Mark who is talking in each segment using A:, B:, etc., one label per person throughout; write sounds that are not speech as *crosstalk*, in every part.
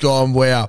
A: gone, wow.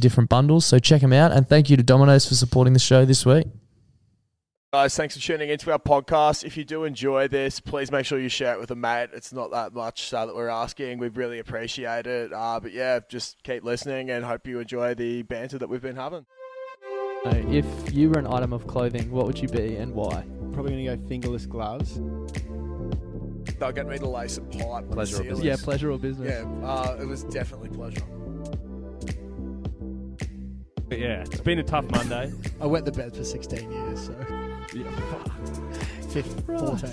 B: different bundles, so check them out. And thank you to Domino's for supporting the show this week.
C: Guys, thanks for tuning into our podcast. If you do enjoy this, please make sure you share it with a mate. It's not that much uh, that we're asking. We really appreciate it. Uh, but yeah, just keep listening and hope you enjoy the banter that we've been having.
B: If you were an item of clothing, what would you be and why?
D: Probably gonna go fingerless gloves.
A: They'll get me to lace a pipe. on
E: Pleasure or
A: ceilings.
E: business.
B: pleasure or business.
A: Yeah, uh, it was definitely pleasure.
F: But yeah, it's been a tough Monday.
D: I wet the bed for 16 years, so
F: yeah,
D: fif- 14.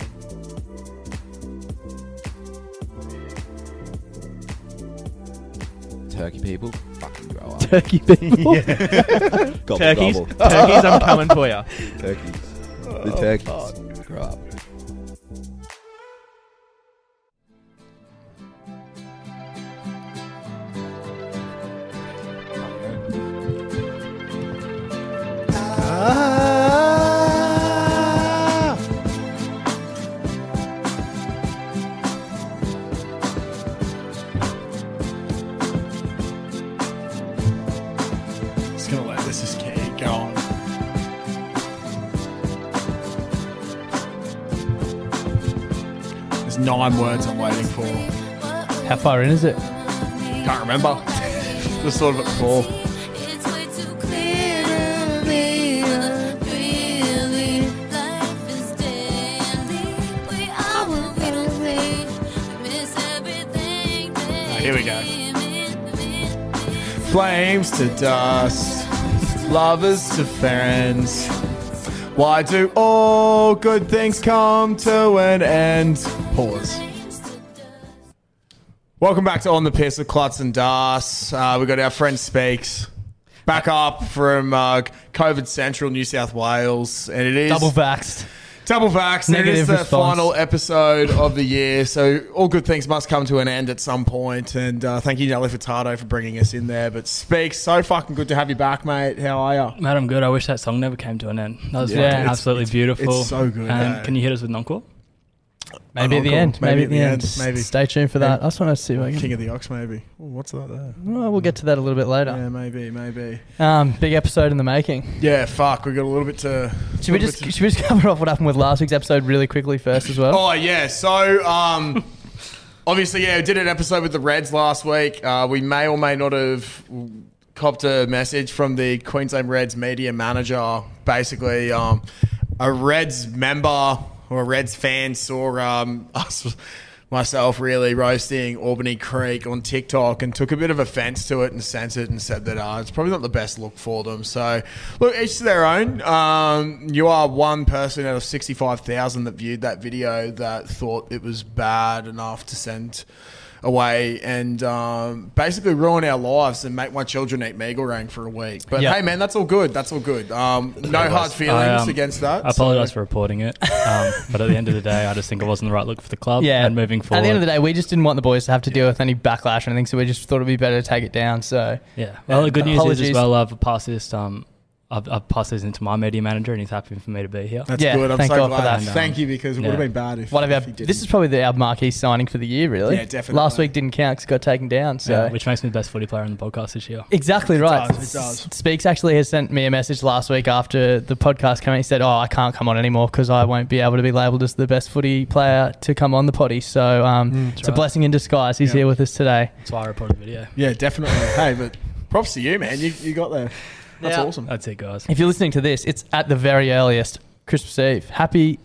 E: Turkey people, fucking grow up.
B: turkey
E: *laughs*
B: people.
E: *laughs* gobble,
F: turkeys, *laughs*
E: gobble.
F: turkeys, I'm coming for Oh, you.
E: turkeys. The
A: Oh,
E: turkeys grow up.
A: Just gonna let this just keep going. There's nine words I'm waiting for.
B: How far in is it?
A: Can't remember. *laughs* Just thought of it before.
G: Here we go.
A: Flames to dust, lovers to friends. Why do all good things come to an end? Pause. Welcome back to On the Piss with Klutz and Das. Uh, we got our friend Speaks back up from uh, COVID Central New South Wales, and it is
B: Double vaxxed.
A: Double vax. It is
B: Negative
A: the
B: response.
A: final episode of the year, so all good things must come to an end at some point. And uh, thank you, Nelly Furtado, for bringing us in there. But Speaks, so fucking good to have you back, mate. How are you?
H: Mate, I'm good. I wish that song never came to an end. That was
A: Yeah.
H: fucking
A: It's-
H: absolutely beautiful.
A: it's so good,
H: Um,
A: eh?
H: Can you hit us with an encore?
B: Maybe at the
A: Uncle,
B: end. Maybe, at the end.
A: maybe.
B: Stay tuned for that. I just want to see what.
A: King of the Ox, maybe. Ooh, what's that there?
B: Well, we'll get to that a little bit later.
A: Yeah, maybe, maybe.
B: Um, big episode in the making.
A: Yeah, fuck. We got a little bit to.
B: Should we
A: little
B: just
A: bit to-
B: should we just *laughs* cover off what happened with last week's episode really quickly first as well?
A: Oh yeah, so
B: *laughs*
A: um, obviously yeah, we did an episode with the Reds last week. Uh, we may or may not have copped a message from the Queensland Reds media manager. Basically, um, a Reds member or a Reds fan saw um, *laughs* us. Myself really roasting Albany Creek on TikTok and took a bit of offense to it and sent it and said that uh, it's probably not the best look for them. So, look, each to their own. Um, you are one person out of 65,000 that viewed that video that thought it was bad enough to send away and um, basically ruin our lives and make my children eat megalrang for a week. But
H: Yeah.
A: hey, man, that's all good. That's all good. Um, no hard feelings
H: I, um,
A: against that.
H: I apologise
A: So-
H: for reporting it,
A: *laughs*
H: um, but at the end of the day, I just think it wasn't the right look for the club.
B: Yeah,
H: Oh, and moving forward,
B: At the end of the day, we just didn't want the boys to have to deal with any backlash or anything, so we just thought it'd be better to take it down. So
H: yeah. Well, the good news is
B: Apologies.
H: as well. uh, I've passed this. Um, I've, I've passed this into my media manager, and he's happy for me to be here.
A: That's
B: Yeah,
A: good. I'm
B: thank
A: so
B: God for
A: glad.
B: that.
A: Thank you because it
H: Yeah.
A: would have been bad if
B: one of our
A: if you didn't.
B: this is probably the, our marquee signing for the year, really.
A: Yeah, definitely.
B: Last week didn't count 'cause it got taken down. So
H: which makes me the best footy player in the podcast this year.
B: Exactly right.
A: does, it does.
B: S- Speaks actually has sent me a message last week after the podcast came out. He said, "Oh, I can't come on anymore because I won't be able to be labelled as the best footy player to come on the potty." So um, it's a
H: right.
B: blessing in disguise. He's
A: Mm, Yeah.
B: here with us today.
H: That's why I reported the video.
A: Yeah, definitely. hey, but props to you, man. You, you got there. That's
B: Yeah.
A: awesome.
H: That's it, guys.
B: If you're listening to this, it's at the very earliest Christmas Eve. Happy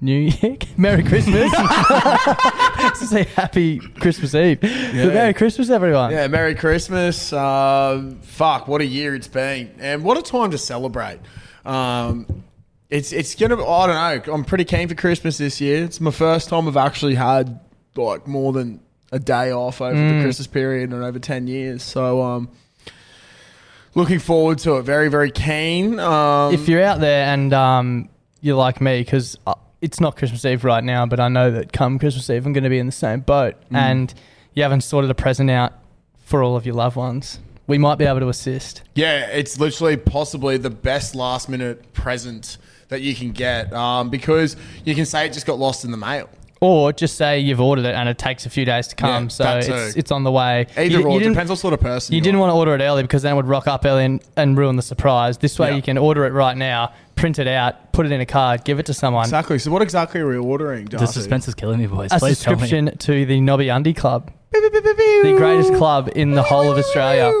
B: New Year, *laughs* Merry
A: *laughs*
B: Christmas. I was gonna say Happy Christmas Eve, but Merry Christmas, everyone.
A: Yeah, Merry Christmas. Um, fuck, what a year it's been, and what a time to celebrate. Um, it's it's gonna. I don't know. I'm pretty keen for Christmas this year. It's my first time I've actually had like more than a day off over the Christmas period in over ten years. So um, looking forward to it. Very very keen. Um,
B: if you're out there and um, you're like me, because it's not Christmas Eve right now, but I know that come Christmas Eve, I'm going to be in the same boat,
A: Mm.
B: and you haven't sorted a present out for all of your loved ones. We might be able to assist.
A: Yeah, it's literally possibly the best last minute present that you can get um, because you can say it just got lost in the mail.
B: Or just say you've ordered it and it takes a few days to come,
A: Yeah,
B: so
A: that too.
B: it's, it's on the way.
A: Either
B: You- you
A: or,
B: didn't-
A: depends what sort of person
B: You
A: you
B: didn't
A: are.
B: want to order it early because then it would rock up early and, and ruin the surprise. This way,
A: Yeah.
B: you can order it right now, print it out, put it in a card, give it to someone.
A: Exactly. So, what exactly are we ordering,
H: The
A: Darcy?
H: suspense is killing me, boys.
B: a
H: Please tell me.
B: subscription to the Nobby Undy Club, the greatest club in the whole of Australia.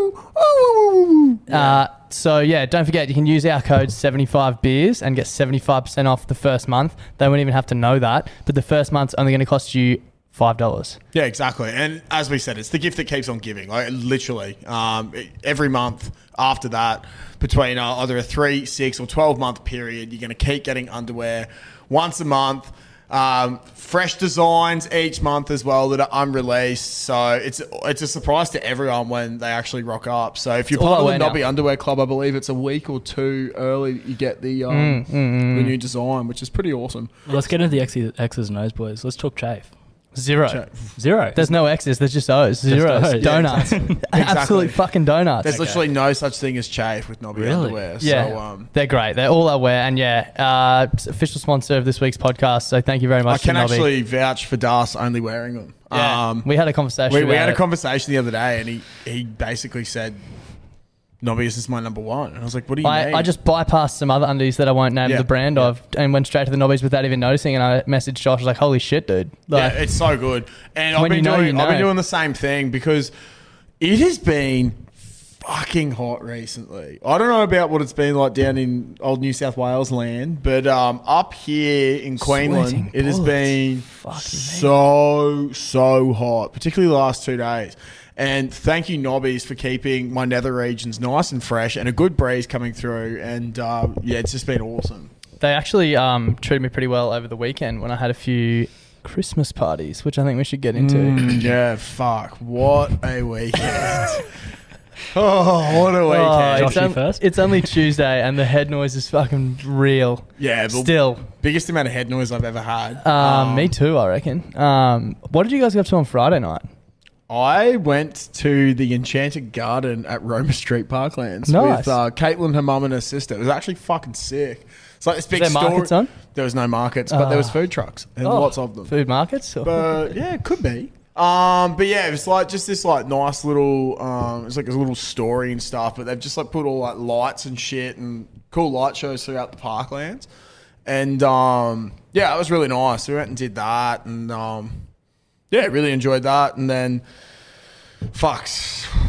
B: Uh, so yeah, don't forget you can use our code 75 beers and get 75% off the first month. They won't even have to know that, but the first month's only going to cost you five dollars.
A: Yeah, exactly. And as we said, it's the gift that keeps on giving. Like literally, um, every month after that, between uh, either a three, six, or twelve month period, you're going to keep getting underwear once a month. Um, fresh designs each month as well that are unreleased. So it's it's a surprise to everyone when they actually rock up. So if you're
B: all
A: part of the
B: away now.
A: Nobby Underwear Club, I believe it's a week or two early that you get the um,
B: Mm,
A: the new design, which is pretty awesome.
H: Let's get into the X's, X's and O's, boys. Let's talk chafe.
B: Zero.
H: Zero.
B: There's no X's. There's just O's. Zeros.
H: O's. Yeah,
B: Donuts. Absolute fucking donuts.
A: There's literally no such thing as chafe with Nobby
H: Really?
A: Underwear.
B: Yeah,
A: So, um,
B: they're great. They're all our wear, and yeah, uh, official sponsor of this week's podcast. So thank you very
A: I
B: much. to
A: can
B: Nobby.
A: actually vouch for Das only wearing them.
B: Yeah.
A: Um,
B: we had a conversation.
A: we, we
B: about
A: had a
B: it.
A: conversation the other day, and he, he basically said, "Nobby, this is my number one." And I was like, "What do you
B: I,
A: mean?"
B: I just bypassed some other undies that I won't name
A: Yeah,
B: the brand
A: yeah.
B: of and went straight to the knobbies without even noticing. And I messaged Josh, I was like, holy shit, dude. Like,
A: yeah, it's so good. And I've
B: When
A: been
B: you know,
A: doing
B: you
A: I've been
B: know.
A: doing the same thing because it has been fucking hot recently. I don't know about what it's been like down in old New South Wales land, but um, up here in Queensland,
B: Sweating
A: it has
B: bullets.
A: been
B: Fucking me.
A: so so hot, particularly the last two days. And thank you, Nobbies, for keeping my nether regions nice and fresh, and a good breeze coming through. And uh, yeah, it's just been awesome.
B: they actually um, treated me pretty well over the weekend when I had a few Christmas
I: Mm,
B: parties, which I think we should get into. *laughs*
A: Yeah, fuck. What a weekend.
I: *laughs* Oh, what a
B: Oh,
I: weekend.
B: it's, on- it's only Tuesday and the head noise is fucking real.
I: yeah, the
B: Still.
I: biggest amount of head noise I've ever had.
B: Um, me too, I reckon. Um, what did you guys get up to on Friday night?
I: I went to the Enchanted Garden at Roma Street Parklands
B: Nice.
I: with uh, Caitlin, her mum, and her sister. It was actually fucking sick. It's like this big
B: there
I: store.
B: markets on? Ah.
I: There was no markets, but there was food trucks and
B: Oh,
I: lots of them.
B: Food markets?
I: But yeah, it could be. Um, but yeah, it was like just this like nice little um, it's like a little story and stuff. But they've just like put all like lights and shit and cool light shows throughout the parklands. And um, yeah, it was really nice. We went and did that, and um, yeah, really enjoyed that. And then, fuck,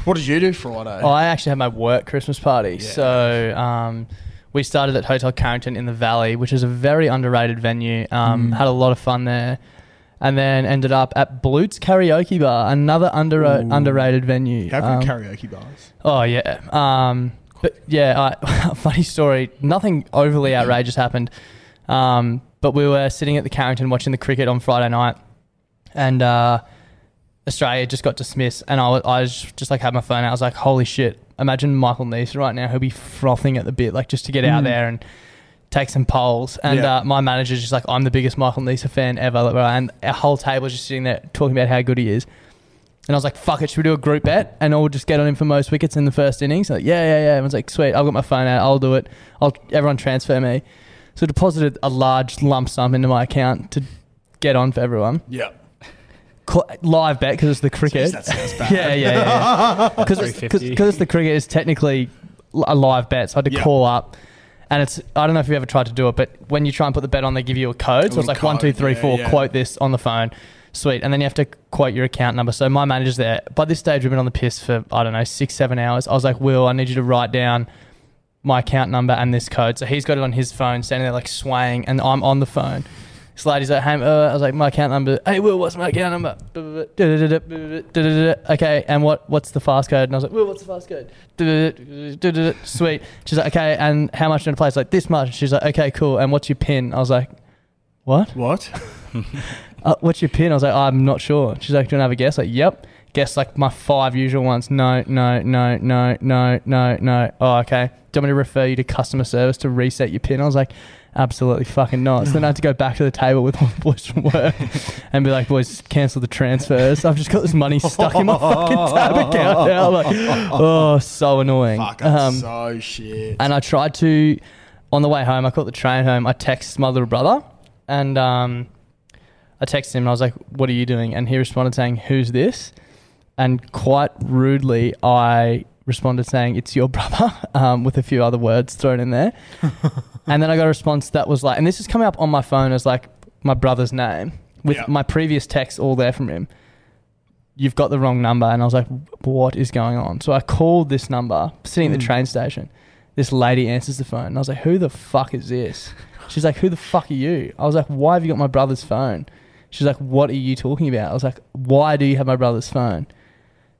I: what did you do Friday?
B: Oh, I actually had my work Christmas party. So um, we started at Hotel Carrington in the Valley, which is a very underrated venue. Um, Had a lot of fun there. And then ended up at Blute's Karaoke Bar, another under- underrated venue.
I: Have
B: Um,
I: karaoke bars.
B: Oh yeah. Um, but yeah, I, *laughs* funny story. Nothing overly outrageous happened. Um, but we were sitting at the Carrington watching the cricket on Friday night, and uh, Australia just got dismissed. And I was, I was just like had my phone out. I was like, holy shit! Imagine Michael Neeson right now. He'll be frothing at the bit, like just to get out there and take some polls. And
I: Yeah.
B: uh, my manager's just like, I'm the biggest Michael Neeson fan ever. Like, right, and our whole table's just sitting there talking about how good he is. And I was like, fuck it, should we do a group bet? And all just get on him for most wickets in the first innings. Like, yeah, yeah, yeah. Everyone's like, sweet, I've got my phone out, I'll do it. I'll everyone transfer me. So I deposited a large lump sum into my account to get on for everyone.
I: Yeah,
B: Co- live bet because it's the cricket.
I: that sounds
B: *laughs*
I: bad.
B: yeah, yeah, yeah.
I: *laughs*
B: Because
H: $3.50.
B: it's the cricket is technically l- a live bet, so I had to
I: Yeah.
B: call up. And it's I don't know if you ever tried to do it, but when you try and put the bet on, they give you a code. So it's
I: little
B: like one, two,
I: code,
B: three,
I: yeah,
B: four.
I: yeah.
B: Quote this on the phone, sweet. And then you have to quote your account number. So my manager's there. By this stage, we've been on the piss for I don't know six, seven hours. I was like, Will, I need you to write down my account number and this code. So he's got it on his phone, standing there like swaying, and I'm on the phone. This lady's like, hey, uh, I was like, my account number. Hey, Will, what's my account number? Okay, and what what's the fast code? And I was like, Will, what's the fast code? Sweet. She's like, okay, and how much do you want to play? It's like, this much. She's like, okay, cool. And what's your pin? I was like, what?
I: What?
B: *laughs* uh, what's your pin? I was like, I'm not sure. She's like, do you want to have a guess? Like, yep. Guess like my five usual ones. No, no, no, no, no, no, no. Oh, okay. Do you want me to refer you to customer service to reset your pin? I was like, absolutely fucking not. So then I had to go back to the table with all the boys from work and be like, boys, cancel the transfers. I've just got this money stuck in my fucking
F: *laughs*
B: tab account now.
A: *laughs*
B: Like, *laughs* oh, so annoying.
I: Fuck, that's
B: Um,
I: so shit.
B: and I tried to, on the way home, I caught the train home. I texted my little brother, and um, I texted him, and I was like, "What are you doing?" And he responded saying, "Who's this?" And quite rudely, I responded saying, "It's your brother," *laughs* um, with a few other words thrown in there. and then I got a response that was like, and this is coming up on my phone as like my brother's name with
I: Yeah.
B: my previous text all there from him. You've got the wrong number, and I was like, "What is going on?" So I called this number, sitting at the train station this lady answers the phone. And I was like, who the fuck is this? She's like, who the fuck are you? I was like, why have you got my brother's phone? She's like, what are you talking about? I was like, why do you have my brother's phone?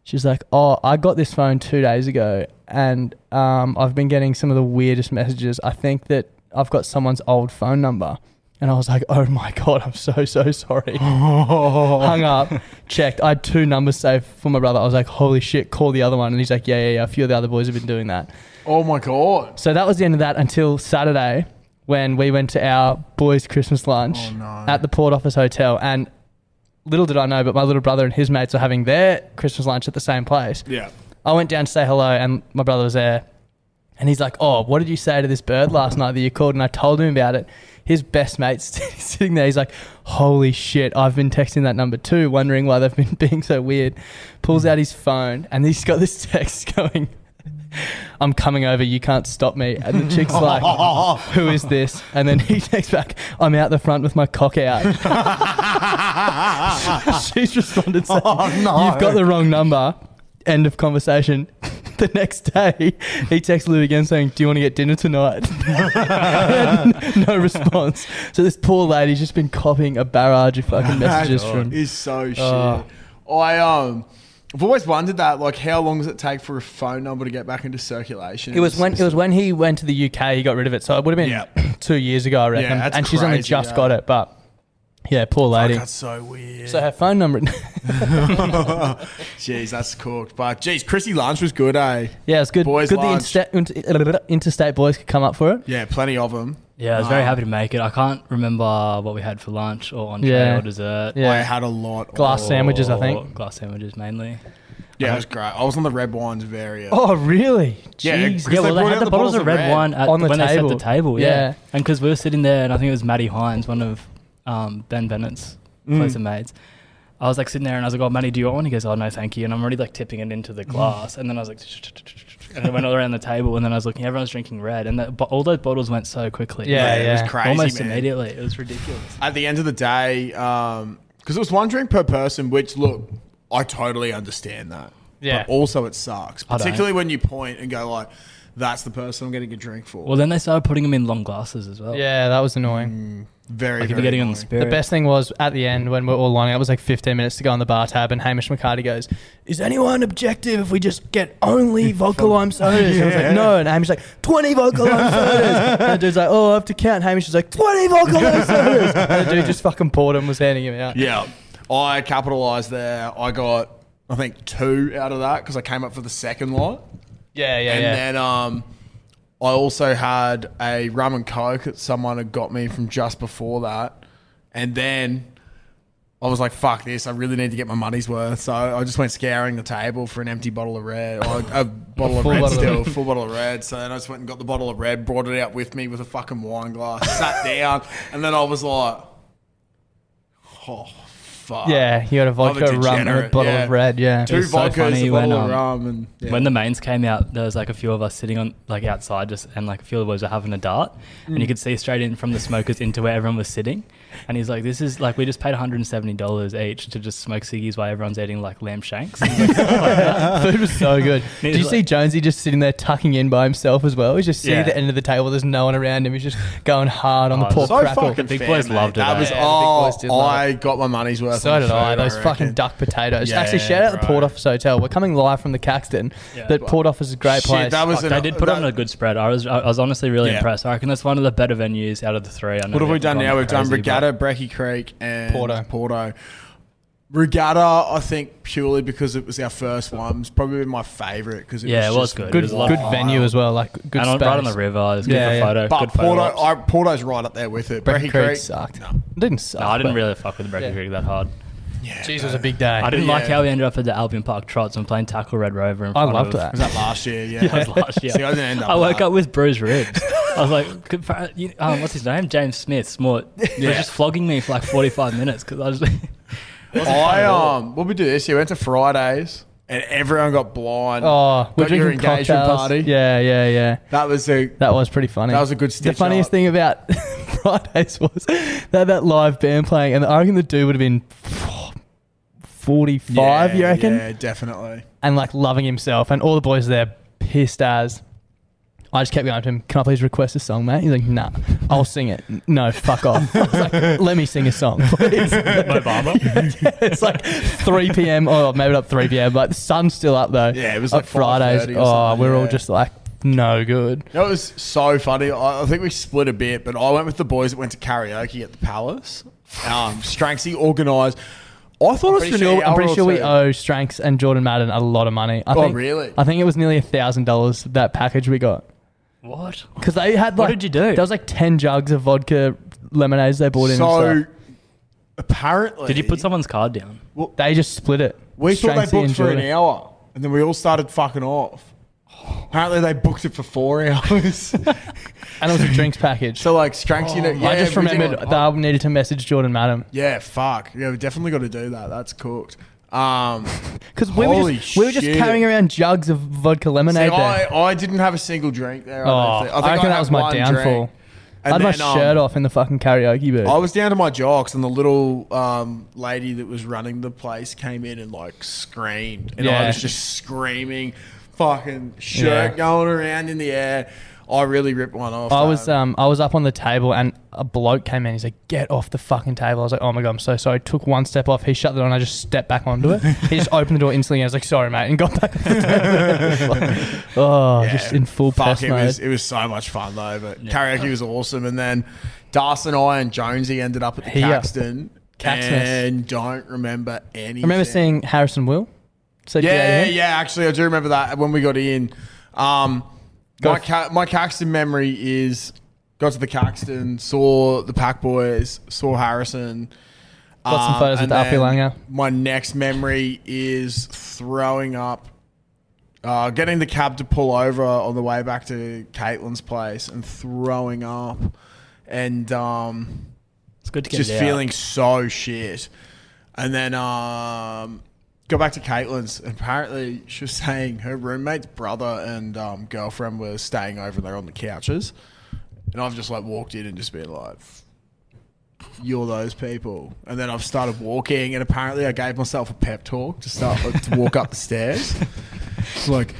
B: She's like, oh, I got this phone two days ago and um, I've been getting some of the weirdest messages. I think that I've got someone's old phone number. And I was like, oh my God, I'm so, so
H: *laughs*
B: sorry.
H: Oh.
B: Hung up, checked. I had two numbers saved for my brother. I was like, holy shit, call the other one. And he's like, yeah, yeah, yeah. A few of the other boys have been doing that.
I: oh my god.
B: So that was the end of that until Saturday when we went to our boys' Christmas lunch
I: Oh,
B: at the Port Office Hotel. And little did I know, but my little brother and his mates were having their Christmas lunch at the same place.
I: Yeah.
B: I went down to say hello, and my brother was there. And he's like, Oh, what did you say to this bird last night that you called? And I told him about it. His best *laughs* mate's sitting there. He's like, Holy shit, I've been texting that number too, wondering why they've been *laughs* being so weird. Pulls out his phone, and he's got this text *laughs* going, I'm coming over, you can't stop me. And the
I: *laughs*
B: chick's like, Who is this? And then he *laughs* texts back, I'm out the front with my cock out. *laughs* She's responded saying,
I: Oh,
B: You've got the wrong number. End of conversation. *laughs* The next day, he texts Lou again saying, Do you want to get dinner tonight? *laughs* no response. So this poor lady's just been copying a barrage of
I: *laughs*
B: fucking messages
I: That
B: from. Oh. Ah.
I: is so shit. I um, I've always wondered that. Like, how long does it take for a phone number to get back into circulation?
B: It was when it was when he went to the UK. He got rid of it, so it would have been
I: Yeah.
B: *clears throat* two years ago, I reckon.
I: Yeah, that's
B: and she's only
I: crazy,
B: just
I: yeah.
B: got it, but Yeah, poor lady.
A: That's so weird.
B: so her phone number. *laughs*
A: *laughs* Jeez, that's cooked. But jeez, Chrissy lunch was good, eh?
B: yeah, it's good.
A: Boys
B: good the
A: lunch.
B: insta- inter- *laughs* interstate boys could come up for it.
A: Yeah, plenty of them.
H: Yeah, I was very happy to make it. I can't remember what we had for lunch or entree
B: Yeah.
H: or dessert.
B: Yeah.
A: I had a lot.
B: Glass
A: of-
B: sandwiches, I
H: Or
B: think.
H: Oh, glass sandwiches mainly.
A: Yeah, it was great. I was on the red wines very. early.
B: Oh, really?
A: Yeah,
B: Jeez.
A: Because
H: yeah, well,
A: they
H: they,
A: brought
H: had
A: out
H: the,
A: the
H: bottles of red, wine at,
B: on the
H: when they set
B: table.
H: the table. Yeah,
B: Yeah.
H: and because we were sitting there, and I think it was Maddie Hines, one of um, Ben Bennett's
B: Mm.
H: closer mates. I was like sitting there, and I was like, "Oh, Maddie, do you want one?" He goes, "Oh, no, thank you." And I'm already like tipping it into
B: Mm.
H: the glass, and then I was like, *laughs* and it went all around the table, and then I was looking, everyone's drinking red, and that, but all those bottles went so quickly.
B: Yeah,
H: Like,
A: it was
B: yeah.
A: crazy.
H: almost
A: man.
H: immediately. It was ridiculous.
A: At the end of the day, because it was one drink per person, which look, I totally understand that.
B: Yeah.
A: But also, it sucks,
H: I don't.
A: particularly when you point and go like, "That's the person I'm getting a drink for." *laughs*
H: Well, then they started putting them in long glasses as well.
B: Yeah, that was annoying.
A: Mm, very,
H: like if you're
A: very
H: getting on the
A: annoying.
H: spirit.
B: The best thing was at the end when we we're all lining up, it was like 15 minutes to go on the bar tab, and Hamish McCarty goes, Is anyone *laughs* objective if we just get
A: *laughs*
B: only vodka lime sodas? And I was like, No. And Hamish's like, 20 vodka
A: *laughs*
B: lime sodas. And the dude's like, Oh, I have to count. Hamish is like, 20 vodka lime sodas. And the dude just fucking poured him, was handing him out.
A: Yeah, I capitalized there. I got, I think, two out of that because I came up for the second lot,
B: Yeah, yeah,
A: and
B: yeah.
A: then um, I also had a rum and coke that someone had got me from just before that, and then. I was like, "Fuck this! I really need to get my money's worth." So I just went scouring the table for an empty bottle of red, or
B: *laughs*
A: a, a bottle of
B: full
A: red
B: bottle of
A: still, full bottle of red. So then I just went and got the bottle of red, brought it out with me with a fucking wine glass, sat *laughs* down, and then I was like, "Oh fuck!"
B: yeah, you had a vodka rum and a
A: degenerate,
B: bottle
A: yeah.
B: of red. Yeah.
A: two
H: was so
A: vodkas,
H: funny
A: a bottle
H: when,
A: of
H: um,
A: rum, and yeah.
H: When the mains came out, there was like a few of us sitting on like outside, just and like a few of the boys were having a dart, and
A: Mm.
H: you could see straight in from the smokers into where everyone was sitting. And he's like, "This is like we just paid one hundred and seventy dollars each to just smoke ciggies while everyone's eating like lamb
A: *laughs*
B: *laughs*
H: shanks." *laughs*
B: Food was so good. Did you
H: Neither-
B: see Jonesy just sitting there tucking in by himself as well? He's just sitting at
H: Yeah.
B: the end of the table. There's no one around him. He's just going hard on the
H: Oh,
B: pork
H: so
B: crackle.
H: fucking Big Boys
A: mate.
H: loved it,
A: That
H: eh?
A: was
B: Yeah, the Big Boys did
A: oh,
B: love
A: I got my money's worth.
B: So
A: on
B: did I.
A: food,
B: Those
A: reckon.
B: fucking duck potatoes.
A: Yeah,
B: Actually, shout out the
A: bro.
B: Port Office Hotel. We're coming live from the Caxton.
H: Yeah.
B: but Port Office is a great
A: Shit,
B: place.
A: that was.
H: Fuck,
A: an-
H: they did put
A: that-
H: on a good spread. I was I was honestly really
A: Yeah.
H: impressed. I reckon that's one of the better venues out of the three. I know
A: *laughs* What have we
H: we've
A: done
H: gone
A: now? We've done
H: crazy, but-
A: Regatta, Brecky Creek, and
B: Porto.
A: Porto. Regatta, I think purely because it was our first one, it's probably my favourite because it
H: Yeah,
A: was
H: it was
A: just
H: good. It
B: good,
H: was a lot
B: good
H: of fun.
B: venue as well. Like good
H: and on,
B: space.
H: right on the river. It was
B: Yeah,
H: good
B: yeah.
H: for photo.
A: But
H: good photo
A: Porto,
H: ops.
A: I, Porto's right up there with it.
B: Brecky
A: Brecky,
B: Creek
A: Creek,
B: sucked. It didn't suck.
H: No, I didn't
B: but-
A: *laughs*
H: really fuck with the Brecky
B: Yeah.
H: Creek that hard.
A: yeah,
B: Jeez, it
A: bro.
B: was a big day.
H: I didn't like
A: Yeah.
H: how we ended up at the Albion Park Trots and playing tackle Red Rover. In
B: I
H: front
B: loved
H: of,
B: that.
A: Was that
H: *laughs*
A: last year? Yeah,
H: That was
A: *laughs*
H: last year.
A: See, I didn't end up.
H: I
A: with
H: woke
A: that.
H: up with bruised ribs. I was like, "Good for- you- um, what's his name? James Smith,
A: *laughs*
H: Smort. They were just flogging me for like 45 minutes because I was *laughs*
A: I um, what we do this year? We went to Fridays and everyone got blind.
B: Oh, we're
A: Got your
B: drinking
A: engagement
B: cocktails.
A: party.
B: Yeah, yeah, yeah.
A: that was a
B: That was pretty funny.
A: That was a good
B: The
A: stitch
B: funniest
A: up.
B: thing about *laughs* Fridays was that that live band playing, and I reckon the dude would have been forty-five. you
A: Yeah,
B: reckon?
A: Yeah, definitely.
B: and like loving himself, and all the boys there pissed as. I just kept going to him. Can I please request a song, mate? He's like, Nah, I'll sing it. "N- No, fuck off. I was
A: *laughs*
B: like, Let me sing a song, please. *laughs* it's like 3 p.m. or maybe not 3 p.m. But the sun's still up though.
A: Yeah, it was
B: At
A: like
B: Fridays.
A: 5:30 or
B: Oh,
A: something,
B: we're all
A: yeah.
B: just like no good.
A: That was so funny. I, I think we split a bit, but I went with the boys that went to karaoke at the Palace.
B: *sighs*
A: Um, Stranksy organised. I thought it was
B: Pretty sure- I'm pretty sure we
A: uh,
B: owe Stranks and Jordan Madden a lot of money. I
A: Oh,
B: think,
A: really?
B: I think it was nearly a thousand dollars that package we got.
H: What?
B: Because they had like,
H: What did you do?
B: There was like ten jugs of vodka lemonades they bought in. and
A: So
B: stuff.
A: apparently,
H: Did you put someone's card down?
B: they just split it.
A: We thought
B: Strancy
A: they booked
B: and
A: for an
B: Jordan.
A: hour, and then we all started
B: *sighs*
A: fucking off. Apparently, they booked it for four *laughs* hours.
B: and it was a drinks package.
A: so like Stranksy, yeah,
B: I just
A: we did-
B: remembered that I needed to message Jordan Madam
A: Yeah, fuck. Yeah, we definitely got to do that. That's cooked.
B: *laughs*
A: Um,
B: because we were
A: Holy
B: just we were just
A: shit.
B: carrying around jugs of vodka
A: see,
B: lemonade.
A: I,
B: there.
A: I didn't have a single drink there.
B: Oh,
A: don't
B: I, reckon that
A: had
B: was my
A: one drink.
B: downfall. I
A: And
B: had
A: then,
B: my
A: um,
B: shirt off in the fucking karaoke booth.
A: I was down to my jocks, and the little um, lady that was running the place came in and like screamed, and
B: Yeah.
A: I was just screaming, fucking
B: Yeah.
A: shirt going around in the air. I really ripped one off.
B: I was
A: though.
B: um I was up on the table and a bloke came in. He's like, "Get off the fucking table!" I was like, "Oh my god, I'm so sorry." Took one step off. He shut the door, and I just stepped back onto it. he just opened the door instantly. I was like, "Sorry, mate," and got back. *laughs* on *laughs*
A: *laughs*
B: the table. oh,
A: Yeah.
B: just in full
A: Fuck,
B: pest
A: it
B: mode.
A: was it was so much fun though. But karaoke was awesome, and then Darcy and I and Jonesy ended up at the
B: Yeah.
A: Caxton.
B: Caxton.
A: And don't remember any.
B: I remember seeing Harrison Will. So
A: Yeah, yeah, Actually, I do remember that when we got in. Um,
B: Go
A: my,
B: f-
A: Ca- my Caxton memory is got to the Caxton, saw the Pack Boys, saw Harrison.
B: Got some
A: um,
B: photos with
A: and
B: Alfie
A: then
B: Langer.
A: My next memory is throwing up, uh, getting the cab to pull over on the way back to Caitlin's place and throwing up. And um,
H: It's good to get
A: just
H: it out.
A: feeling so shit. And then um, go back to Caitlin's. And apparently, she was saying her roommate's brother and um, girlfriend were staying over there on the couches. And I've just like walked in and just been like, "You're those people." And then I've started walking, and apparently, I gave myself a pep talk to start *laughs*
H: *laughs*
A: to walk up the stairs. It's *laughs* like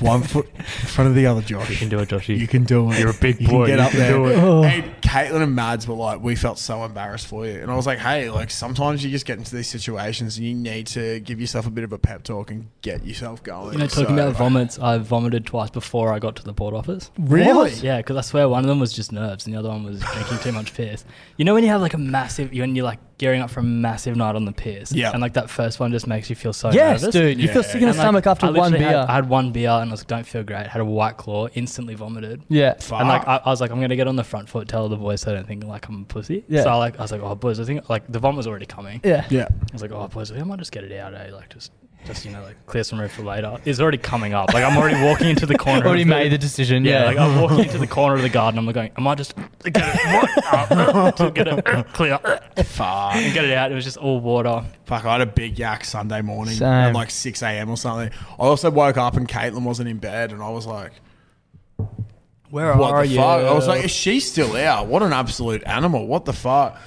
A: one foot in front of the other, Josh. You can do it, Joshy. You can do it. You're a big boy. get up there. And Caitlin and Mads were like, we felt so embarrassed for you. And I was like, hey, like sometimes you just get into these situations and you need to give yourself a bit of a pep talk and get yourself going.
H: You know, talking
A: So-
H: about vomits, I vomited twice before I got to the port office.
A: Really?
H: Yeah, because I swear one of them was just nerves and the other one was drinking too much piss. You know when you have like a massive, when you're like gearing up for a massive night on the piss,
A: Yeah.
H: and like that first one just makes you feel so
B: Yes,
H: nervous.
B: dude. You feel sick in the
H: And, like,
B: stomach after
H: I
B: one
H: literally
B: beer.
H: had- I had one beer and I was like, don't feel great. Had a white claw, instantly vomited.
B: yeah.
H: And like I, I was like, I'm gonna get on the front foot, tell the boys I don't think like I'm a pussy.
B: Yeah.
H: So I like I was like, oh boys, I think like the vomit was already coming.
B: Yeah.
A: Yeah.
H: I was like, oh boys, I might just get it out, eh? Like just just you know like clear some room for later. It's already coming up. Like I'm *laughs* already walking into the corner.
B: Already
H: of the-
B: made the decision.
H: Yeah,
B: Yeah.
H: like I'm walking
B: *laughs*
H: into the corner of the garden. I'm like going, am I just get *laughs* Oh, it, to *laughs* get it clear
A: Fuck.
H: and get it out? It was just all water.
A: Fuck, I had a big yak Sunday morning
B: Same.
A: at like 6 a.m. or something. I also woke up and Caitlin wasn't in bed and I was like,
H: *laughs* Where
A: what
H: are
A: the
H: you?
A: fuck? I was like, is she still out? What an absolute animal. What the fuck?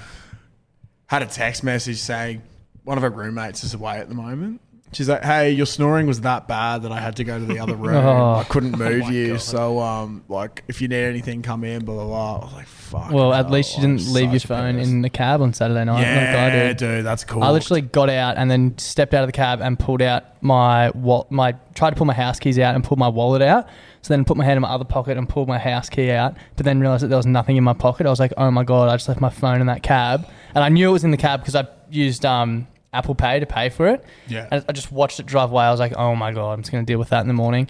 A: Had a text message saying one of her roommates is away at the moment. She's like, hey, your snoring was that bad that I had to go to the
B: *laughs*
A: other room.
B: Oh.
A: I couldn't move you. So, um, like, if you need anything, come in, blah, blah, blah. I was like, fuck.
B: well, at
A: no,
B: least you
A: I'm
B: didn't leave your
A: such a
B: phone
A: pest.
B: in the cab on Saturday night. like I
A: Yeah,
B: did.
A: dude, that's cool.
B: I literally got out and then stepped out of the cab and pulled out my wallet. My tried to pull my house keys out and pulled my wallet out. So then put my hand in my other pocket and pulled my house key out. But then realized that there was nothing in my pocket. I was like, oh my god, I just left my phone in that cab. And I knew it was in the cab because I used um, Apple Pay to pay for it.
A: Yeah.
B: And I just watched it drive away. I was like, oh my god, I'm just gonna deal with that in the morning.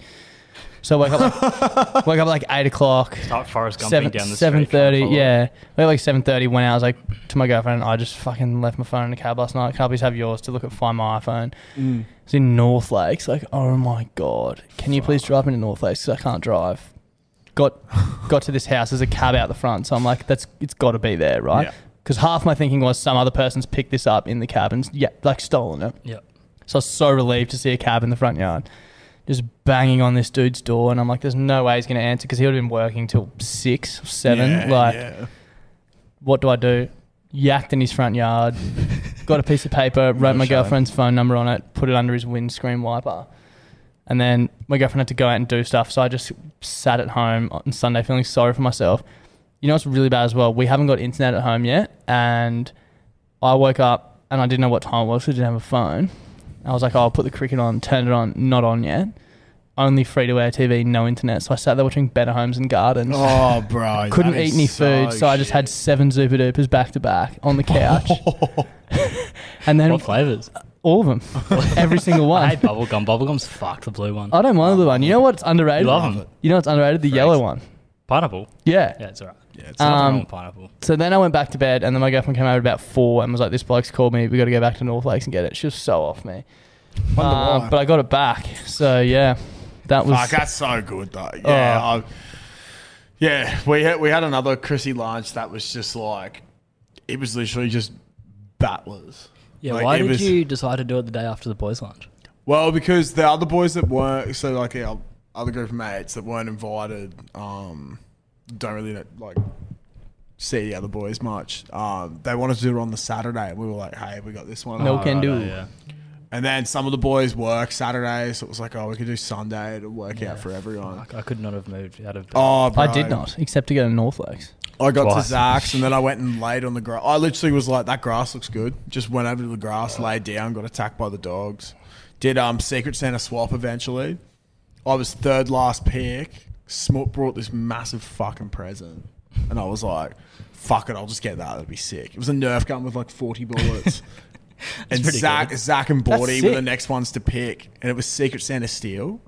B: So I woke up, like, *laughs* woke up like eight o'clock
H: Start forest gumping
B: seven
H: down the
B: seven
H: street, trying to
B: thirty.
H: follow
B: Yeah, we like seven thirty. When I was like to my girlfriend, I just fucking left my phone in the cab last night. Can I please have yours to look at find my iPhone? It's in North Lakes. Like, oh my god, can you please drive me to North Lakes? 'Cause I can't drive. Got got to this house. There's a cab out the front, so I'm like, that's it's got to be there,
A: Yeah.
B: right? Because half my thinking was some other person's picked this up in the cab and yeah, like stolen it.
H: Yeah.
B: So I was so relieved to see a cab in the front yard. Just banging on this dude's door, and I'm like, "There's no way he's going to answer because he would have been working till six, or seven.
A: Yeah,
B: like,
A: yeah.
B: what do I do? Yacked in his front yard, got a piece of
A: *laughs*
B: paper, wrote my girlfriend's phone number on it, put it under his windscreen wiper. And then my girlfriend had to go out and do stuff. So I just sat at home on Sunday feeling sorry for myself. You know what's really bad as well? We haven't got internet at home yet. And I woke up and I didn't know what time it was because I didn't have a phone. I was like, oh, I'll put the cricket on, turn it on, not on yet. Only free to air TV, no internet. So I sat there watching Better Homes and Gardens
A: Oh,
B: *laughs*
A: bro.
B: couldn't
A: that
B: eat
A: is
B: any food, so I just had
A: shit.
B: seven Zupa Dupas back to back on the
A: *laughs*
B: couch, and then
H: What flavors?
B: all of them, every single
H: *laughs* I
B: one.
H: hate bubblegum. Bubblegum's fuck the blue one.
B: I don't mind the one. You know what's underrated?
H: You love 'em.
B: You know what's underrated? The yellow one.
H: Pineapple.
B: Yeah.
H: Yeah, it's alright. Yeah,
B: alright.
H: it's nothing
B: Um,
H: wrong with pineapple.
B: So then I went back to bed, and then my girlfriend came over about four and was like, "This bloke's called me. We got to go back to North Lakes and get it." She was so off me,
A: Wonder
B: Um,
A: why.
B: but I got it back. So yeah, that was. Oh.
A: Fuck, that's so good though. Yeah, I, yeah. We had, we had another Chrissy lunch that was just like it was literally just battlers.
H: Yeah,
A: Like,
H: why
A: it
H: did
A: was-
H: you decide to do it the day after the boys' lunch?
A: Well, because the other boys that weren't, so like our other group of mates that weren't invited, um, don't really know, like see the other boys much. Um, they wanted to do it on the Saturday, and we were like, "Hey, we got this one."
B: No
A: Uh,
B: can do.
A: And then some of the boys work Saturday, so it was like, "Oh, we could do Sunday." It'll work out for everyone.
H: Fuck, I could not have moved out of bed.
A: Oh,
B: I
A: bro.
B: did not, except to go to North Lakes.
A: I got
H: Twice.
A: to Zach's and then I went and laid on the grass. I literally was like, that grass looks good. Just went over to the grass, laid down, got attacked by the dogs. Did um Secret Santa swap eventually. I was third last pick. Smoot brought this massive fucking present. And I was like, fuck it, I'll just get that. That'd be sick. It was a Nerf gun with like
H: *laughs*
A: 40 bullets. and
H: pretty
A: Zach,
H: good.
A: Zach and Bordy were
B: sick.
A: the next ones to pick. And it was Secret Santa Steel.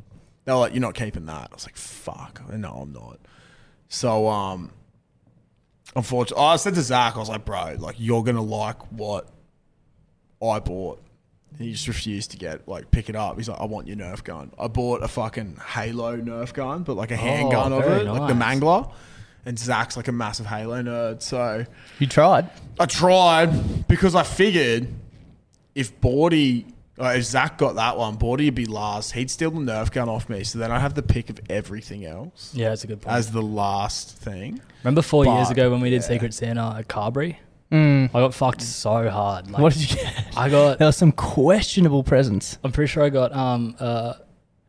A: They were like, you're not keeping that. I was like, fuck. No, I'm not. So, um, unfortunately, I said to Zach, I was like, bro, like, you're going to like what I bought. And he just refused to get, like, pick it up. He's like, I want your Nerf gun. I bought a fucking Halo Nerf gun, but like a handgun of
H: Oh, very
A: it, like the
H: nice.
A: Mangler. And Zach's like a massive Halo nerd. So
B: You tried.
A: I tried because I figured if Bordy, uh, if Zach got that one, Bordy would be last. He'd steal the Nerf gun off me. So then I'd have the pick of everything else
H: Yeah, that's a good point.
A: as the last thing.
H: Remember four years
A: But,
H: ago when we did Secret Santa at Carberry? I got fucked so hard. Like,
B: Mm. What did you get?
H: I got?
B: There were some questionable presents.
H: I'm pretty sure I got um a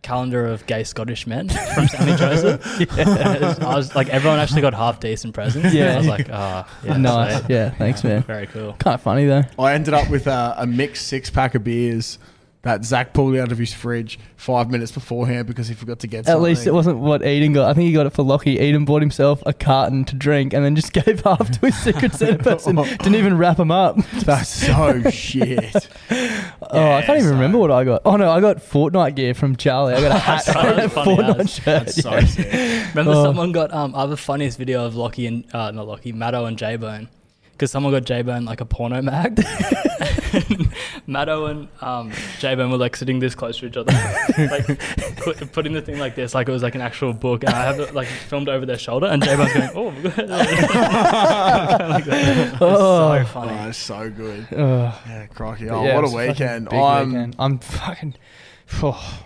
H: calendar of gay Scottish men *laughs* from
B: *laughs*
H: Sammy Joseph. And it was- I was like, everyone actually got half decent presents.
B: Yeah.
H: I was like, ah, yeah,
B: nice.
H: sweet.
B: Yeah, thanks, man.
H: very cool.
B: Kind of funny though.
A: I ended up with a, a mixed six pack of beers that Zach pulled out of his fridge five minutes beforehand because he forgot to get
B: At least
H: *laughs*
A: *laughs*
B: it wasn't what Eden got. I think he got it for Lockie. Eden bought himself a carton to drink and then just *laughs* gave half to his
A: *laughs*
B: secret Santa person. Didn't even wrap him up.
A: That's so shit.
B: *laughs* Oh, I can't even remember what I got. Oh no, I got Fortnite gear from Charlie. I
A: *laughs*
B: got a hat,
H: so
B: and a
H: funny,
B: Fortnite
H: that's-
B: shirt. *laughs* Oh.
A: That's so sick.
H: Remember someone got um I have a funniest video of Lockie and uh, not Lockie, Matto and J Bone. Because someone got J Bone like a porno mag. *laughs* Matto and um, J Bone were like sitting this close to
B: *laughs*
H: each other, like put, putting the thing like this, like it was like an actual book. And I have it like filmed over their shoulder, and J Bone's going, "Oh, *laughs*
B: *laughs*
H: like that.
B: Oh.
H: so funny."
A: That's so good.
B: Ugh.
A: Yeah, crikey.
B: But
A: Oh,
B: yeah, it
A: what
B: was
A: a
B: fucking
A: weekend.
B: big
A: I'm,
B: weekend. I'm fucking. Oh,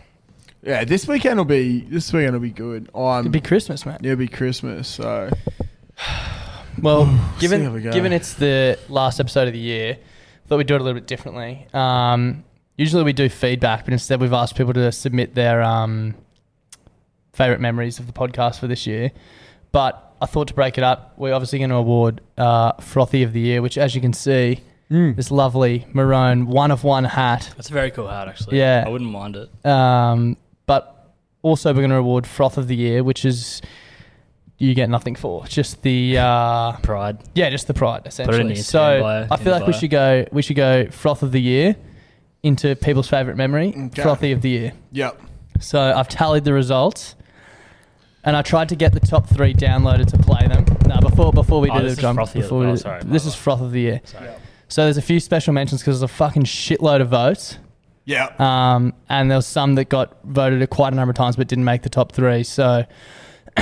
A: Yeah, this weekend will be this weekend will be good. I'm
B: it'd be Christmas, man.
A: it'll be Christmas, so *sighs*
B: Well,
A: see how we
B: given
A: go.
B: given it's the last episode of the year, thought we'd do it a little bit differently. Um, usually we do feedback, but instead we've asked people to submit their um, favorite memories of the podcast for this year. But I thought to break it up, we're obviously going to award uh, Frothy of the Year, which, as you can see,
A: Mm.
B: this lovely maroon one of one hat.
H: That's a very cool hat, actually.
B: Yeah.
H: I wouldn't mind it.
B: Um, but also, we're going to award Froth of the Year, which is you get nothing for. It's just the uh,
H: Pride.
B: yeah, just the pride essentially.
H: your
B: so
H: Instagram bio,
B: I feel
H: in
B: like
H: the
B: we
H: bio.
B: should go we should go Froth of the Year into people's favorite memory,
A: Okay.
B: Frothy of the Year.
A: yep.
B: So I've tallied the results. And I tried to get the top three downloaded to play them. No, before before we
H: Oh,
B: do
H: this
B: the
H: is
B: jump,
H: Frothy of-
B: before we
H: oh,
B: do-
H: sorry, my
B: this is
H: bad.
B: froth of the year.
H: Sorry.
B: So there's a few special mentions because there's a fucking shitload of votes.
A: Yep.
B: Um, and there was some that got voted at quite a number of times but didn't make the top three. So, *clears throat*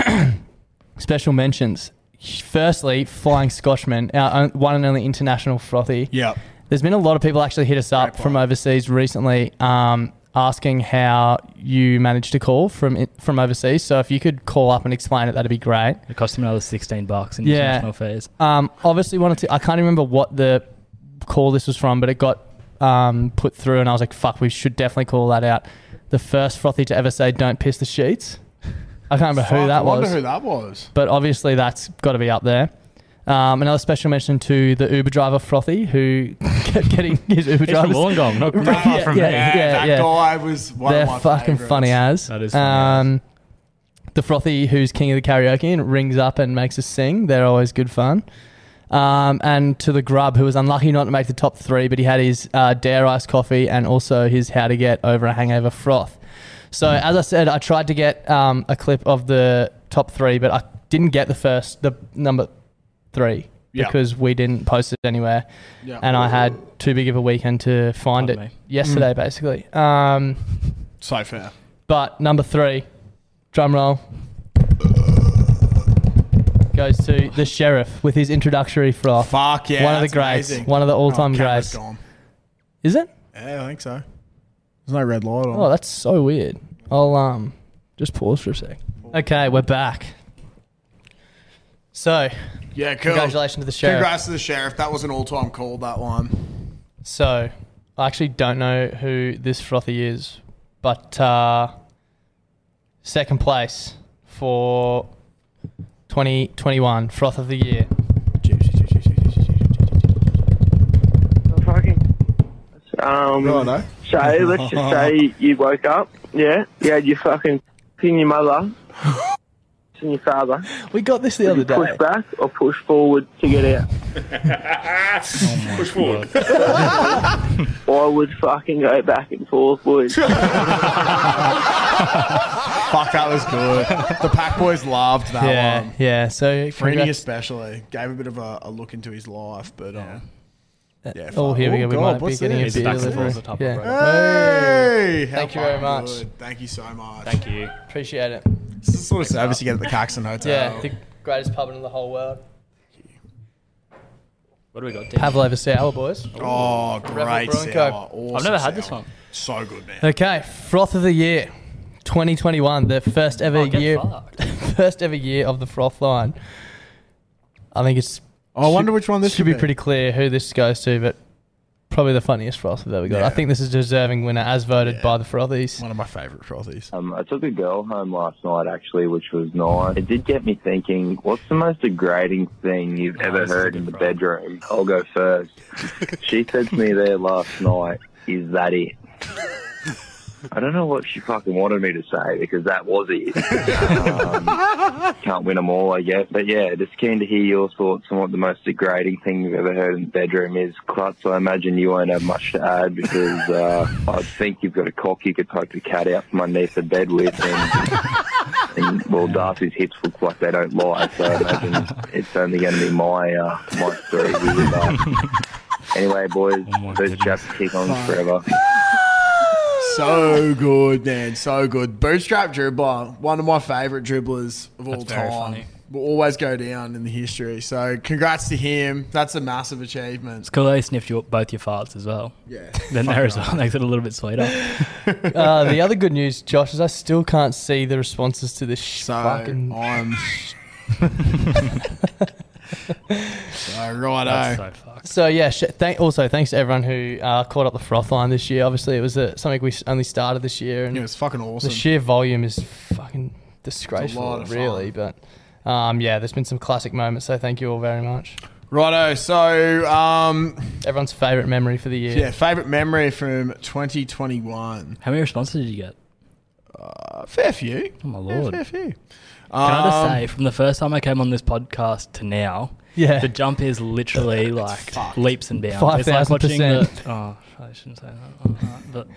B: special mentions. Firstly, Flying Scotchman, our own, one and only international frothy.
A: Yep.
B: There's been a lot of people actually hit us up
A: Great
B: from
A: point.
B: overseas recently um, asking how you managed to call from it- from overseas. So, if you could call up and explain it, that'd be great.
H: It cost him another sixteen bucks in
B: Yeah.
H: international fees.
B: Um, obviously, wanted to. I can't remember what the call this was from, but it got um, put through, and I was like, "Fuck, we should definitely call that out." The first frothy to ever say, "Don't piss the sheets." I can't remember who
A: Fuck, I
B: that
A: wonder
B: was,
A: who that was.
B: but obviously that's got to be up there. Um, another special mention to the Uber driver frothy who *laughs* kept getting his Uber
H: He's from
B: driver's
H: Wollongong, not
B: Right,
H: far
B: *laughs*
H: from
B: yeah,
H: me.
B: yeah.
A: that guy was one
B: They're
A: of my
B: fucking
A: favorites.
B: funny as.
H: That is funny
B: um, The frothy who's king of the karaoke and rings up and makes us sing. They're always good fun. Um, and to the grub who was unlucky not to make the top three, but he had his uh, dare ice coffee and also his how to get over a hangover froth. So as I said, I tried to get um, a clip of the top three, but I didn't get the first, the number three.
A: Yeah.
B: Because we didn't post it anywhere,
A: Yeah.
B: and I had too big of a weekend to find it
H: Pardon me.
B: yesterday, basically. Um,
A: so fair.
B: but number three, drum roll, goes to the sheriff with his introductory froth.
A: Fuck yeah.
B: one of the
A: that's
B: greats,
A: amazing.
B: one of the all-time
A: Oh, camera's
B: greats.
A: gone.
B: Is it?
A: Yeah, I think so. There's no red light on.
B: Oh, that's so weird. I'll um just pause for a sec. Okay, we're back. So,
A: yeah, cool.
B: congratulations to the sheriff.
A: Congrats to the sheriff. That was an all-time call. That *laughs* one.
B: So, I actually don't know who this frothy is, but uh, second place for 2021 froth of the year.
D: Fucking. Um,
A: Righto.
D: So let's
A: *gasps*
D: just say you woke up, yeah, you had your fucking pin your mother, and your father.
B: We got this the
D: Would
B: other
D: you Push
B: day.
D: back or push forward to get out.
A: Oh
J: Push forward.
D: I would fucking go back and forth,
A: *laughs*
D: boys.
K: Fuck, that was good. The pack boys loved that
B: yeah,
K: one.
B: yeah. So
A: Freeney
B: congrats-
A: especially gave a bit of a, a look into his life, but um, yeah.
B: Oh,
A: fuck.
B: here we go. We
A: God,
B: might be
A: what's
B: getting
A: this?
B: a beer delivery. Yeah.
A: Hey, how
B: thank you very
A: fucking
B: much.
A: good. Thank you so much.
B: Thank you. Appreciate it.
A: This is the sort of service you get at the Caxton Hotel.
B: Yeah, the greatest pub in the whole world.
H: What do we got?
B: Pavlova sour, boys.
A: Oh,
B: Rebel
A: great
B: Brewing
A: sour.
B: Co.
A: Awesome
H: I've never had
A: sour.
H: this one.
A: So good, man.
B: Okay, froth of the year, 2021, the first ever
H: Oh, get
B: year, *laughs* first ever year of the froth line. I think it's.
A: Oh, I wonder which one this
B: should
A: could
B: be,
A: be.
B: pretty clear who this goes to, but probably the funniest froth we've ever got.
A: Yeah.
B: I think this is a deserving winner as voted by the frothies.
A: One of my favourite frothies.
L: Um, I took a girl home last night, actually, which was nice. It did get me thinking, what's the most degrading thing you've ever heard in the bedroom? I'll go first. she said to me there last night, is that it? I don't know what she fucking wanted me to say because that was it. Um, can't win them all, I guess. But yeah, just keen to hear your thoughts on what the most degrading thing you've ever heard in the bedroom is. Klutz, I imagine you won't have much to add
M: *laughs*
L: because uh, I think you've got a cock you could poke the cat out from underneath the bed with. And,
M: *laughs*
L: and well, Darcy's hips look like they don't lie, so I imagine it's only going to be my uh, my story. Here,
M: *laughs*
L: but anyway, boys,
M: Oh
L: those chaps kick on forever.
A: So good, man. So good. Bootstrap dribbler, one of my favourite dribblers of all
H: That's
A: time.
H: very funny.
A: Will always go down in the history. So congrats to him. That's a massive achievement.
H: It's cool they sniffed your, both your farts as well.
A: Yeah.
H: *laughs* Then there as
A: Fucking
H: well. Makes it a little bit
A: *laughs*
H: sweeter.
B: *laughs* uh, the other good news, Josh, is I still can't see the responses to this sh-
A: So
B: fucking. *laughs*
A: I'm. so righto.
B: That's so So yeah, sh- thank, also thanks to everyone who uh, caught up the froth line this year. Obviously, it was uh something we s- only started this year, and
A: Yeah, it's fucking awesome.
B: The sheer volume is fucking disgraceful,
A: lot of
B: really. But um, yeah, there's been some classic moments. So thank you all very much.
A: Righto. So um,
B: everyone's favorite memory for the year.
A: Yeah, favourite memory from 2021.
H: How many responses did you get?
A: Uh, fair few.
H: Oh my
A: Yeah,
H: lord.
A: fair few.
H: Can I just
A: Um,
H: say, from the first time I came on this podcast to now,
A: Yeah.
H: the jump is literally like leaps and bounds.
B: Five
H: It's like
B: thousand
H: watching the,
B: percent.
H: oh, I shouldn't say that, Oh. like that, but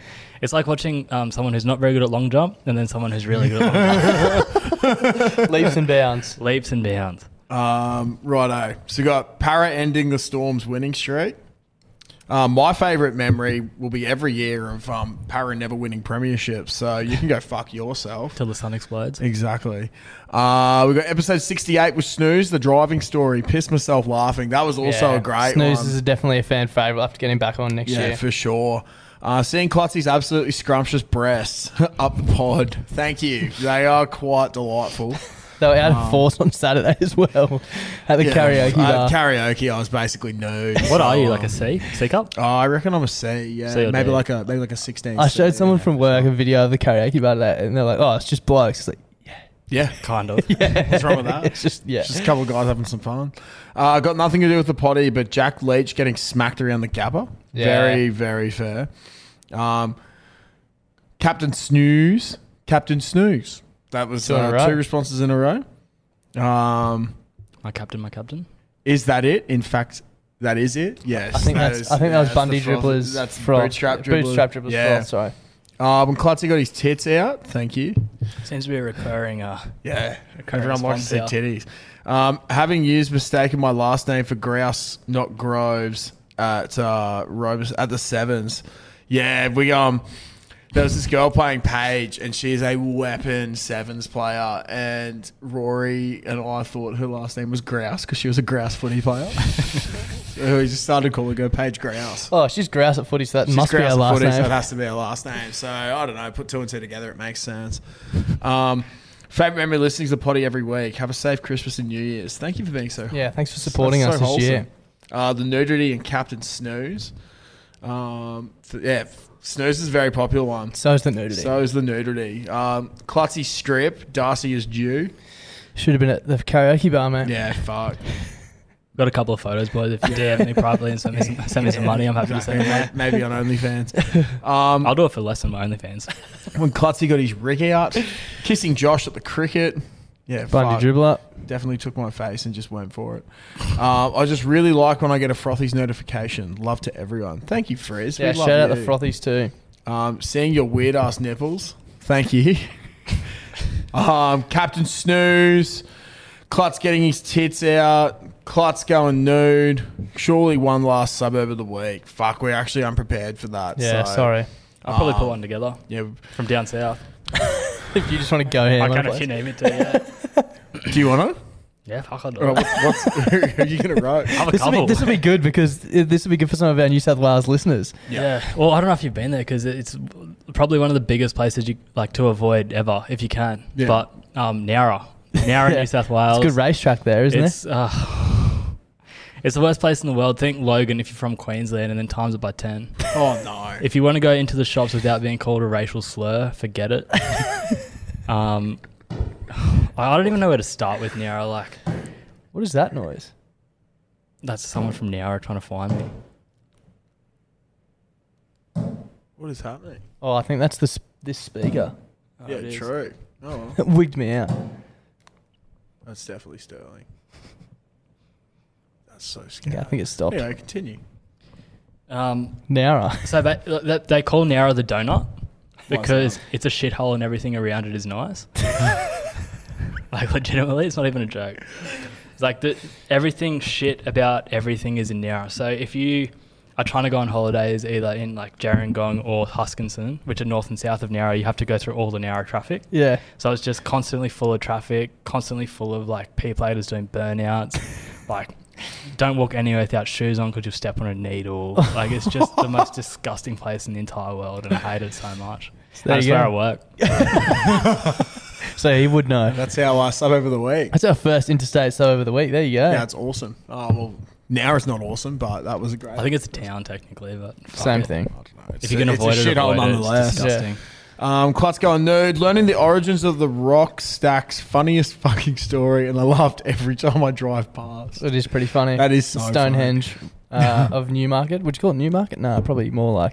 H: it's like watching um, someone who's not very good at long jump and then someone who's really good at long
A: *laughs*
H: jump.
B: Leaps and bounds.
H: Leaps and bounds.
A: Um, righto. So we got Para ending the Storm's winning streak. Um, my favourite memory will be every year of um, Para never winning premierships. So you
B: *laughs*
A: can go fuck yourself.
H: Till the sun explodes.
A: Exactly. Uh, we got episode 68 with Snooze, the driving story. Pissed myself laughing. That was also
B: Yeah,
A: a great
B: Snooze
A: one.
B: is definitely a fan favorite. We'll have to get him back on next
A: yeah,
B: year.
A: for sure. Uh, seeing Klotzy's absolutely scrumptious breasts *laughs* up the pod. Thank you. They are quite delightful.
B: *laughs* They were out
A: Um,
B: of force on Saturday as well at the
A: yeah,
B: karaoke bar.
A: At karaoke, I was basically nude.
B: What are you, like
H: a C? C cup?
A: Oh, I reckon I'm a C. Yeah,
B: C or
A: maybe
B: D?
A: like a maybe like a 16.
B: I showed someone from work a video of the karaoke bar today, and they're like, "Oh, it's just blokes." It's like,
A: yeah, kind of.
B: *laughs* Yeah.
A: What's wrong with that?
B: It's just- yeah.
A: just a couple of guys having some fun. Uh, got nothing to do with the potty, but Jack Leach getting smacked around the gabba.
B: Yeah.
A: Very, very fair. Um, Captain Snooze, Captain Snooze. That was
H: Two in a
A: uh,
H: row.
A: two responses in a row. Um,
H: my captain, my captain.
A: Is that it? In fact, that is it. Yes,
B: I think
A: that
B: that's-
A: is-
B: I think that was
A: that's
B: Bundy
A: the froth-
B: Dribbler's
A: That's
B: froth-
A: bootstrap dribbler.
B: Bootstrap Dribbler's froth, sorry.
A: Uh, when Klutzy got his tits out, thank you.
H: Seems to be a recurring. Uh,
A: yeah,
H: recurring
A: Everyone likes to see
H: response here.
A: titties. Um, having used mistaken my last name for Grouse, not Groves, at uh, Robes at the Sevens. Yeah, we um. There was this girl playing Paige, and she's a weapon sevens player. And Rory and I thought her last name was Grouse because she was a Grouse
B: *laughs*
A: footy player. so we just started calling her Paige Grouse.
B: "Oh, she's grouse at footy, so that
A: She's
B: must be our
A: grouse at
B: last
A: footy,
B: name."
A: So it has to be our last name. So I don't know. Put two and two together, it makes sense. Um, favorite memory listening to the potty every week. Have a safe Christmas and New Year's. Thank you for being so.
B: Yeah, thanks for supporting us this year.
A: Uh, the nudity and Captain Snooze. Um, th- yeah, f- Snooze is a very popular one.
B: So is the nudity.
A: So is the nudity. Um, Klutzy strip. Darcy is due.
B: Should have been at the karaoke bar, mate.
A: Yeah, fuck.
H: Got a couple of photos, boys. If you DM me privately and send me some, send me some money, I'm happy to send
A: Exactly.
H: it.
A: Maybe on
H: *laughs*
A: OnlyFans. Um,
H: I'll do
A: *laughs*
H: it for less than my OnlyFans.
A: when Klutzy got his rig out, kissing Josh at the cricket. Yeah,
B: Bundy
A: fuck.
B: dribbler.
A: Definitely took my face and just went for it. Um, I just really like when I get a frothies notification. Love to everyone. Thank you, Frizz.
B: Yeah,
A: We love
B: shout out the
A: you.
B: frothies too.
A: Um, seeing your weird ass nipples. Thank you. *laughs* um, Captain Snooze. Klutz getting his tits out. Klutz going nude. Surely one last suburb of the week. Fuck, we're actually unprepared for that.
H: Yeah,
A: so,
H: sorry. I'll probably put
A: um,
H: one together.
A: Yeah,
H: from down south.
B: if *laughs* *laughs* you just want to go here,
H: I
B: one
H: can
B: place.
H: if you need me to. Yeah.
A: *laughs* Do you want to?
H: yeah, fuck. I'll do
A: Alright,
H: it.
A: what's- what's- *laughs* who are you
H: *laughs*
A: gonna write? Have a
B: This will be,
H: couple.
B: this will be good because uh, this will be good for some of our New South Wales listeners.
H: Yeah. Well, I don't know if you've been there because it's probably one of the biggest places you like to avoid ever if you can.
B: Yeah.
H: But um, Nowra, Nowra,
B: *laughs* Yeah.
H: New South Wales.
B: It's a good racetrack there, isn't
H: it's,
B: it?
H: uh, *sighs* it's the worst place in the world. Think Logan if you're from Queensland, and then times it by ten.
A: Oh, no.
H: If you want to go into the shops without being called a racial slur,
B: *laughs*
H: forget it. um, *sighs* I I don't even know where to start with Nowra. Like,
B: What is that noise?
H: that's someone from Nowra trying to find me.
A: What is happening?
B: Oh, I think that's the sp- this speaker. *laughs*
A: yeah, true. Oh,
B: It *laughs*
A: well.
B: wigged me out.
A: that's definitely Sterling. That's so scary.
B: Yeah, I think it stopped.
A: Anyway, continue.
H: Um,
B: Nowra.
H: So ba- that- they call Nowra the donut
A: Why is
H: because it's a shithole and everything around it is nice. like legitimately, it's not even a joke. It's like the, everything shit about everything is in Nowra. So if you are trying to go on holidays either in like Gerringong or Huskinson, which are north and south of Nowra, you have to go through all the Nowra traffic.
B: Yeah.
H: So it's just constantly full of traffic, constantly full of like P platers doing burnouts, like don't walk anywhere without shoes on because you'll step on a needle. Like it's just the most *laughs* disgusting place in the entire world, and I hate it so much.
B: there
H: That's
B: you
H: where I
B: go. *laughs*
H: work.
B: So he would know.
A: That's our uh, sub over the week.
B: That's our first interstate sub over the week. There you go.
A: Yeah, it's awesome. Oh well, now it's not awesome, but that was a great.
H: I think it's a town technically, but fuck
B: Same
H: it.
B: thing.
H: If you can avoid it, avoid it. It's disgusting.
A: Um, Klutz going nerd, learning the origins of the rock stacks, funniest fucking story, and I laughed every time I drive past.
B: It is pretty funny.
A: That is so
B: Stonehenge
A: *laughs*
B: uh, of Newmarket. Would you call it Newmarket? No, probably more like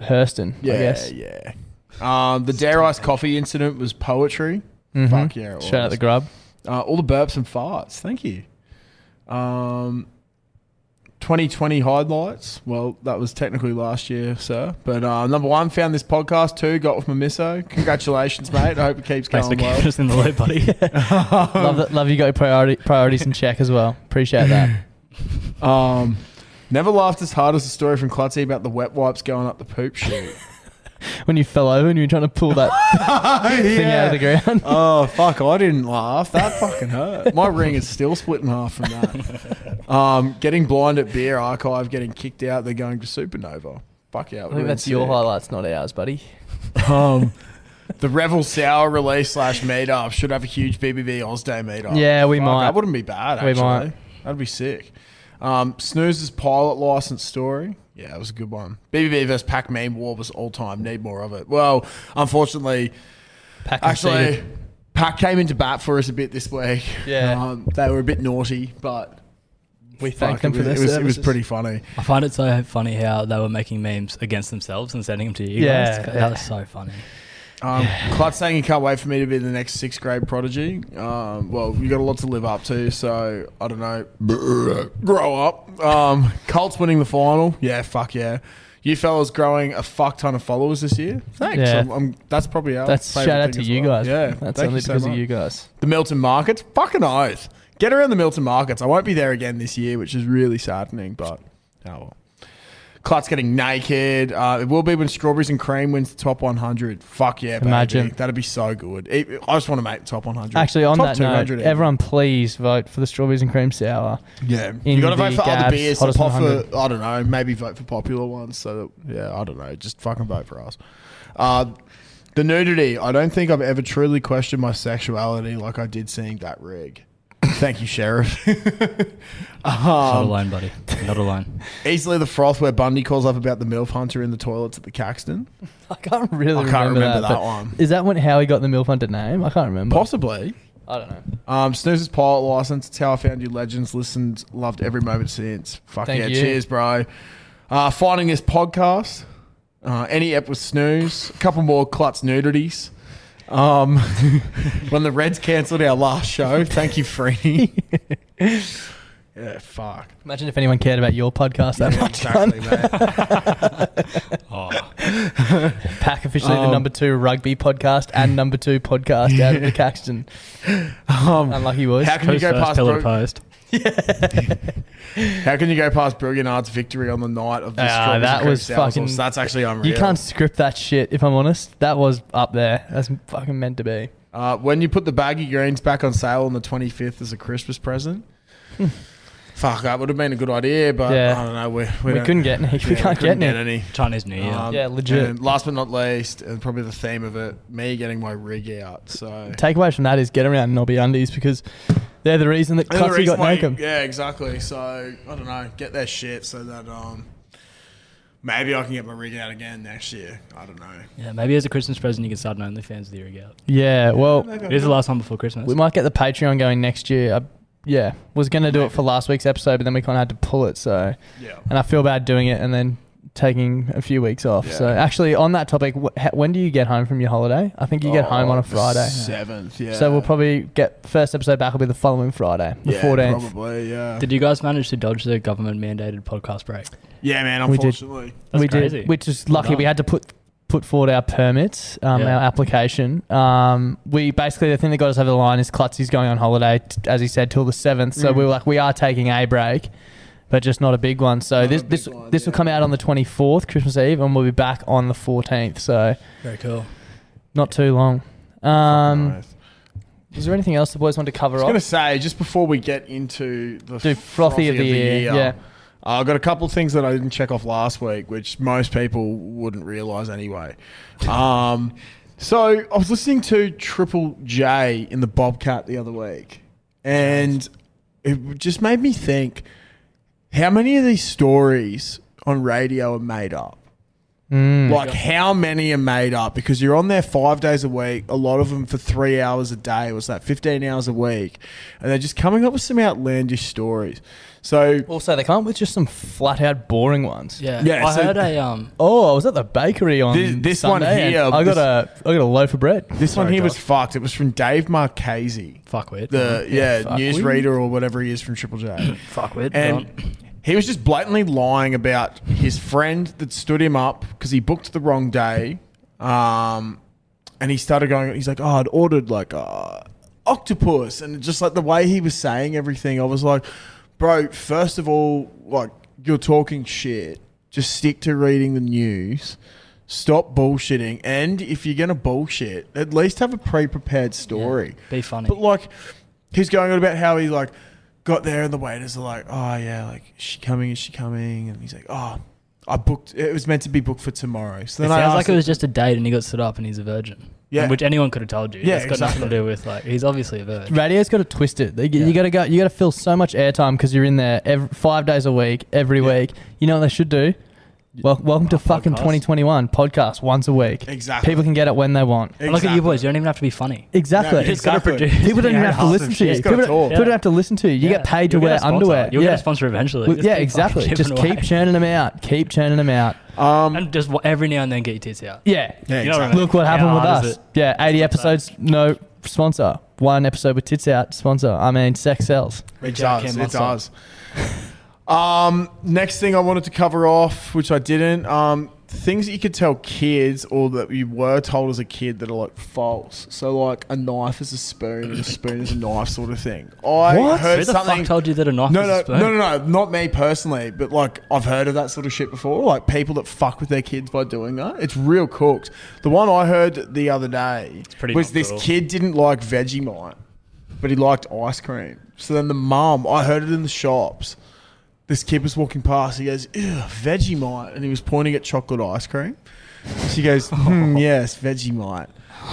B: Hurston.
A: Yeah,
B: I guess.
A: yeah. Um, the Dare Ice coffee incident was poetry.
H: Mm-hmm.
B: Mhm.
A: Fuck yeah! It
B: Shout out
A: was.
B: the grub.
A: Uh, all the burps and farts. Thank you. Um, 2020 highlights. Well, that was technically last year, sir. But uh, number one, found this podcast. Two, got with my misso. Congratulations, *laughs* mate. I hope it keeps
H: Thanks
A: going
H: for
A: well.
H: keeping us in the loop, buddy.
A: *laughs*
B: love that. Love you got your priority, priorities in check as well. Appreciate that.
A: *laughs* Um, never laughed as hard as the story from Klutzy about the wet wipes going up the poop chute.
B: *laughs* when you fell over and you were trying to pull that
A: *laughs*
B: thing out of the ground.
A: oh fuck! I didn't laugh. That fucking hurt. My ring is still split in half
B: *laughs*
A: from that. Um, getting blind at beer archive, getting kicked out. They're going to supernova. Fuck yeah!
B: I think that's your highlights, not ours, buddy.
A: Um,
B: *laughs*
A: the Revel Sour release slash meetup should have a huge BBB Oz Day meetup.
B: Yeah, we
A: Fuck,
B: might.
A: That wouldn't be bad.
B: We
A: Actually.
B: might.
A: That'd be sick. Um, Snooze's pilot license story. Yeah, that was a good one. BBB versus Pac Man war was all time. Need more of it. Well, unfortunately,
B: Pac
A: actually,
B: conceded.
A: Pac came into bat for us a bit this week.
B: Yeah.
A: um, they were a bit naughty, but
B: We
A: fuck, it was, it was, it was pretty funny.
H: I find it so funny how they were making memes against themselves and sending them to you
A: Yeah,
H: guys.
A: yeah.
H: That was so funny.
B: *laughs*
A: Um, Clutch saying he can't wait for me to be the next sixth grade prodigy. Um, well, you got a lot to live up to, so I don't know. Grow up. Um, Colts winning the final. Yeah, fuck yeah. You fellas growing a fuck ton of followers this year. Thanks.
B: Yeah.
A: I'm, I'm- that's probably our
B: That's
A: favourite
B: shout out
A: thing
B: to
A: as
B: you
A: well.
B: guys.
A: Yeah,
B: that's
A: thank
B: only
A: so
B: because
A: much.
B: of you guys.
A: The Milton Markets, fucking oath. Get around the Milton Markets. I won't be there again this year, which is really saddening, but oh well. Klutz getting naked. Uh, it will be when Strawberries and Cream wins the top 100. Fuck yeah, baby.
B: Imagine.
A: That'd be so good. It- I just want to make the top 100.
B: Actually, on
A: top
B: that note,
A: even.
B: everyone please vote for the strawberries and cream sour.
A: Yeah,
B: in
A: you got to vote
B: the
A: for other
B: Gabs
A: beers.
B: Hottest
A: pop
B: 100.
A: for, I don't know. Maybe vote for popular ones. So that, yeah, I don't know. Just fucking vote for us. Uh, the nudity. I don't think I've ever truly questioned my sexuality like I did seeing that rig. Thank you, sheriff. *laughs*
H: not
A: Um,
H: alone, buddy. Not alone.
A: Easily the froth where Bundy calls up about the MILF hunter in the toilets at the Caxton.
B: *laughs* I can't really.
A: I can't remember that
B: but
A: one.
B: Is that when how he got the milf hunter name? I can't remember.
A: Possibly.
B: I don't know.
A: Um, Snooze's pilot license. It's how I found you. Legends listened, loved every moment since. Fuck
B: Thank
A: yeah,
B: you.
A: cheers, bro. Uh, finding this podcast. Uh, any ep with Snooze. A couple more klutz nudities. Um, *laughs* when the Reds cancelled our last show, thank
B: *laughs*
A: you, Freeney. yeah, fuck.
B: Imagine if anyone cared about your podcast that
A: Yeah,
B: much.
A: exactly, Oh.
B: mate. *laughs* Pack officially the
A: Um,
B: number two rugby podcast and number two podcast out of the Caxton.
A: Um,
B: Unlucky boys.
A: How can you go past Brug-
B: *laughs*
A: How can you go past Bruginard's victory on the night of the
B: Ah,
A: Strawberries and
B: that
A: Cream
B: was
A: Sour
B: fucking.
A: Sauce? That's actually unreal.
B: You can't script that shit. If I'm honest, that was up there. That's fucking meant to be.
A: Uh, when you put the baggy greens back on sale on the 25th as a Christmas present, fuck, that would have been a good idea, but
B: Hmm. Yeah.
A: I don't know. We,
B: We
A: don't-
B: couldn't get
A: *laughs*
B: any. We
A: Yeah,
B: can't
A: couldn't
B: get
A: get
B: any.
A: any. Um,
H: Chinese New Year.
B: Yeah, legit.
A: And last but not least, and probably the theme of it, me getting my rig out. So
B: Takeaway from that is get around knobby undies because they're the reason that
A: Another
B: Clutzy
A: reason
B: got
A: why-
B: Nankum.
A: Yeah, exactly. So I don't know. Get their shit so that um maybe I can get my rig out again next year. I don't know.
H: Yeah, maybe as a Christmas present, you can start an OnlyFans with your rig out.
B: Yeah, well,
H: It is the last one before Christmas.
B: We might get the Patreon going next year. I, yeah, was going to do it for last week's episode, but then we kind of had to pull it. So,
A: Yeah.
B: and I feel bad doing it and then taking a few weeks off. So,
A: Yeah.
B: actually, on that topic, wh- ha- when do you get home from your holiday? I think you get home
A: Oh,
B: on a
A: the
B: Friday.
A: 7th, yeah.
B: So we'll probably get first episode back will be the following Friday, the fourteenth.
A: probably. Yeah.
H: Did you guys manage to dodge the government mandated podcast break?
A: Yeah, man.
B: We did.
A: Unfortunately,
H: That's
B: we
H: crazy.
B: did, which is
H: Well
B: lucky. we
H: done.
B: had to put put forward our permits, um,
H: Yeah.
B: our application. Um, we basically the thing that got us over the line is Klutzy's going on holiday, t- as he said, till the seventh. So
N: Mm.
B: we were like, we are taking a break, but just not a big one. So this this this will come out on the twenty fourth, Christmas Eve, and we'll be back on the fourteenth. So
H: Very cool.
B: not too long. Um, Is there anything else the boys want to
A: I
B: cover
A: was
B: up?
A: going to say just before we get into the
B: Do frothy of the year, yeah.
A: uh, I've got a couple of things that I didn't check off last week, which most people wouldn't realize anyway. Um, so I was listening to Triple J in the Bobcat the other week, and it just made me think how many of these stories on radio are made up?
B: Mm.
A: Like how many are made up because you're on there five days a week, a lot of them for three hours a day, was that fifteen hours a week, and they're just coming up with some outlandish stories. So
B: also they come up with just some flat out boring ones.
H: Yeah.
A: Yeah,
H: I
A: so-
H: heard a um.
B: Oh, I was at the bakery on
A: This- this one
B: Sunday and
A: here,
B: I got
A: this-
B: a I got a loaf of bread.
A: This one here was fucked. It was from Dave Marchese.
H: Fuck with
A: The yeah,
B: fuck
A: newsreader or whatever he is from
B: *coughs*
A: Triple J.
H: fuck with
A: And he was just blatantly lying about his friend that stood him up because he booked the wrong day. Um, and he started going. He's like, "Oh, I'd ordered like uh, octopus," and just like the way he was saying everything, I was like, "Bro, first of all, like you're talking shit. Just stick to reading the news." Stop bullshitting, and if you're gonna bullshit, at least have a pre-prepared story.
H: be funny.
A: But like, he's going on about how he like got there, and the waiters are like, "Oh yeah, like is she coming? Is she coming?" And he's like, "Oh, I booked. It was meant to be booked for tomorrow." So
H: it
A: then I
H: sounds
A: asked
H: like it
A: him-
H: was just a date, and he got stood up, and he's a virgin.
A: Yeah.
H: which anyone could have told you.
A: Yeah,
H: it's got nothing to do with like he's obviously a virgin.
B: Radio's got to twist it. They, You gotta go. You gotta fill so much airtime because you're in there ev five days a week, every week. You know what they should do? Well, welcome to fucking
H: podcast.
B: 2021 podcast once a week.
H: Exactly.
B: People can get it when they want.
H: And Look at you boys. You don't even have to be funny.
B: Exactly.
H: You just gotta produce.
B: People don't
H: *laughs* Yeah,
B: even have to
H: awesome.
B: listen to
H: You
B: you.
H: just
B: People
H: gotta
B: don't,
H: talk.
B: people don't have to listen to you. You get
H: Yeah.
B: paid to
H: You'll get
B: wear
H: a sponsor.
B: underwear.
H: You'll get a
B: Yeah.
H: sponsor eventually.
B: Well,
H: Just
B: yeah,
H: keep fucking
B: exactly. Just
H: chipping away.
B: keep churning them out. Keep churning them out.
A: Um,
H: and just wha- every now and then get your tits out.
B: Yeah.
H: You know what I mean?
B: Look what
H: How
B: happened with
H: hard
B: us.
H: is it?
B: Yeah, 80 episodes, no sponsor. One episode with tits out, sponsor. I mean, sex sells.
A: It
H: Jack
A: does.
H: him
A: It
H: also.
A: does. *laughs* um, next thing I wanted to cover off, which I didn't, um, things that you could tell kids or that you were told as a kid that are like false. So like a knife is a spoon and a spoon is a knife sort of thing. I
H: What?
A: heard
H: Who the fuck
A: something.
H: told you that a knife
A: no,
H: is a
A: no,
H: spoon? *laughs*
A: No, no, no, not me personally, but like I've heard of that sort of shit before. Like people that fuck with their kids by doing that. It's real cooked. The one I heard the other day
H: pretty
A: was
H: not
A: this
H: cool.
A: kid didn't like Vegemite, but he liked ice cream. So then the mum, I heard it in the shops. This kid was walking past. He goes, "Ew, Vegemite," and he was pointing at chocolate ice cream.
H: *laughs*
A: She goes, hmm, "Yes, Vegemite."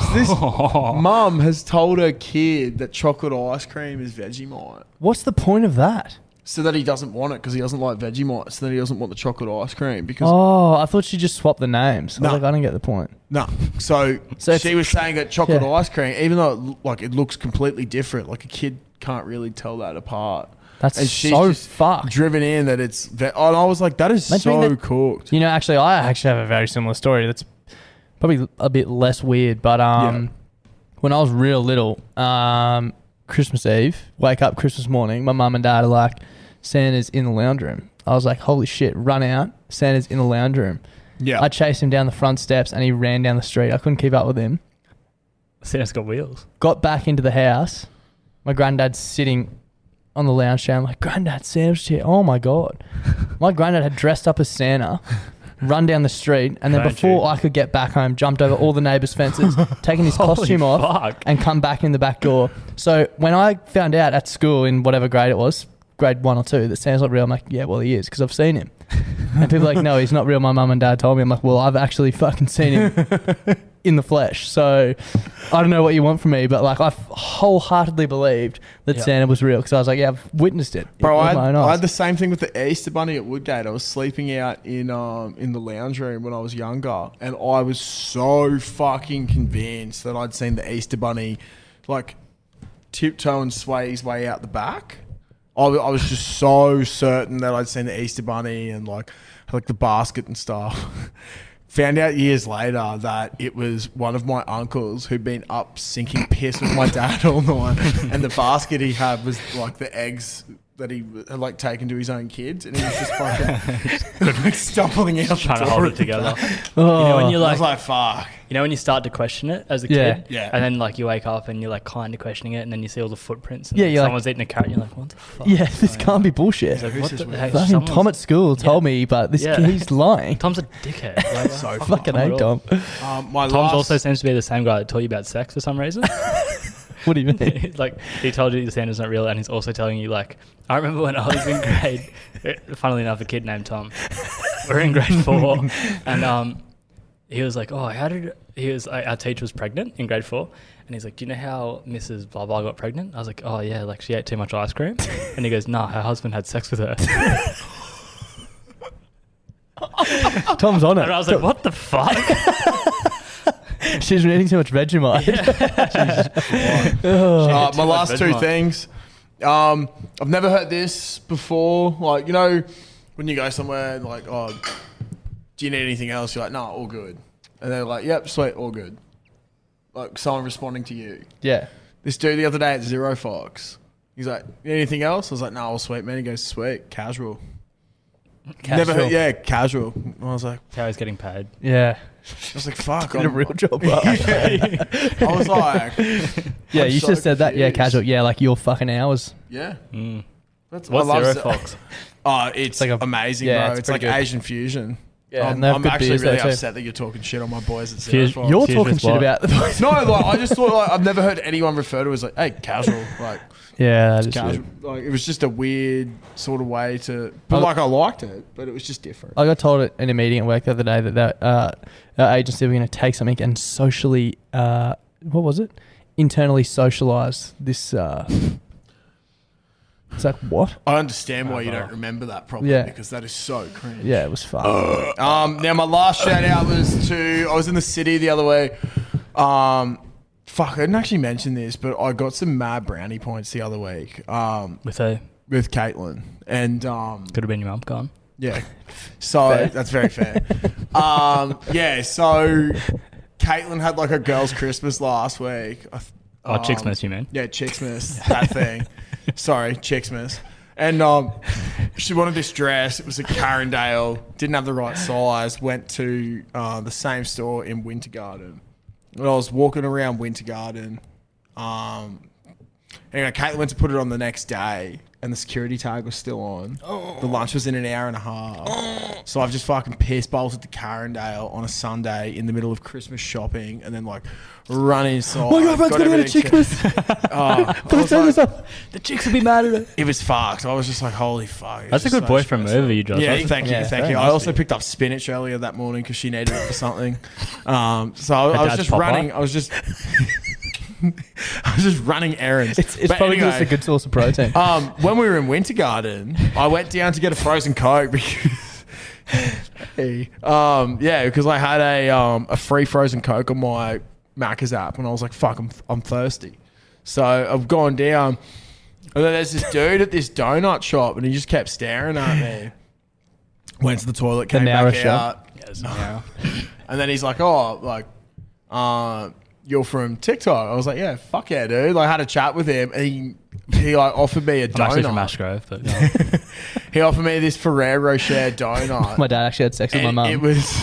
A: So this mum has told her kid that chocolate ice cream is Vegemite
B: What's the point of that?
A: so that he doesn't want it because he doesn't like Vegemite, so that he doesn't want the chocolate ice cream because
B: Oh, I thought she just swapped the names. I
A: No.
B: was like, I don't get the point.
A: no. So,
B: So it's-
A: she was saying that chocolate
B: Yeah.
A: ice cream, even though it, lo- like it looks completely different, like a kid can't really tell that apart.
B: That's so
A: fucked. Driven in that it's, ve- and I was like, that is
B: Imagine
A: so
B: being the-
A: cooked.
B: You know, actually, I actually have a very similar story that's probably a bit less weird, but um, when I was real little, um, Christmas Eve, wake up Christmas morning, my mum and dad are like, Santa's in the lounge room. I was like, holy shit, run out. Santa's in the lounge room.
A: Yeah.
B: I chased him down the front steps and he ran down the street. I couldn't keep up with him.
H: Santa's got
A: *laughs*
H: wheels.
B: Got back into the house. My granddad's sitting on the lounge chair. I'm like, Granddad, Santa's here. Oh my
H: *laughs*
B: God. my granddad had dressed up as Santa, run down the street, and then
H: Don't
B: before I could get back home, jumped over all the neighbours'
H: *laughs*
B: fences, taken his
H: Holy
B: costume off,
H: fuck.
B: and come back in the back door. So when I found out at school in whatever grade it was, grade one or two, that Santa's not real, I'm like, yeah, well, he is, because I've seen him. And people are like, no, he's not real. My mum and dad told me. I'm like, well, I've actually fucking seen
H: *laughs*
B: him in the flesh. So I don't know what you want from me, but like, I f- wholeheartedly believed that
A: Yeah.
B: Santa was real because I was like, yeah, I've witnessed it.
A: Bro,
B: with
A: I had,
B: my own
A: I
B: eyes.
A: had the same thing with the Easter Bunny at Woodgate. I was sleeping out in um in the lounge room when I was younger, and I was so fucking convinced that I'd seen the Easter Bunny, like tiptoe and sway his way out the back. I wa- I was just so certain that I'd seen the Easter Bunny and like like the basket and stuff. *laughs* Found out years later that it was one of my uncles who'd been up sinking piss with my dad all night, and the basket he had was like the eggs that he had like taken to his own kids, and he was just fucking
H: *laughs*
A: *laughs* like, stumbling out,
H: Just trying
A: the
H: to hold
A: door
H: it
A: *laughs*
H: together.
A: You
B: Oh.
H: You know when you
A: I
H: like,
A: was like, fuck.
H: You know when you start to question it as a
A: Yeah.
H: kid,
A: Yeah.
H: and then like you wake up and you're like kind of questioning it, and then you see all the footprints. And
B: Yeah,
H: like,
B: you're like-
H: someone's eating a carrot. And you're like, what the
B: *laughs*
H: fuck?
B: yeah, this can't be bullshit.
H: He's like, what the heck?
B: Fucking Tom
H: Someone's-
B: at school told me, but this
H: Yeah.
B: kid, he's lying.
H: Tom's a
B: *laughs*
H: dickhead. Like,
B: so
H: fuck
B: fucking
H: Tom at
B: hate Tom.
H: all.
A: Um, my
H: Tom's
A: last-
H: also seems to be the same guy that told you about sex for some reason.
B: *laughs* what do you
H: *laughs*
B: mean?
H: like he told you the Santa's not real, and he's also telling you like, I remember when I was in grade. *laughs* eh, Funnily enough, a kid
B: *laughs*
H: named Tom. We're in grade four, and um, he was like, "Oh, how did he was like, our teacher was pregnant in grade four, and he's like, "Do you know how Mrs. Blah Blah got pregnant?" I was like, "Oh yeah, like she ate too much ice
B: *laughs*
H: cream," and he goes, "Nah, her husband had sex with her."
B: Tom's on it.
H: And I was like,
B: Tom-
H: "What the fuck?"
B: *laughs* She's been eating too much Vegemite. *laughs* Oh.
A: Uh, my last two things. Um, I've never heard this before. Like, you know, when you go somewhere and like, oh, do you need anything else? You're like, nah, all good. And they're like, yep, sweet, all good. Like someone responding to you.
B: Yeah.
A: This dude the other day at Zero Fox. He's like, "Need anything else? I was like, no, all sweet, man. He goes, sweet, casual. Never heard, yeah, casual. I was like,
H: "How he's getting paid?"
B: Yeah.
A: I was like, fuck.
B: Did a real job, bro.
A: *laughs* Yeah. I
B: *laughs*
A: *laughs* was like,
B: Yeah,
A: I'm
B: you
A: so
B: should have said that. Yeah,
A: confused.
B: casual. Yeah, like your fucking hours.
A: Yeah. That's,
B: What's
A: I love
B: Zero
A: Ze- *laughs*
B: Fox?
A: Oh, it's, like amazing,
B: yeah,
A: bro.
B: it's
A: It's, like
B: pretty good.
A: Asian fusion.
B: Yeah,
A: I'm,
B: and they have
A: I'm
B: good
A: actually
B: beers
A: really
B: there too.
A: upset that you're talking shit on my boys at Zero
B: Fusion-
A: Fox.
B: You're Fusion talking is shit what?
A: *laughs*
B: about the boys.
A: no, like I just thought like, I've never heard anyone refer to it as like, hey, casual, like.
B: Yeah, that
A: it's
B: is
A: casual. Like it was just a weird sort of way to, but
B: I-
A: like I liked it, but it was just different.
B: I got told at- in a meeting at work the other day that that uh, our agency were going to take something and socially, uh, what was it? Internally socialize this. Uh, it's like what?
A: I understand why you don't remember that properly
B: Yeah.
A: because that is so cringe.
B: Yeah, it was fun.
A: Um, now my last shout out was to I was in the city the other way. Um, fuck, I didn't actually mention this, but I got some mad brownie points the other week. Um,
H: with who?
A: With Caitlin, and um,
H: Could have been your mum gone.
A: *laughs*
H: *laughs*
A: yeah. So
H: Fair.
A: that's
H: *laughs*
A: very fair. um, yeah. So Caitlin had like a girls' Christmas last week. I th-
H: Oh, Chicksmas, you mean?
A: Yeah,
B: *laughs*
A: Chicksmas. that thing. Sorry, Chicksmas. And um, she wanted this dress. It was a Carindale. Didn't have the right size. Went to uh, the same store in Winter Garden. And I was walking around Winter Garden. Um, anyway, Caitlin went to put it on the next day, and the security tag was still on. The lunch was in an hour and a half. So I've just fucking piss bolted to Carindale on a Sunday in the middle of Christmas shopping, and then like run inside.
B: Oh my God, Brad's
A: got
B: gonna go to
A: everything checked. *laughs* Oh, I was like-
B: The chicks will be mad at her.
A: it was fucked. I was just like, holy fuck. It
H: That's a
A: was
H: good
A: so
H: boyfriend
A: stressful.
H: move you just-
A: Yeah,
H: wasn't it?
A: thank you,
H: Yeah,
A: thank
H: very
A: you. I
H: nice.
A: also picked up spinach earlier that morning because she needed it for something. Um, so I,
H: Her
A: I was
H: dad's
A: just
H: Popeye?
A: running. I was just, *laughs* I was just running errands. It's,
B: It's probably just a good source of protein.
A: *laughs* Um, when we were in Winter Garden, I went down to get a frozen coke because, *laughs* Hey, um, yeah, because I had a um, a free frozen coke on my Macca's app, and I was like, "Fuck, I'm I'm thirsty," so I've gone down. And then there's this dude at this donut shop, and he just kept staring at me. Went to the toilet,
B: The
A: came
B: Nara
A: back *laughs*
B: shop?
A: out, and then he's like, "Oh, like, uh, you're from TikTok. I was like, yeah, fuck yeah, dude. Like, I had a chat with him, and he, he like offered me a
H: I'm actually from
A: donut.
H: Ashgrove, but
A: he offered me this Ferrero Rocher *laughs* donut.
B: My dad actually had sex with my
A: And
B: mum.
A: It was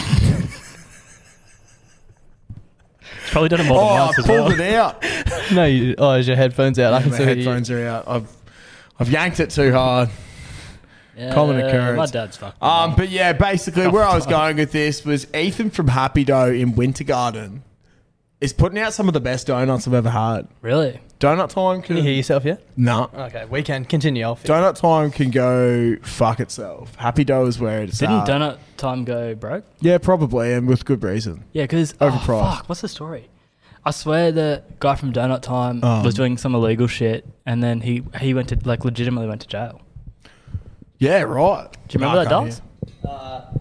H: probably done it more
A: oh,
H: than
A: I
H: once as well.
A: pulled
H: *laughs*
A: it out.
B: no, you, oh, is your headphones out? I can
A: my
B: see you.
A: headphones are out. I've I've yanked it too hard. Common
H: Yeah,
A: occurrence.
H: my dad's fucked
A: Um, but yeah, basically where I was going with this was Ethan from Happy Dough in Winter Garden is putting out some of the best donuts I've ever had.
H: Really?
A: Donut time. Can
B: you hear yourself yet?
A: No.
B: Okay, we can continue. I'll fix
A: Donut time can go fuck itself. Happy Dough is where it's
H: Didn't
A: at.
H: donut time go broke?
A: Yeah, probably, and with good reason.
H: Yeah, because
A: overpriced.
H: fuck, what's the story? I swear the guy from Donut Time
A: Um,
H: was doing some illegal shit, and then he he went to like legitimately went to jail.
A: Yeah, right.
H: Do you remember that, Dals?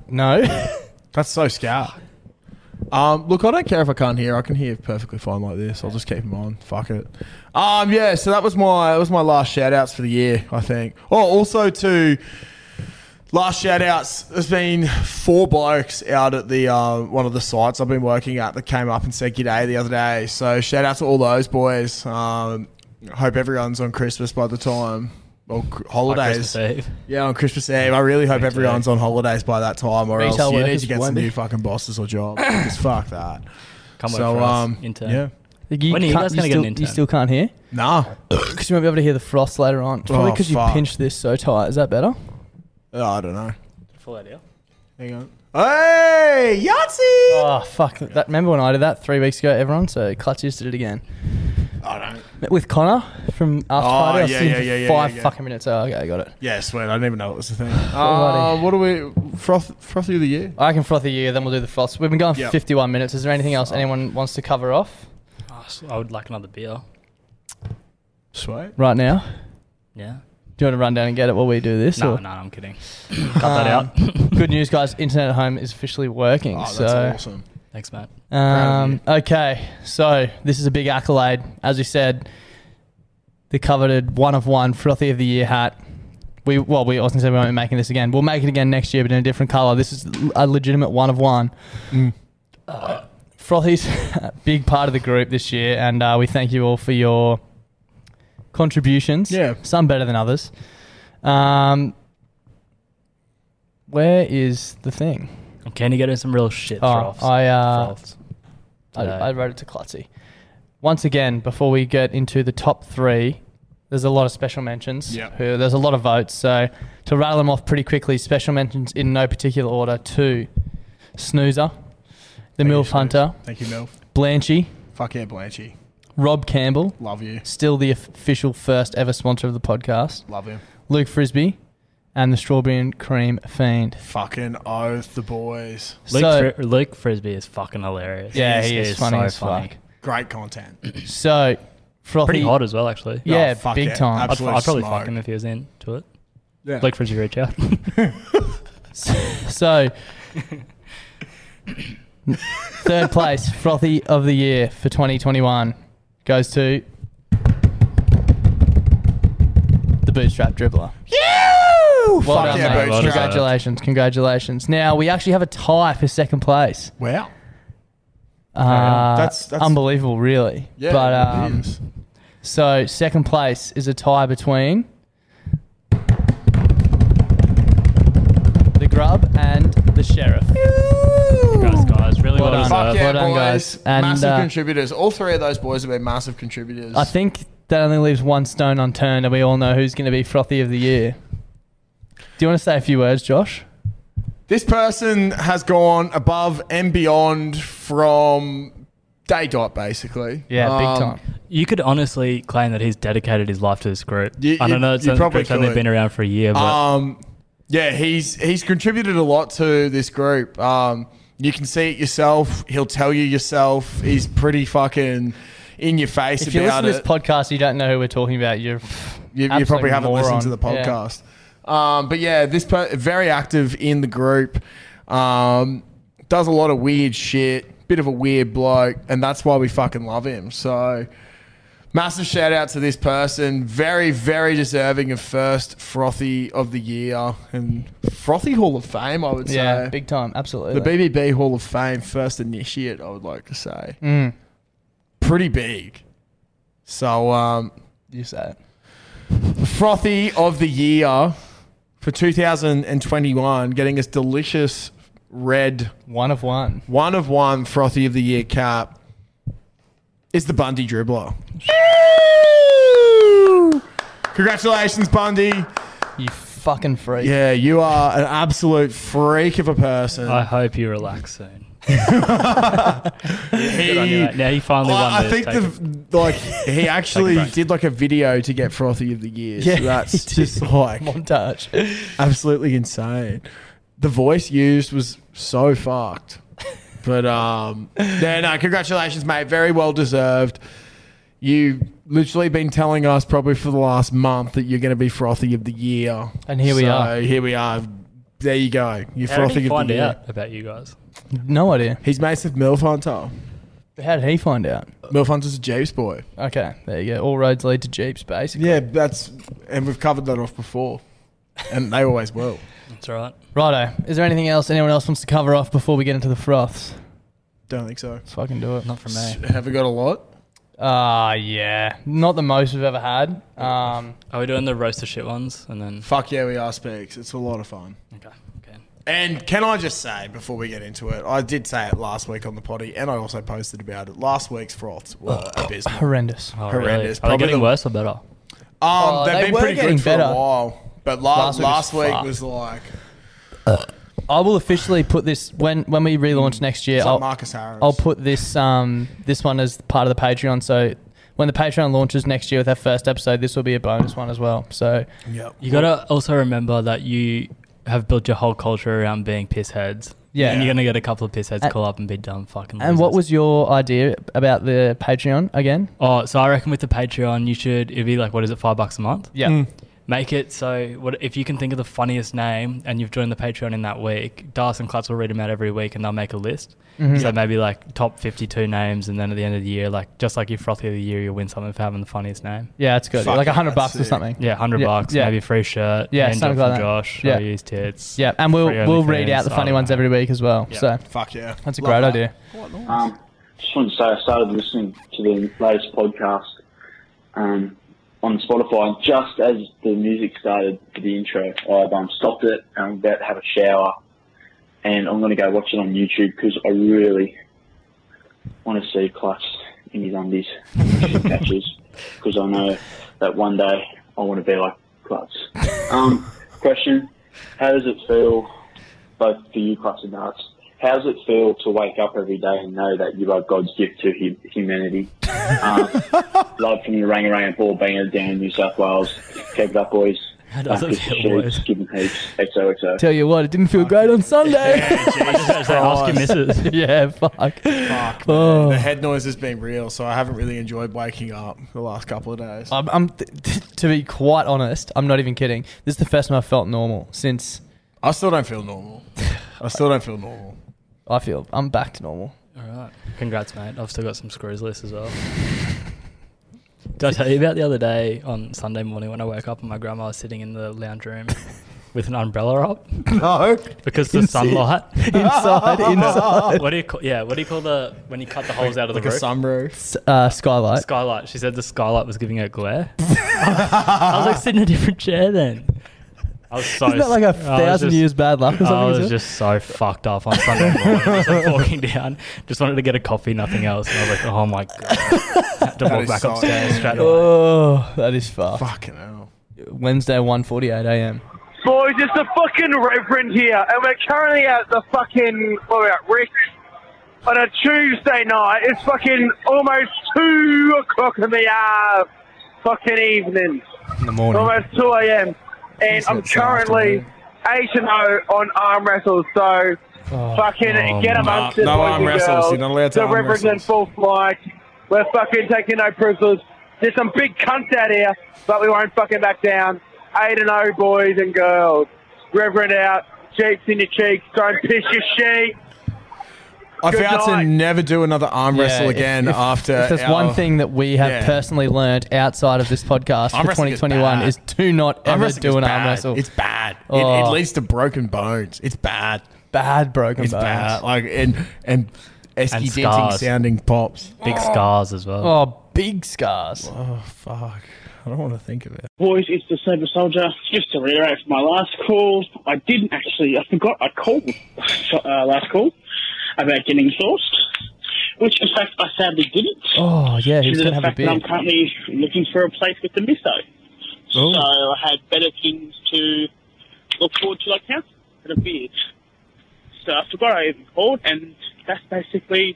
B: No.
A: *laughs* That's so scout. Um, look, I don't care if I can't hear. I can hear perfectly fine like this. I'll just keep them on. Fuck it. Um, yeah. So that was my that was my last shout outs for the year. I think. Oh, also to last shout outs. There's been four blokes out at the uh, one of the sites I've been working at that came up and said g'day the other day. So shout out to all those boys. Um, hope everyone's on Christmas by the time. Well, cr- holidays.
H: Christmas Eve.
A: Yeah, on Christmas Eve. I really hope
H: Me too.
A: everyone's on holidays by that time, or
H: Retail
A: else you need
H: workers
A: to get
H: won't
A: some
H: be.
A: new fucking bosses
B: *coughs*
A: or jobs. Because fuck that.
H: Come work
A: so,
H: for us,
A: um,
H: intern.
A: Yeah.
B: You
H: When are you
B: can't-
H: guys gonna get
B: still,
H: an
B: You
H: intern?
B: still can't hear? *coughs*
A: Nah.
B: Because you won't be able to hear the frost later on. It's probably
A: Oh,
B: because you
A: fuck.
B: pinched this so tight. Is that better?
A: Oh, I don't know.
H: Full idea.
A: Hang on. Hey, Yahtzee! Oh,
B: fuck. That, remember when I did that three weeks ago, everyone? So Clutch just did it again.
A: I don't.
B: Met with Connor from After
A: Oh,
B: Party. I was
A: yeah,
B: sitting
A: yeah,
B: for
A: yeah, yeah,
B: five
A: yeah, yeah.
B: fucking minutes. Oh, okay, I got it.
A: Yeah, sweet. I didn't even know it was a
B: *laughs*
A: thing.
B: Alrighty.
A: Uh, what do we froth frothy of the year?
B: I can froth a year, then we'll do the frost. We've been going for
A: Yep.
B: 51 minutes. Is there anything else anyone wants to cover off
H: Oh, s- I would like another beer.
A: Sweet.
B: right now?
H: Yeah.
B: Do you want to run down and get it while we do this?
H: No,
B: or? Um,
H: no, I'm
B: *coughs*
H: kidding. Cut that out.
B: *laughs* good news, guys. Internet at home is officially working.
H: Oh, that's
B: so.
H: awesome. Thanks, Matt. Proud
B: Um, okay, so this is a big accolade. As we said, the coveted one of one frothy of the year hat. We well, we also said we won't be making this again. We'll make it again next year, but in a different color. This is a legitimate one of one.
H: Mm.
B: Frothy's *laughs* a big part of the group this year, and uh, we thank you all for your contributions. Yeah, some better than others. Um, where is the thing?
H: I'm keen to get in some real shit
B: Oh,
H: froths.
B: I, uh,
H: Froths.
B: I,
H: today.
B: I wrote it to Klutzy. Once again, before we get into the top three, there's a lot of special mentions.
A: Yep.
B: Who, there's a lot of votes. So to rattle them off pretty quickly, special mentions in no particular order to Snoozer, The
A: Thank you,
B: Milf
A: Snooze.
B: Hunter.
A: Thank you, Milf.
B: Blanchy,
A: Fuck yeah, Blanchie.
B: Rob Campbell.
A: Love you.
B: Still the official first ever sponsor of the podcast.
A: Love him.
B: Luke Frisby and the Strawberry and Cream Fiend.
A: Fucking oath, the boys.
H: Luke,
B: So-
H: Fri- Luke Frisbee is fucking hilarious.
B: Yeah, he is funny as fuck.
A: Great content.
B: So, frothy.
H: Pretty hot as well, actually.
B: Yeah,
A: Oh,
B: big time.
H: I'd, I'd probably
B: fucking.
H: fuck him if he was into it.
A: Yeah.
H: Luke Frisbee, reach
B: *laughs*
H: out.
B: So, third place frothy of the year for 2021 goes to the bootstrap dribbler.
A: You!
B: Well
A: Fuck
B: done,
A: yeah,
B: mate.
A: Bootstrap.
B: Congratulations, congratulations. Now we actually have a tie for second place.
A: Wow.
B: Uh,
A: That's- that's-
B: unbelievable, really.
A: Yeah,
B: but
A: it
B: um, so second place is a tie between *clears throat* the Grub and the Sheriff.
H: Congrats, guys. Really well,
B: done.
H: done.
A: Fuck yeah,
B: Well done,
A: boys.
B: guys. And,
A: massive
B: uh,
A: contributors. All three of those boys have been massive contributors.
B: I think that only leaves one stone unturned, and we all know who's going to be frothy of the year. Do you want to say a few words, Josh?
A: This person has gone above and beyond from day dot, basically. Um,
H: You could honestly claim that he's dedicated his life to this group.
A: You-
H: I
A: you-
H: don't know. It's
A: you
H: a
A: probably
H: group that's only
A: could.
H: been around for a year, but
A: Um, yeah, he's he's contributed a lot to this group. Um, you can see it yourself. He'll tell you yourself. He's pretty fucking in your face
B: If you listen
A: about
B: to this
A: it.
B: podcast, you don't know who we're talking about. You're
A: You, you probably haven't listened to the podcast. Um, but yeah, this per- very active in the group. Um, does a lot of weird shit. Bit of a weird bloke, and that's why we fucking love him. So, massive shout out to this person. Very, very deserving of first frothy of the year and frothy Hall of Fame. I would
B: Yeah,
A: say
B: big time, absolutely.
A: the BBB Hall of Fame first initiate. I would like to say.
B: Mm.
A: pretty big. So um,
B: you say
A: it. Frothy of the year for 2021, getting us delicious red
B: one of one,
A: one of one frothy of the year cap is the Bundy dribbler. Congratulations, Bundy.
B: You fucking freak.
A: Yeah, you are an absolute freak of a person.
H: I hope you relax soon.
A: He-
H: on you, mate. Now you finally
A: Well,
H: won
A: I
H: this.
A: think
H: Take
A: the, like he actually
H: break.
A: did like a video to get frothy of the year.
H: Yeah,
A: so that's
B: *laughs*
A: just like
B: montage.
A: Absolutely insane. The voice used was so fucked. But um yeah, no, congratulations, mate. Very well deserved. You literally been telling us probably for the last month that you're gonna be frothy of the year.
B: And here we
A: So,
B: are.
A: Here we are. There you go. You're
H: How did
A: frothy
H: he
A: of
H: find
A: the year.
H: out about you guys?
B: No idea.
A: He's mates with Milf Hunter.
B: How did he find out?
A: Milf Hunter's a Jeeps boy.
B: Okay, there you go. All roads lead to Jeeps, basically.
A: Yeah, that's and we've covered that off before. And they always
B: *laughs*
A: will.
H: That's right.
B: Righto. Is there anything else anyone else wants to cover off before we get into the froths?
A: Don't think so.
B: Let's fucking do it. Not from
A: me. Have we got a lot?
B: Ah, yeah. Not the most we've ever had. Um,
H: Are we doing the roaster shit ones and then?
A: Fuck yeah, we are speaks. It's a lot of fun.
H: Okay. Okay.
A: And can I just say before we get into it, I did say it last week on the potty, and I also posted about it. Last week's froths
B: *coughs*
A: were abysmal.
B: horrendous.
H: Oh, really?
A: horrendous.
H: Are they
A: Probably
H: getting
A: the-
H: worse or better?
A: Um,
B: Oh,
A: they've
B: they
A: been
B: were
A: pretty
B: getting
A: good for
B: better.
A: a while, but la-
B: Last
A: last,
B: week was
A: week,
B: fucked.
A: was like
B: I will officially put this when when we relaunch next year.
A: It's like
B: I'll,
A: Marcus Harris.
B: I'll put this um this one as part of the Patreon. So when the Patreon launches next year with our first episode, this will be a bonus one as well. So
H: You gotta also remember that you have built your whole culture around being piss heads.
B: Yeah.
H: And you're gonna get a couple of piss heads
B: And-
H: call up and be dumb fucking.
B: And what was your idea about the Patreon again?
H: Oh, so I reckon with the Patreon, you should. It'd be like, what is it, five bucks a month?
B: Yeah. Mm.
H: Make it so. What if you can think of the funniest name and you've joined the Patreon in that week? Darcy and Klutz will read them out every week, and they'll make a list.
B: Mhm.
H: So
B: Yeah.
H: maybe like top fifty-two names, and then at the end of the year, like just like your frothy of the year, you'll win something for having the funniest name.
B: Yeah, that's good. Fuck Like yeah, 100 bucks that's or sick. something.
H: Yeah, hundred
B: Yeah,
H: bucks.
B: yeah.
H: Maybe a free shirt.
B: Yeah,
H: hand job
B: something like
H: from
B: that.
H: Josh.
B: Yeah.
H: I use tits.
B: Yeah, and we'll
H: free
B: we'll read
H: OnlyFans,
B: out the funny
H: I
B: ones every week as well.
H: Yeah.
B: So
A: Fuck yeah,
B: that's a
G: Love
B: great
G: that.
B: idea.
G: Um, just wanted to say I started listening to the latest podcast um, on Spotify and just as the music started for the intro. I've um, stopped it and I'm about to have a shower and I'm going to go watch it on YouTube because I really want to see Clutch in his undies and catches because I know that one day I want to be like Clutch. Um, question, how does it feel both for you, Clutch and Darts. How does it feel to wake up every day and know that you are God's gift to hu- humanity?
B: *laughs*
G: um, love from the Rangarang and Paul Banger down in New South Wales. Keep it up, boys.
H: How does
G: Uh,
H: it
G: give
H: feel,
G: shoots,
H: boys?
G: Give them heaps. XOXO.
B: Tell you what, it didn't feel great on
A: *laughs*
B: Sunday. *laughs*
H: ask your missus.
B: yeah, fuck.
A: Fuck,
B: Oh.
A: the head noise has been real, so I haven't really enjoyed waking up the last couple of days.
B: I'm, I'm to be quite honest, I'm not even kidding. This is the first time I felt normal since.
A: I still don't feel normal. I still don't feel normal.
B: I feel I'm back to normal.
H: All right. Congrats, mate. I've still got some screws loose as well. Did I tell you about the other day on Sunday morning when I woke up and my grandma was sitting in the lounge room with an umbrella up?
A: No.
H: Because the
A: Inside.
B: *laughs*
H: sunlight. *laughs*
A: Inside, inside.
H: What do you call, yeah, what do you call the, when you cut the holes out of the
A: like
H: roof?
A: a sunroof.
B: Uh, skylight.
H: Skylight. She said the skylight was giving her glare. I was like sitting in a different chair then. I was so
B: Isn't that like a
H: I was
B: thousand years bad luck or something,
H: I
B: is
H: was
B: it?
H: just so fucked up on Sunday morning. *laughs* just like walking down, just wanted to get a coffee, nothing else. And I was like, oh my god, had to
B: That
H: walk
B: is
H: back
B: so
H: upstairs
B: annoying.
A: *laughs*
H: straight away.
B: Oh, that is far.
A: Fucking hell.
B: Wednesday, 1.48 a.m.
O: Boys, it's the fucking Reverend here, and we're currently at the fucking, what are we at, Rick's? On a Tuesday night, it's fucking almost 2 o'clock in the uh, fucking evening.
B: In the morning.
O: Almost 2 a.m. And
B: Isn't
O: I'm
B: it so
O: currently 8 and 0 on arm wrestles, so fucking
A: Oh,
O: get
A: no.
O: amongst it,
A: No
O: boys
A: arm
O: and
A: wrestles.
O: girls.
A: You're not allowed to
O: The
A: arm
O: Reverend's in full flight. We're fucking taking no prisoners. There's some big cunts out here, but we won't fucking back down. 8 and 0, boys and girls. Reverend out. Cheeks in your cheeks. Don't piss your sheet.
A: I
O: Good
A: vowed to
O: night.
A: never do another arm wrestle
B: Yeah, if-
A: again
B: if-
A: after.
B: If there's
A: our-
B: one thing that we have
A: Yeah.
B: personally learnt outside of this podcast
A: Arm
B: for
A: wrestling is
B: 2021
A: bad.
B: is do not
A: Arm
B: ever
A: wrestling
B: do
A: is
B: an arm
A: bad.
B: wrestle.
A: It's bad. It- It,
B: Oh. *laughs*
A: leads to broken bones. It's bad.
B: Bad broken
A: it's
B: bones.
A: Bad. Like and and
H: And
A: Esky denting
H: scars.
A: sounding pops.
H: Big scars as well.
B: Oh, big scars.
A: Oh, fuck. I don't want to think of it.
P: Boys, it's the Saber Soldier. Just to reiterate from my last call, I didn't actually, I forgot I called uh, last call about getting sourced, which in fact I sadly didn't.
B: Oh, yeah, he's going
P: due to the
B: to have a
P: fact that I'm
B: beard.
P: currently looking for a place with the misto.
B: Oh.
P: So I had better things to look forward to, like house and a beard. So I forgot I even called, and that's basically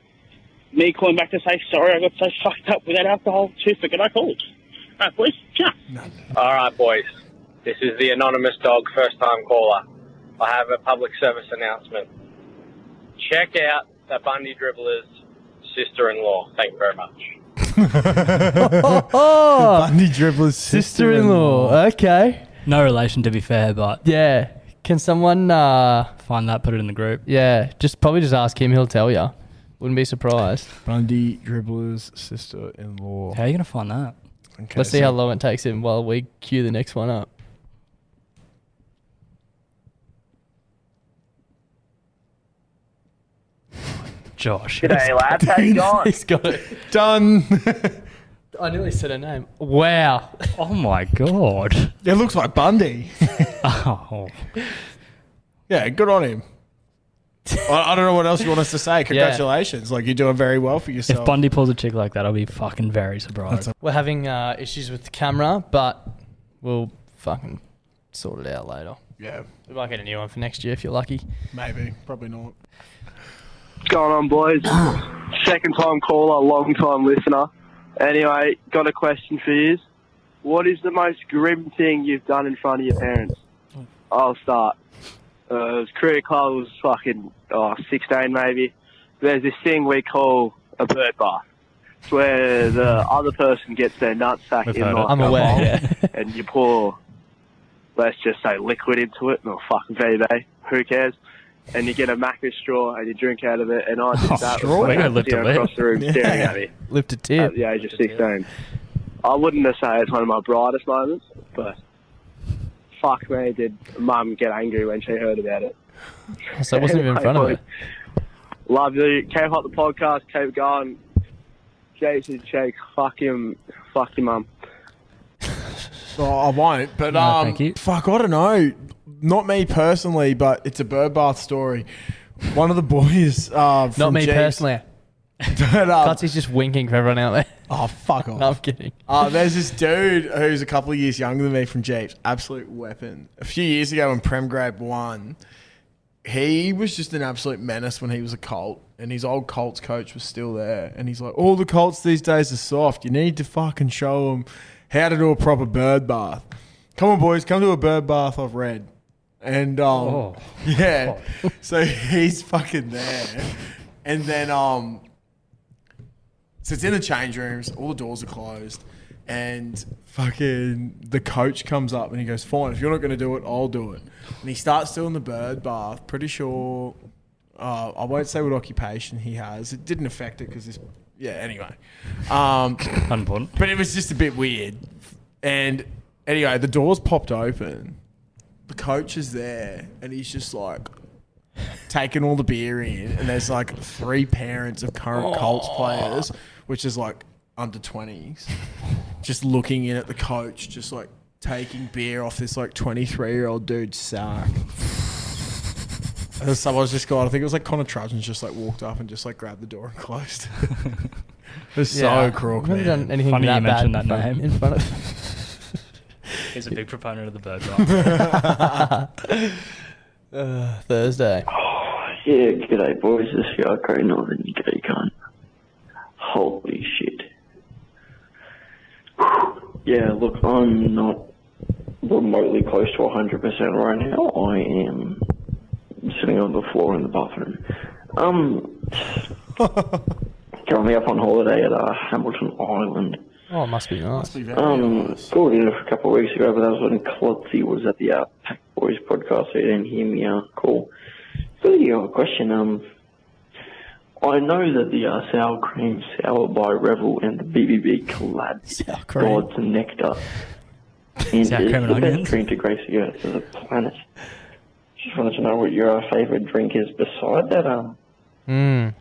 P: me calling back to say sorry I got so fucked up with that alcohol too. Forget I called. All right, boys, ciao.
Q: All right, boys. This is the anonymous dog first time caller. I have a public service announcement. Check out the Bundy Dribbler's sister in law. Thank you very much.
B: oh,
A: Bundy Dribbler's
B: sister-in-law. Okay.
H: No relation, to be fair, but
B: Yeah. Can someone uh,
H: find that? Put it in the group.
B: Yeah. Just probably just ask him. He'll tell you. Wouldn't be surprised.
A: Bundy Dribbler's sister in law.
H: How are you gonna find that?
A: Okay,
B: Let's see
A: so-
B: how long it takes him while we cue the next one up.
H: Josh.
B: G'day, lads. How
H: *laughs*
B: you going? He's got it.
A: Done.
B: I nearly said her name. Wow.
H: *laughs* Oh my god.
A: It looks like Bundy.
H: *laughs* oh.
A: Yeah, good on him. I, I don't know what else you want us
B: *laughs*
A: to say. Congratulations. Like, you're doing very well for yourself.
H: If Bundy pulls a chick like that, I'll be fucking very surprised.
B: We're having uh, issues with the camera, but we'll fucking sort it out later.
A: Yeah.
B: We might get a new one for next year if you're lucky.
A: Maybe. Probably not.
D: What's going on, boys? Second time caller, long time listener. Anyway, got a question for you. What is the most grim thing you've done in front of your parents? I'll start. Uh, it was career club, I was fucking oh, 16 maybe. There's this thing we call a bird bath. It's where the other person gets their nutsack
B: We've
D: in
B: heard
D: like
B: it. I'm
D: a
B: aware,
D: bowl,
B: yeah.
D: and you pour, let's just say, liquid into it, or fucking VB, who cares? And you get a maca straw and you drink out of it, and I did
B: Oh,
D: that
B: straw?
D: with
B: We
D: my
B: don't lift
D: cousin
B: a lip.
D: across the room staring
B: Yeah.
D: at me
B: *laughs* Lift a tip.
D: at the age of 16. I wouldn't say it's one of my brightest moments, but fuck me, did mum get angry when she heard about it.
B: So it
D: *laughs*
B: wasn't even in front of it.
D: Love you. Keep up the podcast. Keep going. Jason Jake, fuck him. Fuck your mum.
A: Oh, I won't. But um, fuck, I don't know. Not me personally, but it's a bird bath story. One of the boys. Uh,
B: Not
A: from
B: me
A: Jeeps-
B: personally.
A: *laughs* But, um,
B: Cutsy's just winking for everyone out there.
A: Oh, fuck
B: *laughs*
A: off.
B: No, I'm kidding.
A: Uh, there's this dude who's a couple of years younger than me from Jeeps. Absolute weapon. A few years ago when Prem Grade won, he was just an absolute menace when he was a Colt. And his old Colts coach was still there. And he's like, all the Colts these days are soft. You need to fucking show them how to do a proper bird bath. Come on, boys. Come to a bird bath I've read. And um,
H: Oh.
A: *laughs* yeah. So he's fucking there. And then um, so it's in the change rooms, all the doors are closed, and fucking the coach comes up and he goes, Fine, if you're not going to do it, I'll do it. And he starts doing the bird bath. Pretty sure, uh, I won't say what occupation he has. It didn't affect it because this, yeah, anyway. Um,
H: Unimportant.
A: But it was just a bit weird. And anyway, the doors popped open. The coach is there and he's just like, taking all the beer in, and there's like three parents of current Colts players, which is like under 20s, just looking in at the coach, just like taking beer off this like 23 year old dude's sack. And then someone's just gone, I think it was like Connor Trudgeon's just like walked up and just like grabbed the door and
B: *laughs*
A: closed. it was so crook,
B: I've never
A: man.
B: done anything
H: Funny
B: that
H: you mentioned
B: bad in
H: that
B: front- *laughs*
H: name.
B: in front of.
H: He's a big proponent of the bird
A: *laughs*
B: *laughs*
H: bath.
B: Uh, Thursday.
P: Oh, Yeah, g'day boys, this is Yarko Northern, g'day cunt. Holy shit. Yeah, look, I'm not remotely close to 100% right now. I am sitting on the floor in the bathroom.
B: *laughs*
P: Um, currently up on holiday at uh, Hamilton Island.
B: *laughs* Oh, it must be nice.
P: Um, called in a couple of weeks ago, but that was when Klotzy was at the uh, Pack Boys podcast, so you didn't hear me uh, call. So you got a question. Um, I know that the uh, sour cream sour by Revel and the BBB collab sour
H: cream.
P: gods and nectar. And
H: Sour
P: it's
H: cream and
P: the best
H: onions?
P: drink to grace the earth of the planet. Just wanted to know what your uh, favourite drink is beside that. Um,
B: Mm.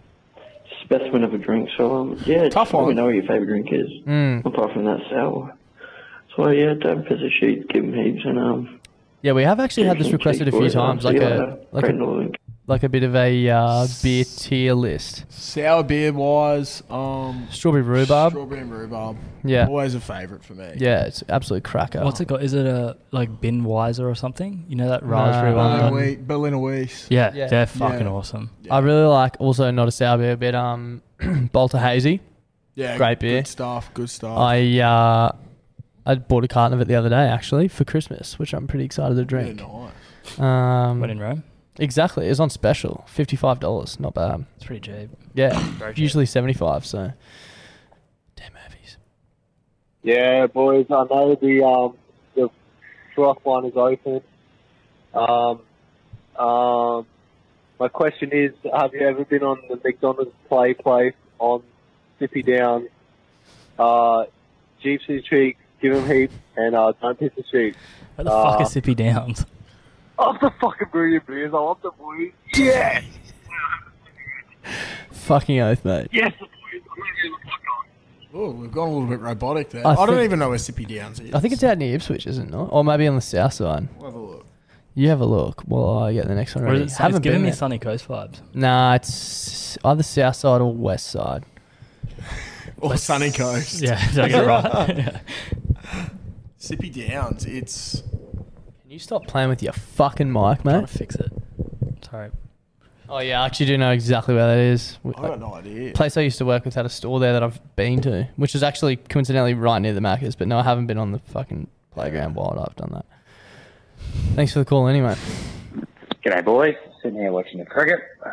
P: specimen of a drink. So um, yeah, tough one. We know what your favorite drink is,
B: Mm.
P: apart from that sour. So yeah, don't piss a sheet, give him heaps, and um,
B: Yeah, we have actually had this requested a few times,
D: um,
B: like a like a, like a bit of a uh, beer tier list.
A: Sour beer wise, um,
B: Strawberry rhubarb.
A: Strawberry and rhubarb.
B: Yeah.
A: Always a favourite for me.
B: Yeah, it's absolute cracker.
H: What's it got? Is it a like bin Weiser or something? You know
B: Uh.
H: that raspberry one?
A: Berliner Wheat. Berliner Wheat.
H: Yeah, they're fucking awesome.
B: I really like also not a sour beer, but um, *clears throat* Bolter Hazy.
A: Yeah,
B: great beer.
A: Good stuff. Good stuff.
B: I uh, I bought a carton of it the other day actually for Christmas, which I'm pretty excited to
A: Yeah,
B: drink. Um,
H: When in Rome?
B: Exactly, it was on special, fifty five dollars, not bad.
H: It's pretty cheap.
B: Yeah,
H: Very cheap.
B: usually seventy five. So
R: Yeah, boys, I know the um, the froth one is open. Um, um, my question is, have you ever been on the McDonald's play place on Sippy Down? Uh, Jeeps his cheeks, give him heat, and uh, don't piss the sheep.
H: What the
O: Uh,
H: fuck is Sippy Downs?
R: I'm the fucking brilliant beers. I love the boys. Yes!
B: fucking oath, mate.
R: Yes!
A: Oh, we've gone a little bit robotic there.
B: I
A: I, don't
B: think-
A: even know where Sippy Downs is.
B: I think it's out near Ipswich, is it not? Or maybe on the south side.
A: We'll have a look.
B: You have a look. Well, I get the next one
H: Or is
B: ready.
H: it, it's giving me
B: there.
H: Sunny Coast vibes.
B: Nah, it's either south side or west side.
A: Or Sunny Coast.
H: Yeah, *laughs* did I get it right?
A: *laughs* Sippy Downs. It's
B: Can you stop playing with your fucking mic, mate?
H: fix it. Sorry.
B: Oh yeah, I actually do know exactly where that is.
A: I got no idea.
B: Place I used to work with had a store there that I've been to, which is actually coincidentally right near the Macca's. But no, I haven't been on the fucking playground while I've done that. Thanks for the call, anyway.
M: *laughs* G'day, boys. Sitting here watching the cricket. Uh,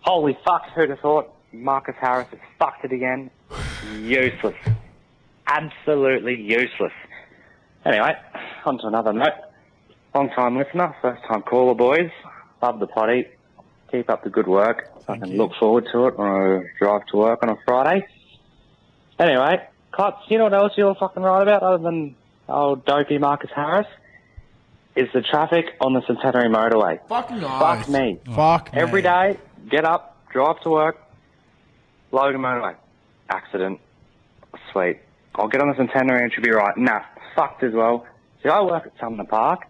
M: Holy fuck, who'd have thought? Marcus Harris has fucked it again. useless. Absolutely useless. Anyway, on to another note. Long time listener, first time caller, boys. Love the potty. Keep up the good work. I can look forward to it when I drive to work on a Friday. Anyway, Cots, you know what else you're fucking right about other than old dopey Marcus Harris? Is the traffic on the Centenary Motorway.
A: fucking
M: Fuck me.
A: Fuck me.
M: Every day, get up, drive to work, Logan Motorway. Accident. Sweet. I'll get on the centenary and it should be right. Nah, fucked as well. See, I work at Sumner Park,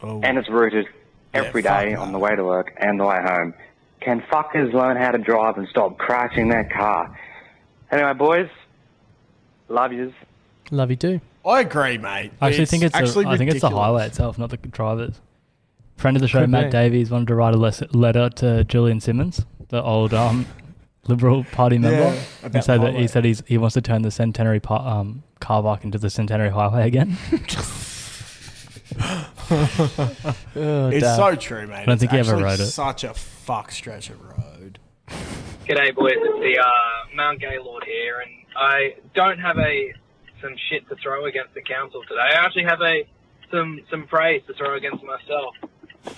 A: Oh.
M: and it's rooted every day on the way to work and the way home. Can fuckers learn how to drive and stop crashing their car? Anyway, boys, love yous.
B: Love you too.
A: I agree, mate.
H: I actually think it's
A: actually
H: the, I think it's the
A: ridiculous.
H: highway itself, not the drivers. Friend of the show,
A: Could
H: Matt
A: be.
H: Davies, wanted to write a les- letter to Julian Simmons, the old um, *laughs* Liberal Party member,
A: Yeah,
H: and
A: about
H: say that
A: highway.
H: he said he's, he wants to turn the Centenary par- um, car park into the Centenary Highway again. *laughs*
A: it's
H: damn.
A: so true, mate.
H: I don't think
A: it's
H: he ever
A: actually
H: wrote it.
A: Such a fuck stretch of road.
E: G'day, boys. It's the uh, Mount Gaylord here, and I don't have a some shit to throw against the council today. I actually have a some some praise to throw against myself,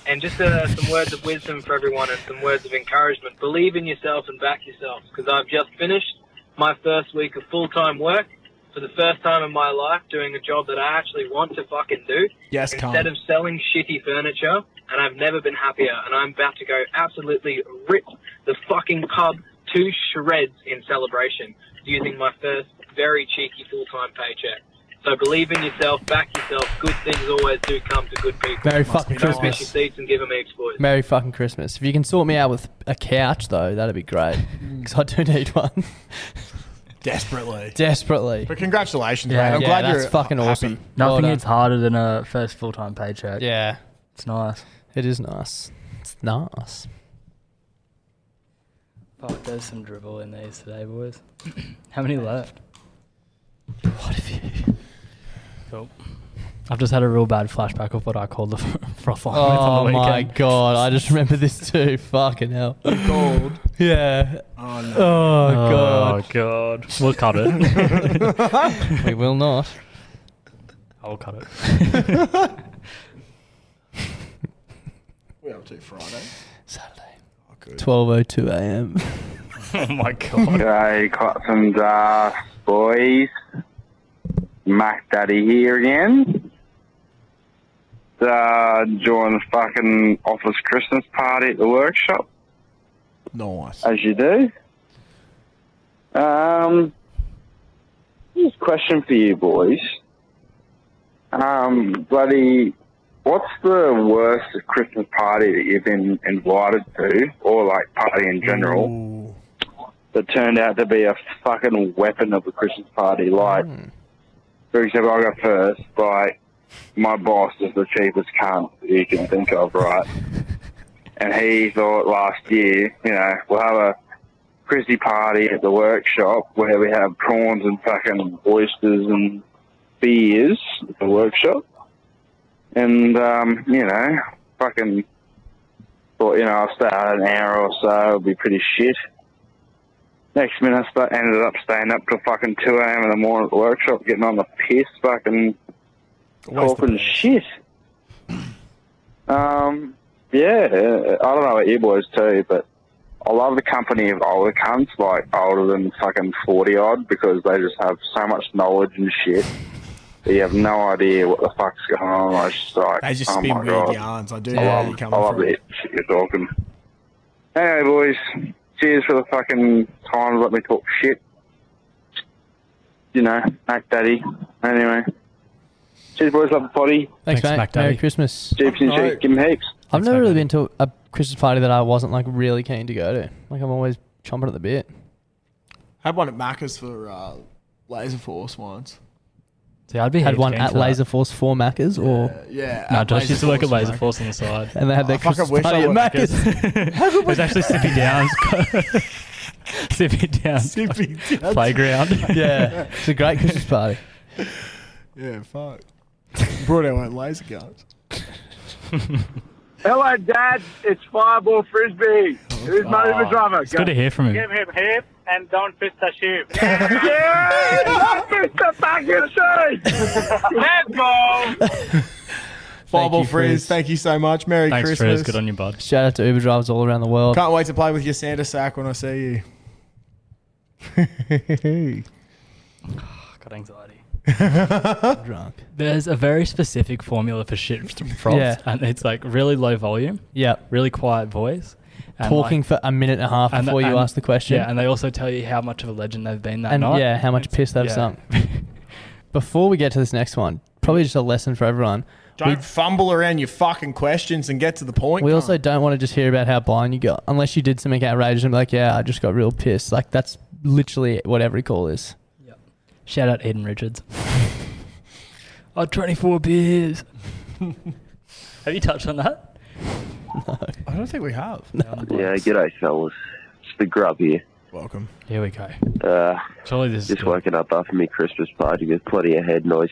E: and just uh, some words of wisdom for everyone, and some words of encouragement. Believe in yourself and back yourself, because I've just finished my first week of full time work for the first time in my life, doing a job that I actually want to fucking do.
A: Yes,
E: Instead
A: Colin.
E: of selling shitty furniture, and I've never been happier, and I'm about to go absolutely rip the fucking pub to shreds in celebration using my first very cheeky full time paycheck. So believe in yourself, back yourself. Good things always do come to good people.
B: Merry fucking
E: Don't miss
B: Christmas.
E: your seats and give them heaps, boys.
B: Merry fucking Christmas. If you can sort me out with a couch though, that'd be
A: *laughs*
B: great. *laughs* Because I do need one.
A: Desperately.
B: Desperately.
A: But congratulations,
B: Yeah,
A: mate. I'm
B: yeah,
A: glad
B: that's
A: you're
B: fucking
A: happy.
B: awesome. Well
H: Nothing
B: done.
H: hits
A: *laughs*
H: harder than a first full time paycheck.
B: Yeah.
H: It's nice.
B: It is nice. It's nice.
H: Fuck, oh, there's some dribble in these today, boys. *clears throat* How many left? What have you? Cool. I've just had a real bad flashback of what I called the *laughs* froth line on
B: Oh
H: the
B: my
H: weekend.
B: god, I just remember this too. *laughs* Fucking hell.
A: Gold.
B: Yeah.
A: Oh,
B: Oh,
A: no.
B: god.
H: Oh god. We'll cut it.
B: *laughs* we will not.
H: I'll cut
B: *laughs*
H: it.
A: We're up to Friday.
B: Saturday.
A: good.
B: 12:02 a.m.
H: *laughs* oh my god.
S: G'day, Cots and Darth boys. Mac Daddy here again. Uh, joined the fucking office Christmas party at the workshop,
A: Nice.
S: as you do. Um, here's a question for you boys. Um, bloody, what's the worst Christmas party that you've been invited to, or like party in general, that turned out to be a fucking weapon of a Christmas party? Like, for example, I will go first. Like, my boss is the cheapest cunt you can think of, right? and he thought last year, you know, we'll have a Chrissy party at the workshop where we have prawns and fucking oysters and beers at the workshop. And, um, you know, fucking thought, you know, I'll stay out an hour or so, it'll be pretty shit. Next minute, I sta- ended up staying up till fucking 2 a.m. in the morning at the workshop, getting on the piss, fucking talking
I: *clears throat*
S: shit. Um, yeah, I don't know about you boys too, but I love the company of older cunts, like older than fucking 40 odd, because they just have so much knowledge and shit that you have no idea what the fuck's going on. I just like,
I: They just
S: oh
I: spin
S: my
I: weird
S: God.
I: yarns. I do
S: I
I: know where
S: love,
I: you're coming
S: I love
I: from.
S: the shit you're talking. Anyway, boys, cheers for the fucking time. Let me talk shit. You know, Mac Daddy. Anyway, cheers, boys. Love the potty.
B: Thanks, mate. Merry Christmas.
S: Chips and shit. Give me heaps.
B: I've never really been to a Christmas party that I wasn't like really keen to go to. Like I'm always chomping at the bit.
I: Had one at Macca's for uh, Laser Force once.
H: See, I'd be
B: had
H: heaps
B: one
H: keen
B: at
H: for that.
B: Laser Force Four Maccas or
I: yeah.
H: No, Josh used to work at Laser Force on the side.
B: *laughs* And they had their
H: I fucking
B: Christmas
H: wish
B: party
H: I
B: at
H: worked at
B: Macca's.
H: *laughs* it
B: *laughs*
H: was actually Sippy *laughs* Downs. Sippy Downs.
I: Sippy
B: Downs.
H: Playground.
B: *laughs* Yeah. It's a great Christmas party.
A: *laughs*
I: Yeah, fuck. Brought our own laser guns.
O: Hello, Dad. It's Fireball Frisbee. Who's Murray
H: Oh,
O: the drummer?
H: it's good to hear from him. Give
O: him hip and don't fist the shoe. *laughs* yeah, don't fist the fucking shoe. Let's go.
A: Fireball
B: you,
A: Frizz,
B: Frizz.
A: thank you so much. Merry
H: Thanks, Frizz.
A: Christmas.
H: Good on you, bud.
B: Shout out to Uber drivers all around the world.
A: Can't wait to play with your Santa sack when I see you.
H: Got anxiety.
B: *laughs* Drunk.
H: There's a very specific formula for shit frogs,
B: Yeah.
H: and it's like really low volume.
B: Yeah.
H: Really quiet voice. and,
B: Talking
H: like-
B: for a minute and a half
H: and-
B: before you
H: and-
B: ask the question.
H: Yeah, and they also tell you how much of a legend they've been that
B: and
H: night.
B: yeah, how much
H: It's-
B: piss they've
H: yeah.
B: sunk. *laughs* Before we get to this next one, probably just a lesson for everyone.
A: Don't fumble around your fucking questions and get to the point.
B: We also don't want to just hear about how blind you got, unless you did something outrageous and be like, "Yeah, I just got real pissed." Like that's literally what every call is.
H: Shout out
B: *laughs*
H: Eden Richards. Oh, 24 beers. Have you touched on that?
A: I don't think we have.
S: Yeah, g'day, fellas. It's the grub here.
A: Welcome.
H: Here we go.
S: Uh,
H: this
S: just woken up after my Christmas party with plenty of head noise.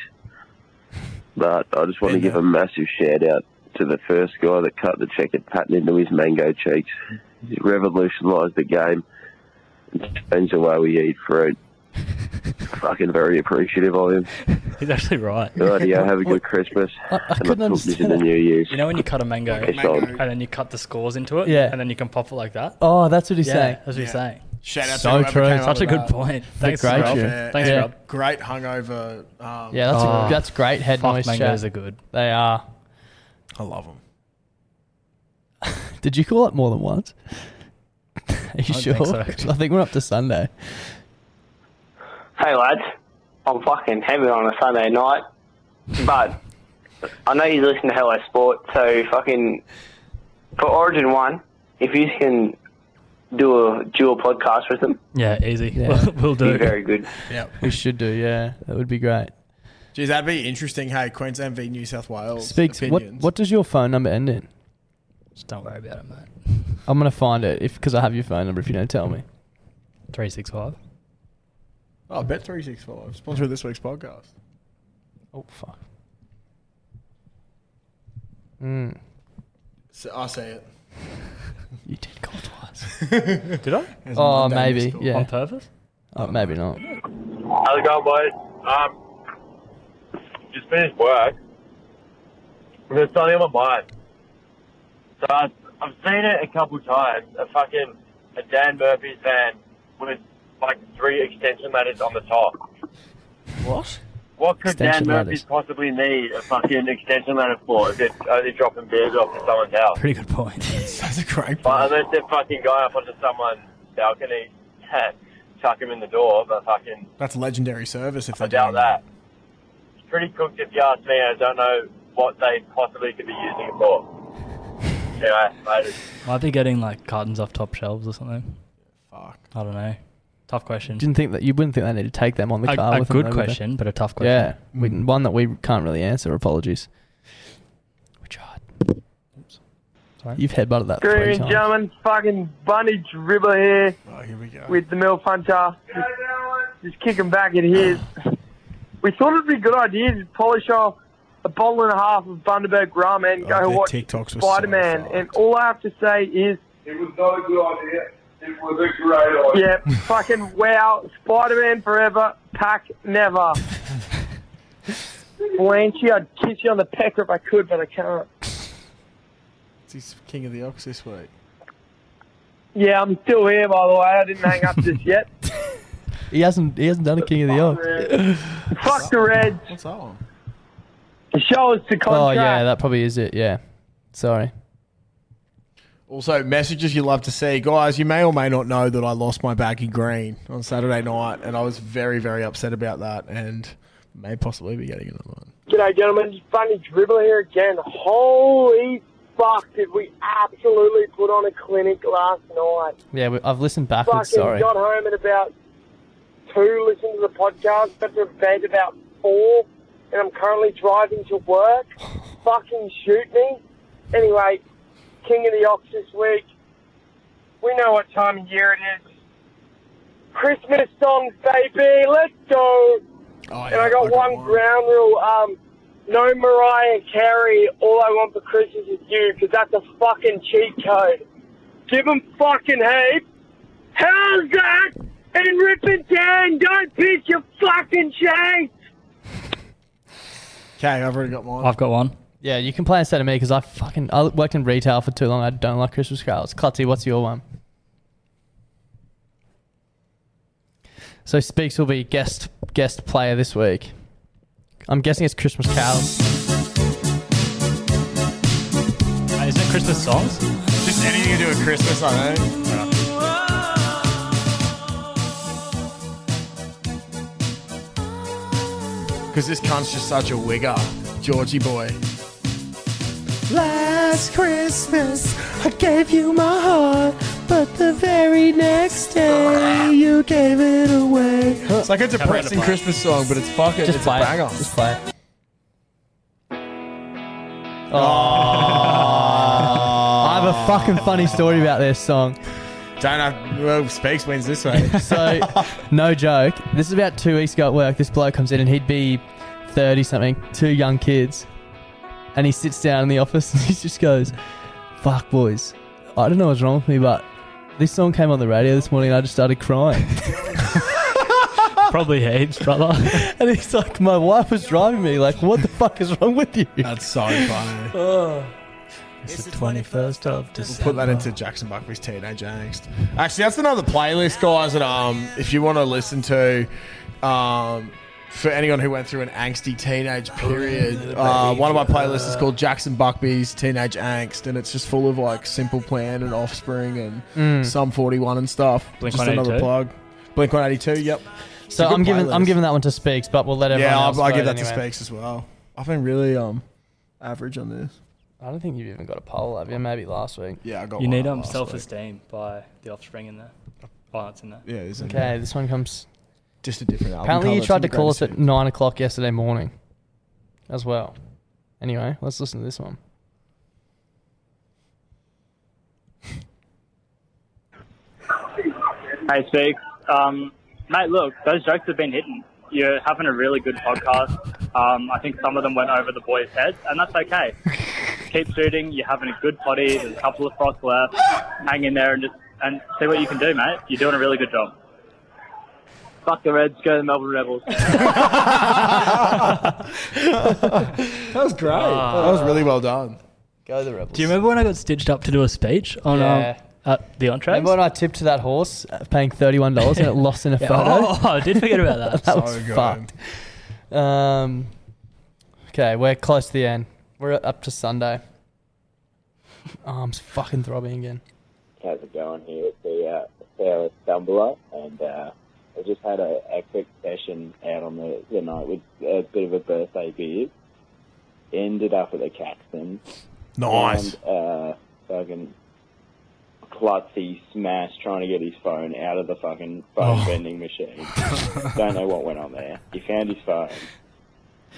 S: But I just want to give a massive shout out to the first guy that cut the checkered pattern into his mango cheeks. He revolutionised the game and changed the way we eat
H: *laughs*
S: fruit. Fucking very appreciative of him.
H: *laughs* He's actually right.
S: Right, yeah, have a
H: *laughs*
S: good Christmas.
H: I- I
S: and
H: couldn't
S: I'll talk to yous in
H: understand
S: the
H: that.
S: new year.
H: You know when you cut a mango
S: It's on.
H: and then you cut the scores into it,
B: Yeah.
H: and then you can pop it like that.
B: Oh, that's what he's
H: yeah,
B: saying.
H: That's what he's saying.
A: Shout out
B: So
A: to whoever came
B: true.
A: up
H: Such a
A: with
H: good
A: that.
H: point. Thanks,
B: great
H: Rob.
B: you.
A: Yeah,
H: Thanks,
A: yeah.
H: Rob.
A: Great hungover. Um,
B: Yeah, that's a,
H: Oh.
B: that's great head
H: Fuck,
B: noise.
H: mangoes
B: chat.
H: are good.
B: They are.
A: I love them.
B: Did you call it more than once? *laughs* Are you
H: I
B: sure?
H: don't think so, actually.
B: I think we're up to Sunday.
T: Hey lads, I'm fucking hammered on a Sunday night, but I know you listen to Hello Sport, so fucking for Origin One, if you can do a dual podcast with them,
H: Yeah, easy.
B: Yeah.
H: We'll, we'll do
T: it'd
H: it.
T: be very
U: *laughs*
T: good.
A: Yep.
B: We should do. Yeah, that would be great.
A: Geez, that'd be interesting. Hey, Queensland v New South Wales.
B: Speaks. What
A: opinions.
B: What does your phone number end in?
H: Just don't worry about it, mate.
B: I'm gonna find it if because I have your phone number. If you don't tell me,
H: Three six five.
A: Oh, bet three six five. Sponsor of this week's podcast.
B: Oh fuck.
H: Hmm.
A: So I say
H: *laughs*
A: it.
B: You did call twice.
A: *laughs* Did I?
B: oh, maybe. Yeah.
H: On purpose?
B: Oh, maybe not.
V: How's it going, boys? Um, just finished work. And There's something on my mind. So I've, I've seen it a couple times. A fucking a Dan Murphy's van with like three extension ladders on the top.
A: What?
V: What could
A: Extension
V: Dan
A: ladders.
V: Murphy's possibly need a fucking extension ladder for if they're only dropping beers off to someone's house?
H: Pretty good point.
A: That's a great
V: But unless they're fucking going up onto someone's balcony, chuck him in the door, but fucking
A: That's legendary service if
V: I
A: they do
V: doubt that. It's pretty cooked if you ask me. I don't know what they possibly could be using it for. anyway, mate,
H: *laughs* Might be getting like cartons off top shelves or something.
A: Fuck.
H: I don't know. Tough question.
B: Didn't think that you wouldn't think they need to take them on the
H: A-
B: car.
H: a
B: with them,
H: good
B: though, would they?
H: question, but a tough question.
B: Yeah, we- one that we can't really answer. Apologies. We tried. You've headbutted that
O: Good
B: three
O: evening,
B: times.
O: gentlemen. Fucking Bunny Dribbler here.
A: Oh, here we go.
O: With the Mill Punter. Just, just kicking back at
A: *sighs*
O: his. we thought it'd be a good idea to polish off a bottle and a half of Bundaberg rum and go
A: Oh, their
O: watch
A: TikToks were so
O: Spider Man. and all I have to say is.
V: It was not a good idea. It was a great
O: Yeah,
A: *laughs*
O: fucking wow. Spider Man forever, pack never.
A: *laughs*
O: Blanchie, I'd kiss you on the pecker if I could, but I can't.
A: He's king of the ox this week.
O: Yeah, I'm still here, by the way. Oh, I didn't hang up just yet.
B: He hasn't. He hasn't done a King of the
H: Oh.
B: Ox.
O: Fuck the Reds.
A: What's that one?
O: Show us the
B: oh yeah,
A: contract.
B: that probably is it. Yeah. Sorry.
A: Also, messages you love to see. Guys, you may or may not know that I lost my baggy green on Saturday night, and I was very, very upset about that and may possibly be getting another one.
O: G'day, gentlemen. It's Bunny Dribbler here again. Holy fuck, did we absolutely put on a clinic last night?
B: Yeah, we, I've listened
O: Fucking
B: backwards. Sorry.
O: got home at about two, listened to the podcast, but to bed about four, and I'm currently driving to *laughs* work. Fucking shoot me. Anyway, King of the Ox this week. We know what time of year it is. Christmas songs, baby. Let's go. and Oh, I got one ground rule. Um, no Mariah Carey. All I want for Christmas is you, because that's a fucking cheat code. Give 'em fucking heaps. How's that? And rip it down. Don't piss your fucking shades.
A: Okay, I've already got mine.
H: I've got one.
B: Yeah, you can play instead of me because I fucking I worked in retail for too long. I don't like Christmas carols. Clutzy, what's your one? So Speaks will be guest guest player this week. I'm guessing it's Christmas carols.
H: is that Christmas songs?
A: Just anything to do with Christmas, I know. Because this cunt's just such a wigger. Georgie boy.
W: Last Christmas, I gave you my heart, but the very next day, you gave it away.
A: *laughs* It's like a depressing Christmas song, but it's fucking
B: Just
A: it's
B: play
A: a
B: it.
A: banger.
B: Just play it. I have a fucking funny story about this song.
A: Don't know. Well, Speaks wins
B: *laughs*
A: this way.
B: so, *laughs* no joke. This is about two weeks ago at work. This bloke comes in and he'd be 30 something, two young kids. And he sits down in the office *laughs* and he just goes, Fuck, boys. I don't know what's wrong with me, but this song came on the radio this morning and I just started crying. *laughs*
H: *laughs* Probably heaps, brother.
B: and he's like, My wife was driving me. Like, what the fuck is wrong with you?
A: That's so funny.
H: It's the 21st of December.
A: Put that into Jackson Buckley's Teenage Angst. Actually, that's another playlist, guys. That um, if you want to listen to, um, for anyone who went through an angsty teenage period, uh, one of my playlists is called Jackson Buckby's Teenage Angst, and it's just full of like Simple Plan and Offspring and
B: Mm.
A: Sum 41 and stuff.
B: Blink
A: just another
B: 182?
A: plug. Blink 182. Yep. It's a
B: So
A: good
B: I'm giving I'm
A: playlist.
B: giving that one to Speaks, but we'll let everyone
A: yeah,
B: else
A: I'll, I'll
B: vote
A: give that to
B: anyway.
A: Speaks as well. I've been really um average on this.
B: I don't think you've even got a poll up. Yeah, maybe last week.
A: Yeah, I got
H: You need um, self esteem by the offspring in there. Oh, it's in there.
A: Yeah, it's
B: Okay, this one comes.
A: Just a different album.
B: Apparently, you
A: cover.
B: tried to
A: It's
B: call
A: not
B: us at nine o'clock yesterday morning, as well. Anyway, let's listen to this one.
U: Hey, Speaks. Um, mate, look, those jokes have been hitting. You're having a really good podcast. Um, I think some of them went over the boys' heads, and that's okay. Keep shooting. You're having a good potty. There's a couple of frosts left. Hang in there and just and see what you can do, mate. You're doing a really good job.
D: Fuck the Reds, go to the Melbourne
B: *laughs*
D: Rebels.
A: That was great.
B: Ah.
A: that was really well done.
B: Go the Rebels.
H: Do you remember when I got stitched up to do a speech on
B: Yeah.
H: um, at the entree?
B: Remember when I tipped to that horse, uh, paying thirty-one dollars, and it lost in a
H: *laughs* Yeah.
B: photo?
H: Oh, I did forget about
B: *laughs*
H: that.
B: that
H: So
B: was
H: good.
B: fucked. Um, okay, we're close to the end. We're up to Sunday. Arms fucking throbbing again.
F: How's it going here at the uh, Sour Stumbler? And uh,
X: I just had a, a quick session out on the, the night with a bit of a birthday beer. Ended up at the Caxton.
I: Nice.
X: Found, uh, fucking klutzy smash trying to get his phone out of the fucking phone vending machine. *laughs* Don't know what went on there. He found his phone.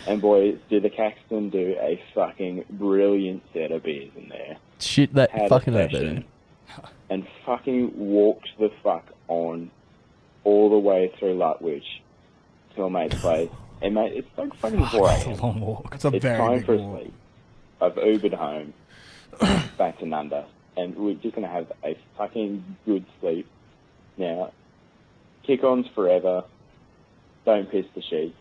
X: And boy, did the Caxton do a fucking brilliant set of beers in there.
B: Shit that
X: Had a
B: fucking that
X: session.
B: in.
X: And fucking walked the fuck on all the way through Lutwich to
H: *laughs*
X: a mate's place. And mate, it's like fucking four
H: That's a
X: a.m.
H: long walk.
X: It's time for a sleep. I've
H: *coughs*
X: Ubered home back to Nunda, and we're just gonna have a fucking good sleep. Now, kick-ons forever. Don't piss the sheep.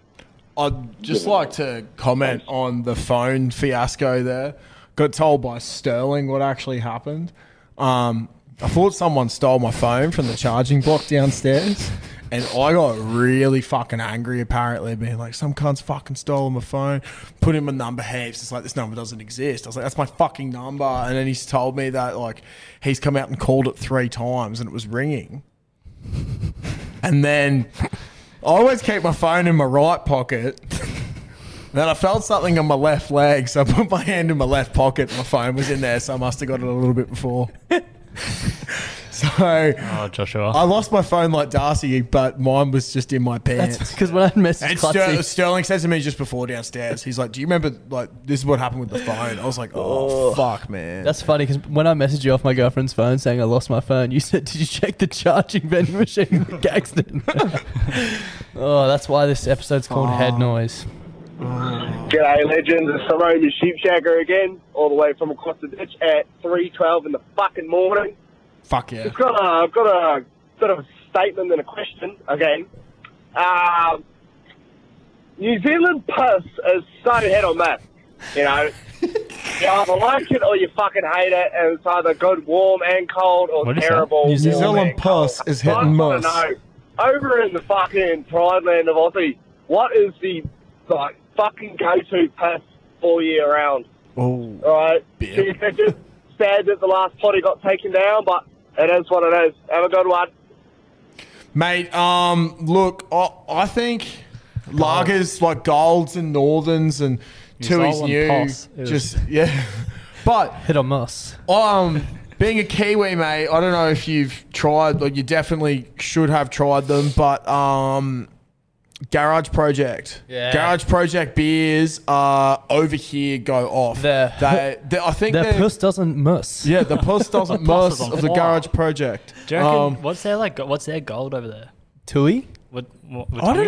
A: I'd just like to comment on the phone fiasco there. Got told by Sterling what actually happened. Um, I thought someone stole my phone from the charging block downstairs. And I got really fucking angry, apparently, being like, some cunt's fucking stole my phone, put in my number heaps. It's like, this number doesn't exist. I was like, that's my fucking number. And then he's told me that, like, he's come out and called it three times and it was ringing. And then I always keep my phone in my right pocket. Then I felt something on my left leg, so I put my hand in my left pocket. My phone was in there, so I must have got it a little bit before. *laughs* so
H: Oh, Joshua.
A: I lost my phone like Darcy, but mine was just in my pants. *laughs*
B: That's because when I messaged
A: And
B: Clutzy-
A: Ster- Sterling said to me just before downstairs, he's like, "Do you remember like this is what happened with the phone?" I was like, "Oh, fuck, man."
B: That's funny because when I messaged you off my girlfriend's phone saying I lost my phone, you *laughs* said, "Did you check the charging vending machine in
A: *laughs*
B: the Caxton?" oh, that's why this episode's called Head Noise.
O: G'day, legends. It's Simone, your sheep shagger again, all the way from across the ditch at 3.12 in the fucking morning.
A: Fuck yeah.
O: I've got a, I've got a sort of a statement and a question again. Um, New Zealand piss is so hit or miss. You
A: *laughs*
O: know, you either like it or you fucking hate it, and it's either good, warm, and cold, or terrible.
A: New
O: warm
A: Zealand Pulse is
O: I
A: hitting
O: want
A: most.
O: to know, over in the fucking pride land of Aussie, what is the like fucking go-to piss all year round?
A: Oh,
O: All right, Cheers, bitches. Sad that the last potty got taken down, but it is what it is. Have a good one.
A: Mate, um, look, I, I think lagers like golds and northerns and
B: New
A: Tui's
B: Zealand
A: new,
B: Pulse. It was-
A: just yeah. *laughs* But
B: hit or miss.
A: Um, being a Kiwi, mate, I don't know if you've tried. Like, you definitely should have tried them, but um, Garage Project,
B: Yeah.
A: Garage Project beers are over here go off. They, they, I think
B: their
A: they're-
B: puss doesn't miss.
A: yeah,
B: *laughs*
A: the puss doesn't
H: Puss
A: muss
H: is on
A: of the
H: fire.
A: Garage Project.
H: Do you reckon,
A: Um,
H: what's their like? go- What's their gold over there?
B: Tui.
H: What, what, what
A: I
H: Tungi?
A: don't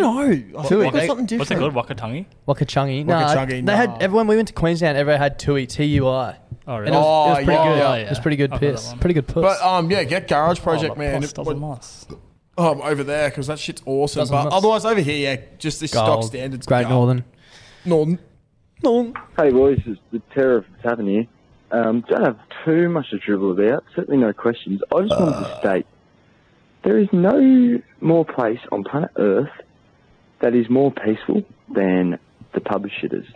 A: know. I
H: What-
A: think
H: what-
A: they've got something
H: What's it
A: different.
H: called? Wakatangi.
B: Wakachungi. No,
H: Wakachungi,
B: they
H: nah.
B: had everyone. We went to Queensland. Everyone had Tui. T U I.
H: Oh,
B: And it was, it was pretty good. It was pretty good
A: I've got that
B: piss.
A: one.
B: Pretty good puss.
A: But um, yeah, get Garage Project,
B: the
A: man.
B: puss doesn't
A: Um, over there because that shit's awesome.
B: Doesn't
A: but
B: muss.
A: otherwise, over here, yeah, just this
B: Gold.
A: stock standards.
B: Great
A: go.
B: Northern.
A: Northern.
X: Hey boys, it's the terror of having you. Um, don't have too much to dribble about. Certainly no questions. I just wanted
S: Uh.
X: to state there is no more place on planet Earth that is more peaceful than the pub
H: *laughs*
X: shitters.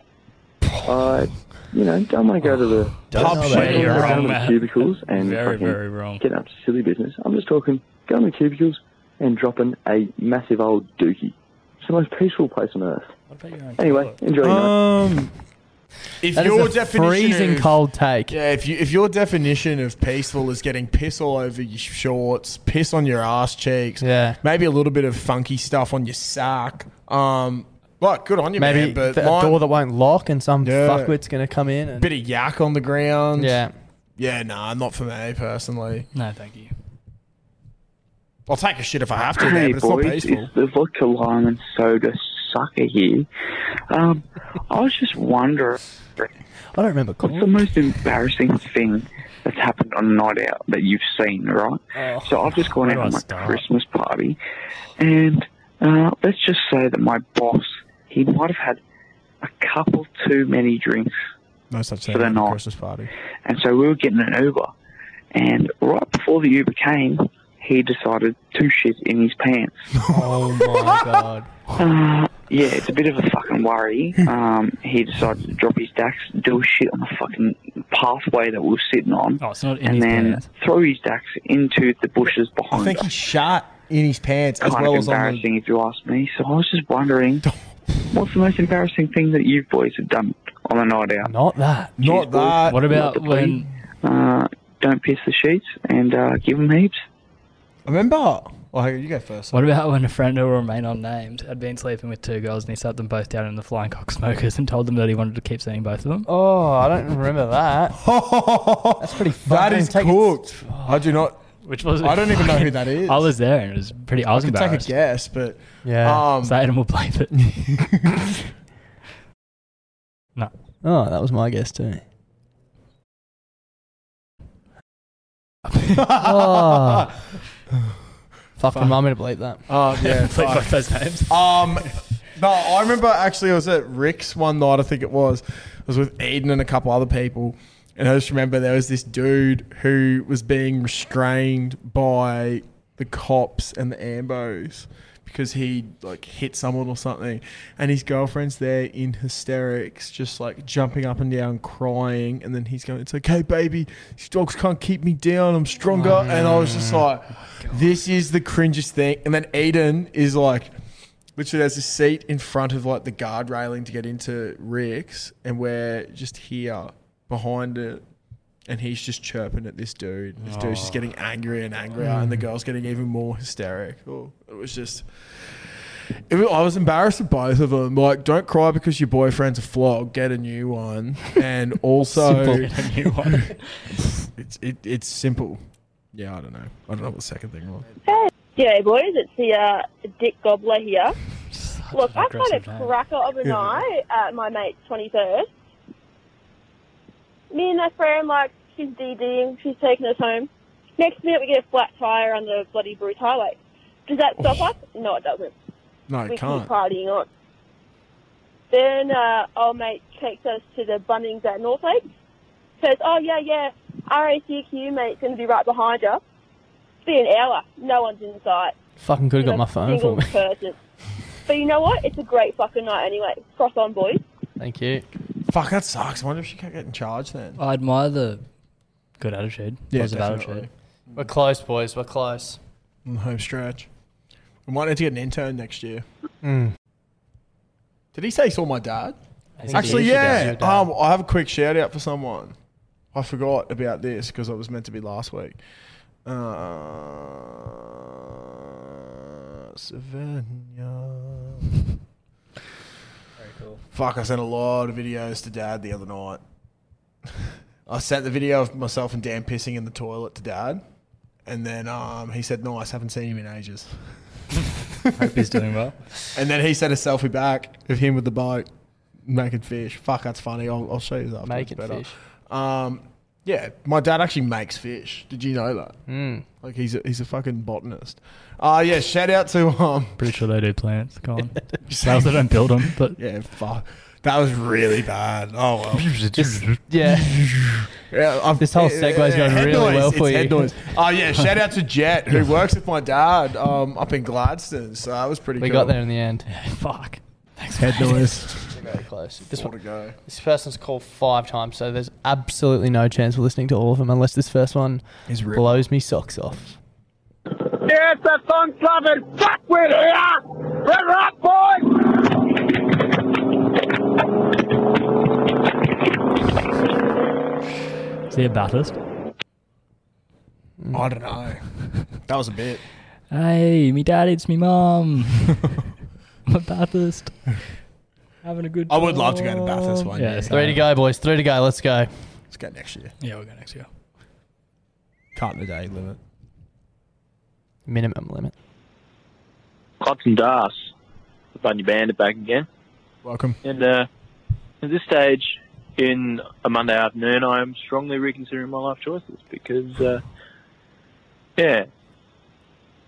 X: I, you know, don't want to go to the
H: Don't Pub know that. shitter, you're
X: Go
H: wrong,
X: to the
H: Matt.
X: cubicles and
H: Very,
X: fucking
H: very wrong.
X: get up to silly business. I'm just talking going to the cubicles and dropping a massive old dookie. It's the most peaceful place on earth.
S: *laughs*
X: Anyway, enjoy your night.
A: Um, if
X: That is
A: your
X: a
A: definition
X: freezing
A: of-
B: cold take,
A: yeah. If you if your definition of peaceful is getting piss all over your shorts, piss on your ass cheeks,
B: Yeah.
A: maybe a little bit of funky stuff on your sack, um, like good on you,
B: Maybe
A: man, but
B: th- a
A: mine-
B: door that won't lock and some
A: Yeah.
B: fuckwit's gonna come in and *laughs*
A: bit of yak on the ground,
B: Yeah.
A: yeah, nah, not for me personally.
H: No, thank you.
A: I'll take a shit if I have to,
X: Hey
A: man, but it's not
X: boys,
A: peaceful.
X: it's the vodka lime and soda sucker here. Um, I was just wondering.
B: I don't remember.
X: What's the most embarrassing thing that's happened on a night out that you've seen, right?
A: Oh,
X: so I've just gone
Y: where
X: out
Y: do I
X: on my
Y: start?
X: Christmas party, and uh, let's just say that my boss he might have had a couple too many drinks
A: No such
X: for the
A: thing.
X: night.
A: Christmas party.
X: And so we were getting an Uber. And right before the Uber came, he decided to shit in his pants.
B: Oh my god.
X: Uh, yeah, it's a bit of a fucking worry. Um, he decided to drop his dax, do a shit on the fucking pathway that we were sitting on,
H: Oh, it's not in
X: and
H: his
X: then
H: pants.
X: throw his dax into the bushes behind
A: I think
X: us.
A: he shot in his pants as
P: kind
A: well
P: of
A: as on the.
P: embarrassing, if you ask me. So I was just wondering, what's the most embarrassing thing that you boys have done on a night out?
B: Not that.
A: Not that.
H: What about when-
P: Uh, don't piss the sheets and uh, give them heaps.
A: I remember. Well, you go first.
H: What about when a friend who will remain unnamed had been sleeping with two girls and he sat them both down in the Flying Cock Smokers and told them that he wanted to keep seeing both of them?
B: Oh, I don't remember
A: *laughs*
B: that. That's pretty fucking
A: That is
B: take
A: cooked. I do not.
H: Which was
A: I don't even know
H: *laughs*
A: who *laughs* that is.
H: I was there and it was pretty. I was
A: I could take a
H: embarrassed.
A: guess, but
H: Yeah.
A: um,
H: It's that animal planet.
A: *laughs*
H: no.
B: Oh, that was my guess
A: *laughs*
B: too. oh. Fuck,
A: Fuck.
B: remind me to bleep that.
A: Oh *laughs*
B: *laughs*
A: yeah,
B: Bleep
A: fuck.
B: both those names.
A: Um, no, I remember actually I was at Rick's one night. I think it was. I was with Eden and a couple other people, and I just remember there was this dude who was being restrained by the cops and the ambos because he like hit someone or something, and his girlfriend's there in hysterics, just like jumping up and down, crying, and then he's going, "It's okay, baby. These dogs can't keep me down. I'm stronger." and I was
B: Mm.
A: just like, "This is the cringest thing." And then Eden is like. Literally, there's a seat in front of like the guard railing to get into Rick's, and we're just here behind it, and he's just chirping at this dude. This dude's just
I: Oh.
A: getting angrier and angrier, and
H: Mm.
A: the girl's getting even more hysterical. It was just, it was, I was embarrassed with both of them. Like, don't cry because your boyfriend's a flog. Get a new one,
H: *laughs*
A: and also
H: Simple. Get
A: *laughs*
H: a new one.
A: it's it, it's simple. Yeah, I don't know. I don't know what the second thing was.
Y: G'day, boys. It's the uh, Dick Gobbler here. Look, I've had a
A: aggressive name.
Y: cracker of a
A: Yeah.
Y: night at my mate's 23rd. Me and my friend, like, she's DDing, she's taking us home. Next minute, we get a flat tyre on the bloody Bruce Highway. Does that stop
A: Oh.
Y: us? No, it doesn't.
A: No,
Y: we
A: it can't.
Y: keep partying on. Then uh, our mate takes us to the Bunnings at North Lake. Says, oh, yeah, yeah, RACQ, mate's going to be right behind you. It's been an hour. No one's in sight
B: Fucking could have got my phone for
Y: single
B: me.
Y: person. But you know what? It's a great fucking night anyway. Cross on, boys.
B: Thank you.
A: Fuck, that sucks. I wonder if she can't get in charge then.
H: I admire the good attitude.
A: Yeah,
H: positive
A: definitely.
H: attitude.
B: We're close, boys. We're close.
A: On the home stretch. We might need to get an intern next year. Did he say he saw my dad?
B: I think
A: Actually,
B: he is your dad.
A: yeah.
B: Your dad.
A: Um, I have a quick shout out for someone. I forgot about this because it was meant to be last week. Uh, Savannah.
H: Very cool.
A: Fuck, I sent a lot of videos to dad the other night. I sent the video of myself and Dan pissing in the toilet to dad. And then um, he said, Nice, haven't seen him in ages.
H: Hope he's doing well.
A: *laughs* And then he sent a selfie back of him with the boat *laughs* making fish. Fuck, that's funny. I'll, I'll show you that.
B: Making
A: better.
B: fish.
A: Um, yeah, my dad actually makes fish. Did you know that?
B: Mm.
A: Like he's a, he's a fucking botanist. Uh yeah, shout out to um.
H: Pretty sure they do plants. Go *laughs* on. They also don't build
A: *laughs*
H: them, but
A: yeah, fuck. That was really bad. Oh well.
B: yeah.
A: *laughs* yeah I've-
B: This whole
A: yeah,
B: segue's going
A: head
B: really
A: noise.
B: well
A: It's
B: for you. *laughs*
A: head noise. Oh yeah, shout out to Jet who works with my dad um up in Gladstone. So that was pretty.
B: We
A: cool.
B: got there in the end.
H: fuck. Thanks,
A: Head
B: mate.
A: noise.
B: We're very close. This
A: Four
B: one,
A: to go.
B: This person's called five times, so there's absolutely no chance we're listening to all of them unless this first one
A: Is ripped.
B: blows me socks off.
W: Yes, the fun loving fuckwit here. We're up, boys.
H: Is he a Baptist?
A: I don't know. That was a bit.
H: Hey, me dad, it's me
A: *laughs*
H: mum. I'm a Baptist. Having a good
A: I would love to go to Bathurst one
H: Yeah,
A: day.
H: it's
B: Three to
A: Um,
B: go, boys. Three to go. Let's go.
A: Let's go next year.
H: Yeah, we'll go next year.
A: Can't the day limit.
B: Minimum limit.
J: Cotton Das, the Bundy Bandit back again.
A: Welcome.
J: And uh, at this stage in a Monday afternoon, I am strongly reconsidering my life choices because, uh, yeah,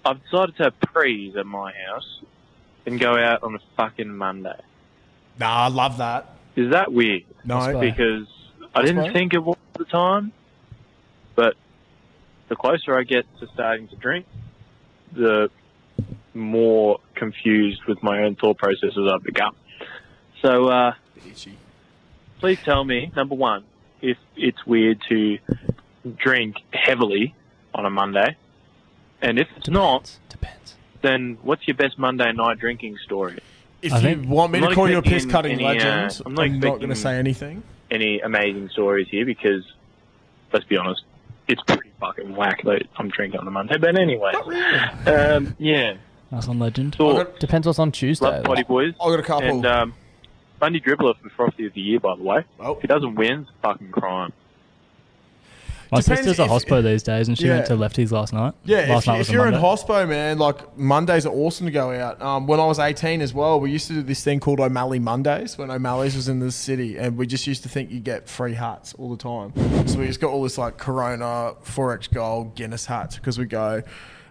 J: I've decided to have prees at my house and go out on a fucking Monday.
A: Nah, I love that.
J: Is that weird?
A: No,
J: because I
A: That's
J: didn't
A: fine.
J: think it was at the time, but the closer I get to starting to drink, the more confused with my own thought processes I've become. So, uh, please tell me, number one, if it's weird to drink heavily on a Monday, and if it's not,
B: depends.
J: then what's your best Monday night drinking story?
A: If
J: I
A: you
J: think-
A: want me
J: I'm
A: to
J: not
A: call you a
J: expecting
A: piss cutting
J: any, uh,
A: legend,
J: I'm
A: I'm
J: not
A: not, going
J: expecting-
A: to say anything.
J: Any amazing stories here? Because let's be honest, it's pretty fucking whack that I'm drinking on the Monday. But anyway, um, yeah,
H: That's on legend.
B: Depends what's on Tuesday.
J: love potty boys. I got a
B: couple.
J: And um, Bundy dribbler for Frosty of the year, by the way. If he doesn't win, it's a fucking crime.
H: My
A: Depends
H: sister's a
A: if-
H: hospo these days, and she
A: Yeah.
H: went to lefties last night.
A: Yeah,
H: last
A: if, you, if you're in
H: Monday.
A: hospo, man, like Mondays are awesome to go out. Um, when I was 18 as well, we used to do this thing called O'Malley Mondays when O'Malley's was in the city, and we just used to think you get free hats all the time. So we just got all this like Corona, Forex Gold, Guinness hats because we go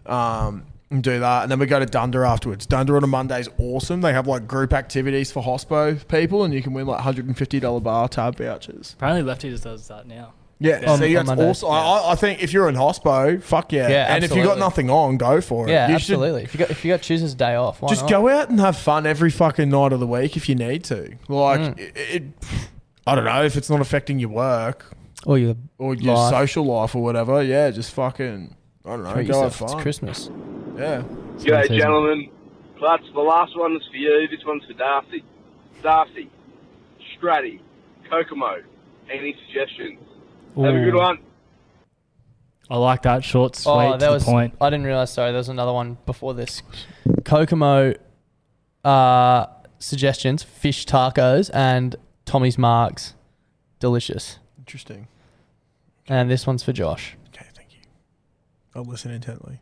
A: um, and do that, and then we go to Dunder afterwards. Dunder on a Monday's awesome. They have like group activities for hospo people, and you can win like 150 dollar bar tab vouchers.
H: Apparently, lefties does that now.
A: Yeah,
H: On-
A: see,
H: on
A: that's
H: Mondays,
A: awesome. I, I- I think if you're in hospo, fuck yeah.
B: Yeah,
A: and if you got
B: absolutely.
A: nothing on, go for it.
B: Yeah,
A: You should-
B: absolutely. If you got if you got Tuesday's day off, why
A: just
B: not?
A: go out and have fun every fucking night of the week if you need to. Like,
B: Mm.
A: it, it, I don't know if it's not affecting your work
B: or your
A: or your
B: life.
A: social life or whatever. Yeah, just fucking I don't know.
B: Treat
A: go have
B: yourself. It's
A: fun.
B: Christmas.
A: Yeah.
N: G'day, gentlemen. Clutch, the last one's for you. This one's for Darcy. Darcy, Stratty, Kokomo. Any suggestions? Have a
H: Ooh.
N: good one.
H: I like that short, sweet,
B: Oh,
H: to
B: that was
H: the point.
B: I didn't realize. Sorry, there was another one before this. Kokomo uh, suggestions: fish tacos and Tommy's Marks, delicious.
A: Interesting.
B: And this one's for Josh.
A: I'll listen intently.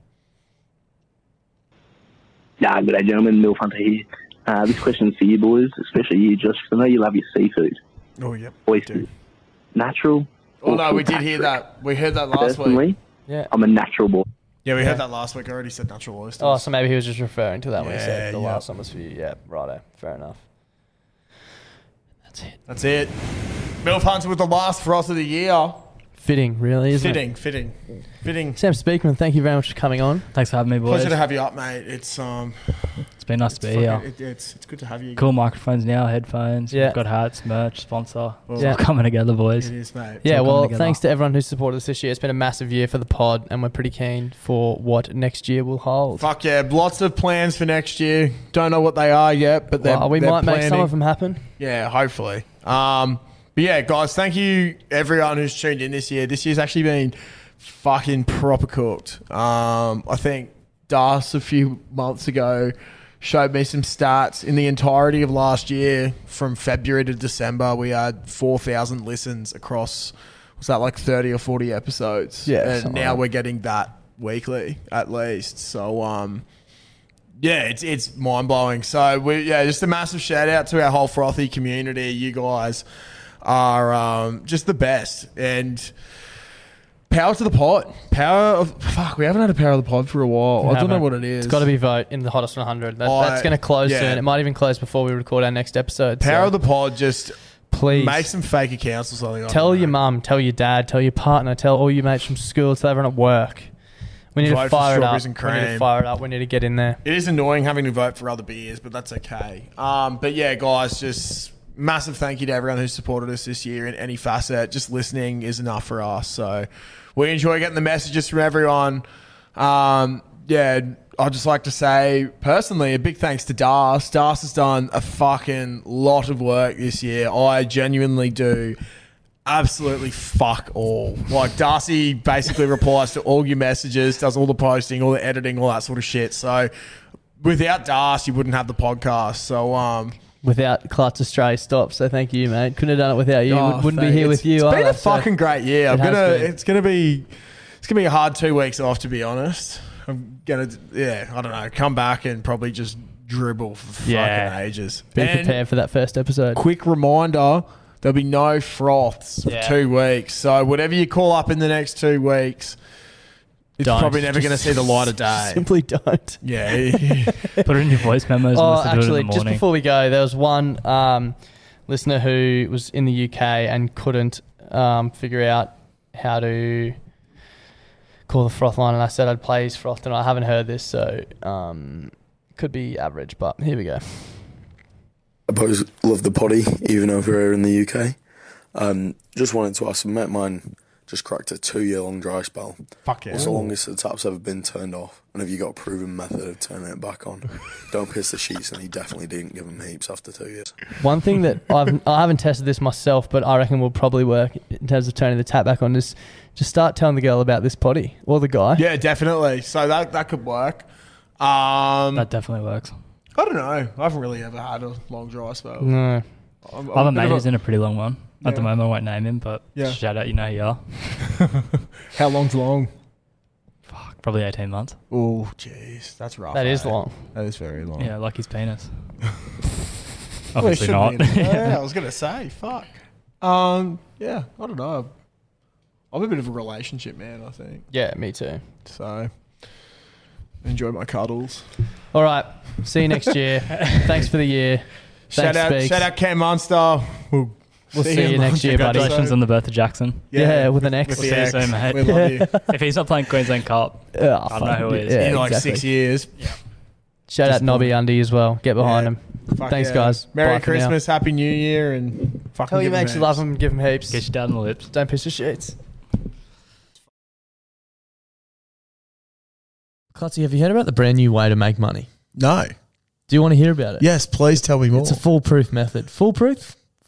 Z: Nah, good day, gentlemen. Neil Hunter here. Uh, this question's for you boys, especially you, Josh, 'cause I know you love your seafood.
A: Oh yep.
Z: Oysters. Natural.
A: Oh
Z: or
A: no, we did
Z: synthetic?
A: hear that. We heard that last
Z: Personally,
A: week.
B: Yeah.
Z: I'm a natural boy.
A: Yeah, we heard that last week. I already said natural oysters.
B: Oh, so maybe he was just referring to that when he
A: Yeah,
B: said the
A: yeah.
B: last one was for you. Yeah, righto. Fair enough.
A: That's it. Milf Hunter with the last frost of the year.
B: Fitting, really, isn't
A: fitting,
B: it?
A: fitting, fitting.
B: Sam Speakman, thank you very much for coming on.
H: Thanks for having me,
A: Pleasure to have you up, mate. It's um,
H: It's been nice to be
A: fucking-
H: here.
A: it- it's it's good to have you.
H: Cool microphones now, headphones.
B: Yeah.
H: We've got hats, merch, sponsor. It's
B: Yeah.
H: all coming together, boys.
A: It is, mate.
B: Yeah, well, thanks *laughs* to everyone who supported us this year. It's been a massive year for the pod, and we're pretty keen for what next year will hold.
A: Fuck yeah, lots of plans for next year. Don't know what they are yet, but they're,
B: Well, we
A: they're
B: might make
A: planning.
B: some of them happen.
A: Yeah, hopefully. Um, but yeah, guys, thank you everyone who's tuned in this year. This year's actually been fucking proper cooked. Um, I think Das a few months ago showed me some stats in the entirety of last year from February to December. We had 4,000 listens across, was that like 30 or 40 episodes?
I: Yeah,
A: And
I: something
A: now
I: like
A: we're getting that weekly at least. So, um, yeah, it's it's mind blowing. So we yeah, just a massive shout out to our whole frothy community. You guys are um, just the best and. Power to the pot. Power of fuck. We haven't had a power of the pod for a while. I don't know what it is.
B: It's got to be vote in the hottest 100. That,
A: I-
B: that's going to close
A: yeah.
B: soon. It might even close before we record our next episode.
A: power
B: so
A: of the pod. Just
B: Please.
A: make some fake accounts or something.
B: tell your mum, tell your dad, tell your partner, tell all your mates from school, tell everyone at work. We need
A: Vote
B: to
A: for
B: fire it up.
A: strawberries and
B: We need to
A: cream.
B: fire it up. We need to get in there.
A: It is annoying having to vote for other beers, but that's okay. Um, but yeah, guys, just massive thank you to everyone who supported us this year in any facet. Just listening is enough for us. So we enjoy getting the messages from everyone. Um, yeah, I'd just like to say personally a big thanks to Das. Das has done a fucking lot of work this year. I genuinely do absolutely fuck all. Like Darcy basically replies to all your messages, does all the posting, all the editing, all that sort of shit. So without Darcy, you wouldn't have the podcast. So um,
B: Without Clutch Australia stop. So thank you, mate. Couldn't have done it without you.
A: oh,
B: Wouldn't be
A: thank-
B: here
A: it's-
B: with you.
A: It's been
B: either,
A: a
B: so-
A: fucking great year.
B: It
A: I'm
B: has
A: gonna.
B: been.
A: It's gonna be. It's gonna be a hard two weeks off, to be honest. I'm gonna. Yeah, I don't know. Come back and probably just dribble for
B: Yeah.
A: fucking ages.
B: Be
A: And-
B: prepared for that first episode.
A: Quick reminder there'll be no froths
B: Yeah.
A: for two weeks. So, whatever you call up in the next two weeks, it's
H: Don't.
A: probably never going to see the
B: *laughs*
A: light of day.
B: Simply don't. *laughs*
A: Yeah.
H: *laughs* Put it in your voice memos and
B: Oh,
H: listen to it in
B: actually,
H: the
B: just
H: morning.
B: before we go, there was one um, listener who was in the UK and couldn't um, figure out how to call the froth line, and I said I'd play his froth, and I haven't heard this, so um, could be average. But here we go.
F: I both love the potty, even over here in the UK. Um, just wanted to ask a mate of mine just cracked a two year long dry spell.
A: Fuck yeah.
F: What's the longest the tap's ever been turned off? And have you got a proven method of turning it back on? Don't piss the sheets, and he definitely didn't give him heaps after two years.
B: One thing
A: *laughs*
B: that I've, I haven't tested this myself, but I reckon will probably work in terms of turning the tap back on is just start telling the girl about this potty or the guy.
A: Yeah, definitely. So that that could work. Um,
H: that definitely works.
A: I don't know. I've really ever had a long dry spell.
H: No.
A: I'm-
H: I have a
A: I'm bit
H: mate
A: of
H: who's in a pretty long one. At the
A: Yeah.
H: moment, I won't name him, but
A: Yeah.
H: shout out, you know who you are.
A: *laughs* How long's long?
H: Fuck, probably 18 months.
A: Oh, jeez. That's rough.
H: That is
A: eh?
H: long.
A: That is very long.
H: Yeah, like his
A: *laughs*
H: penis.
A: Well, it
H: Obviously
A: should
H: not.
A: be
H: *laughs*
A: in there. yeah, I was gonna say, fuck. Um, yeah, I don't know. I'm a bit of a relationship man. I think.
B: Yeah, me too.
A: So enjoy my cuddles.
B: All right. See you next
A: *laughs*
B: year. *laughs* Thanks for the year.
A: Shout
B: Thanks,
A: out,
B: Speaks.
A: shout out, Cam Monster. We'll,
B: We'll see you next year, buddy.
H: Congratulations on the birth of Jackson.
B: Yeah, Yeah, with an with- X.
H: We'll see you
B: with the
H: soon,
B: X.
H: mate.
B: We
H: *laughs*
B: love you.
A: *laughs*
H: if he's not playing Queensland Cup,
B: Oh,
H: I don't know who
B: fuck.
H: he is.
B: Yeah, In like exactly. six
A: years.
B: Shout out Nobby Undy as well. Get behind him. Thanks, guys.
A: Merry
B: Bye for now.
A: Christmas, Happy New Year, and fucking.
B: Tell your
A: give 'em
B: mates you
A: heaps.
B: love them, give them heaps. Get
H: your dad on the lips.
B: Don't piss your shits. Clutzy, have you heard about the brand new way to make money?
I: No.
B: Do you want to hear about it?
I: Yes, please tell me more.
B: It's a foolproof method. Foolproof?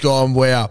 I: gone, wow.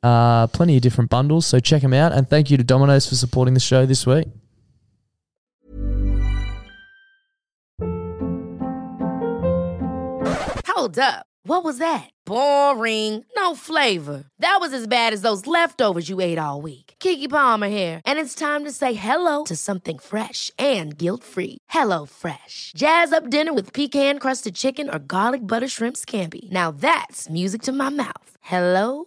B: Uh, plenty of different bundles, so check them out. And thank you to Domino's for supporting the show this week.
G: Hold up. What was that? Boring. No flavor. That was as bad as those leftovers you ate all week. Kiki Palmer here, and it's time to say hello to something fresh and guilt-free. Hello Fresh. Jazz up dinner with pecan-crusted chicken or garlic butter shrimp scampi. Now that's music to my mouth. Hello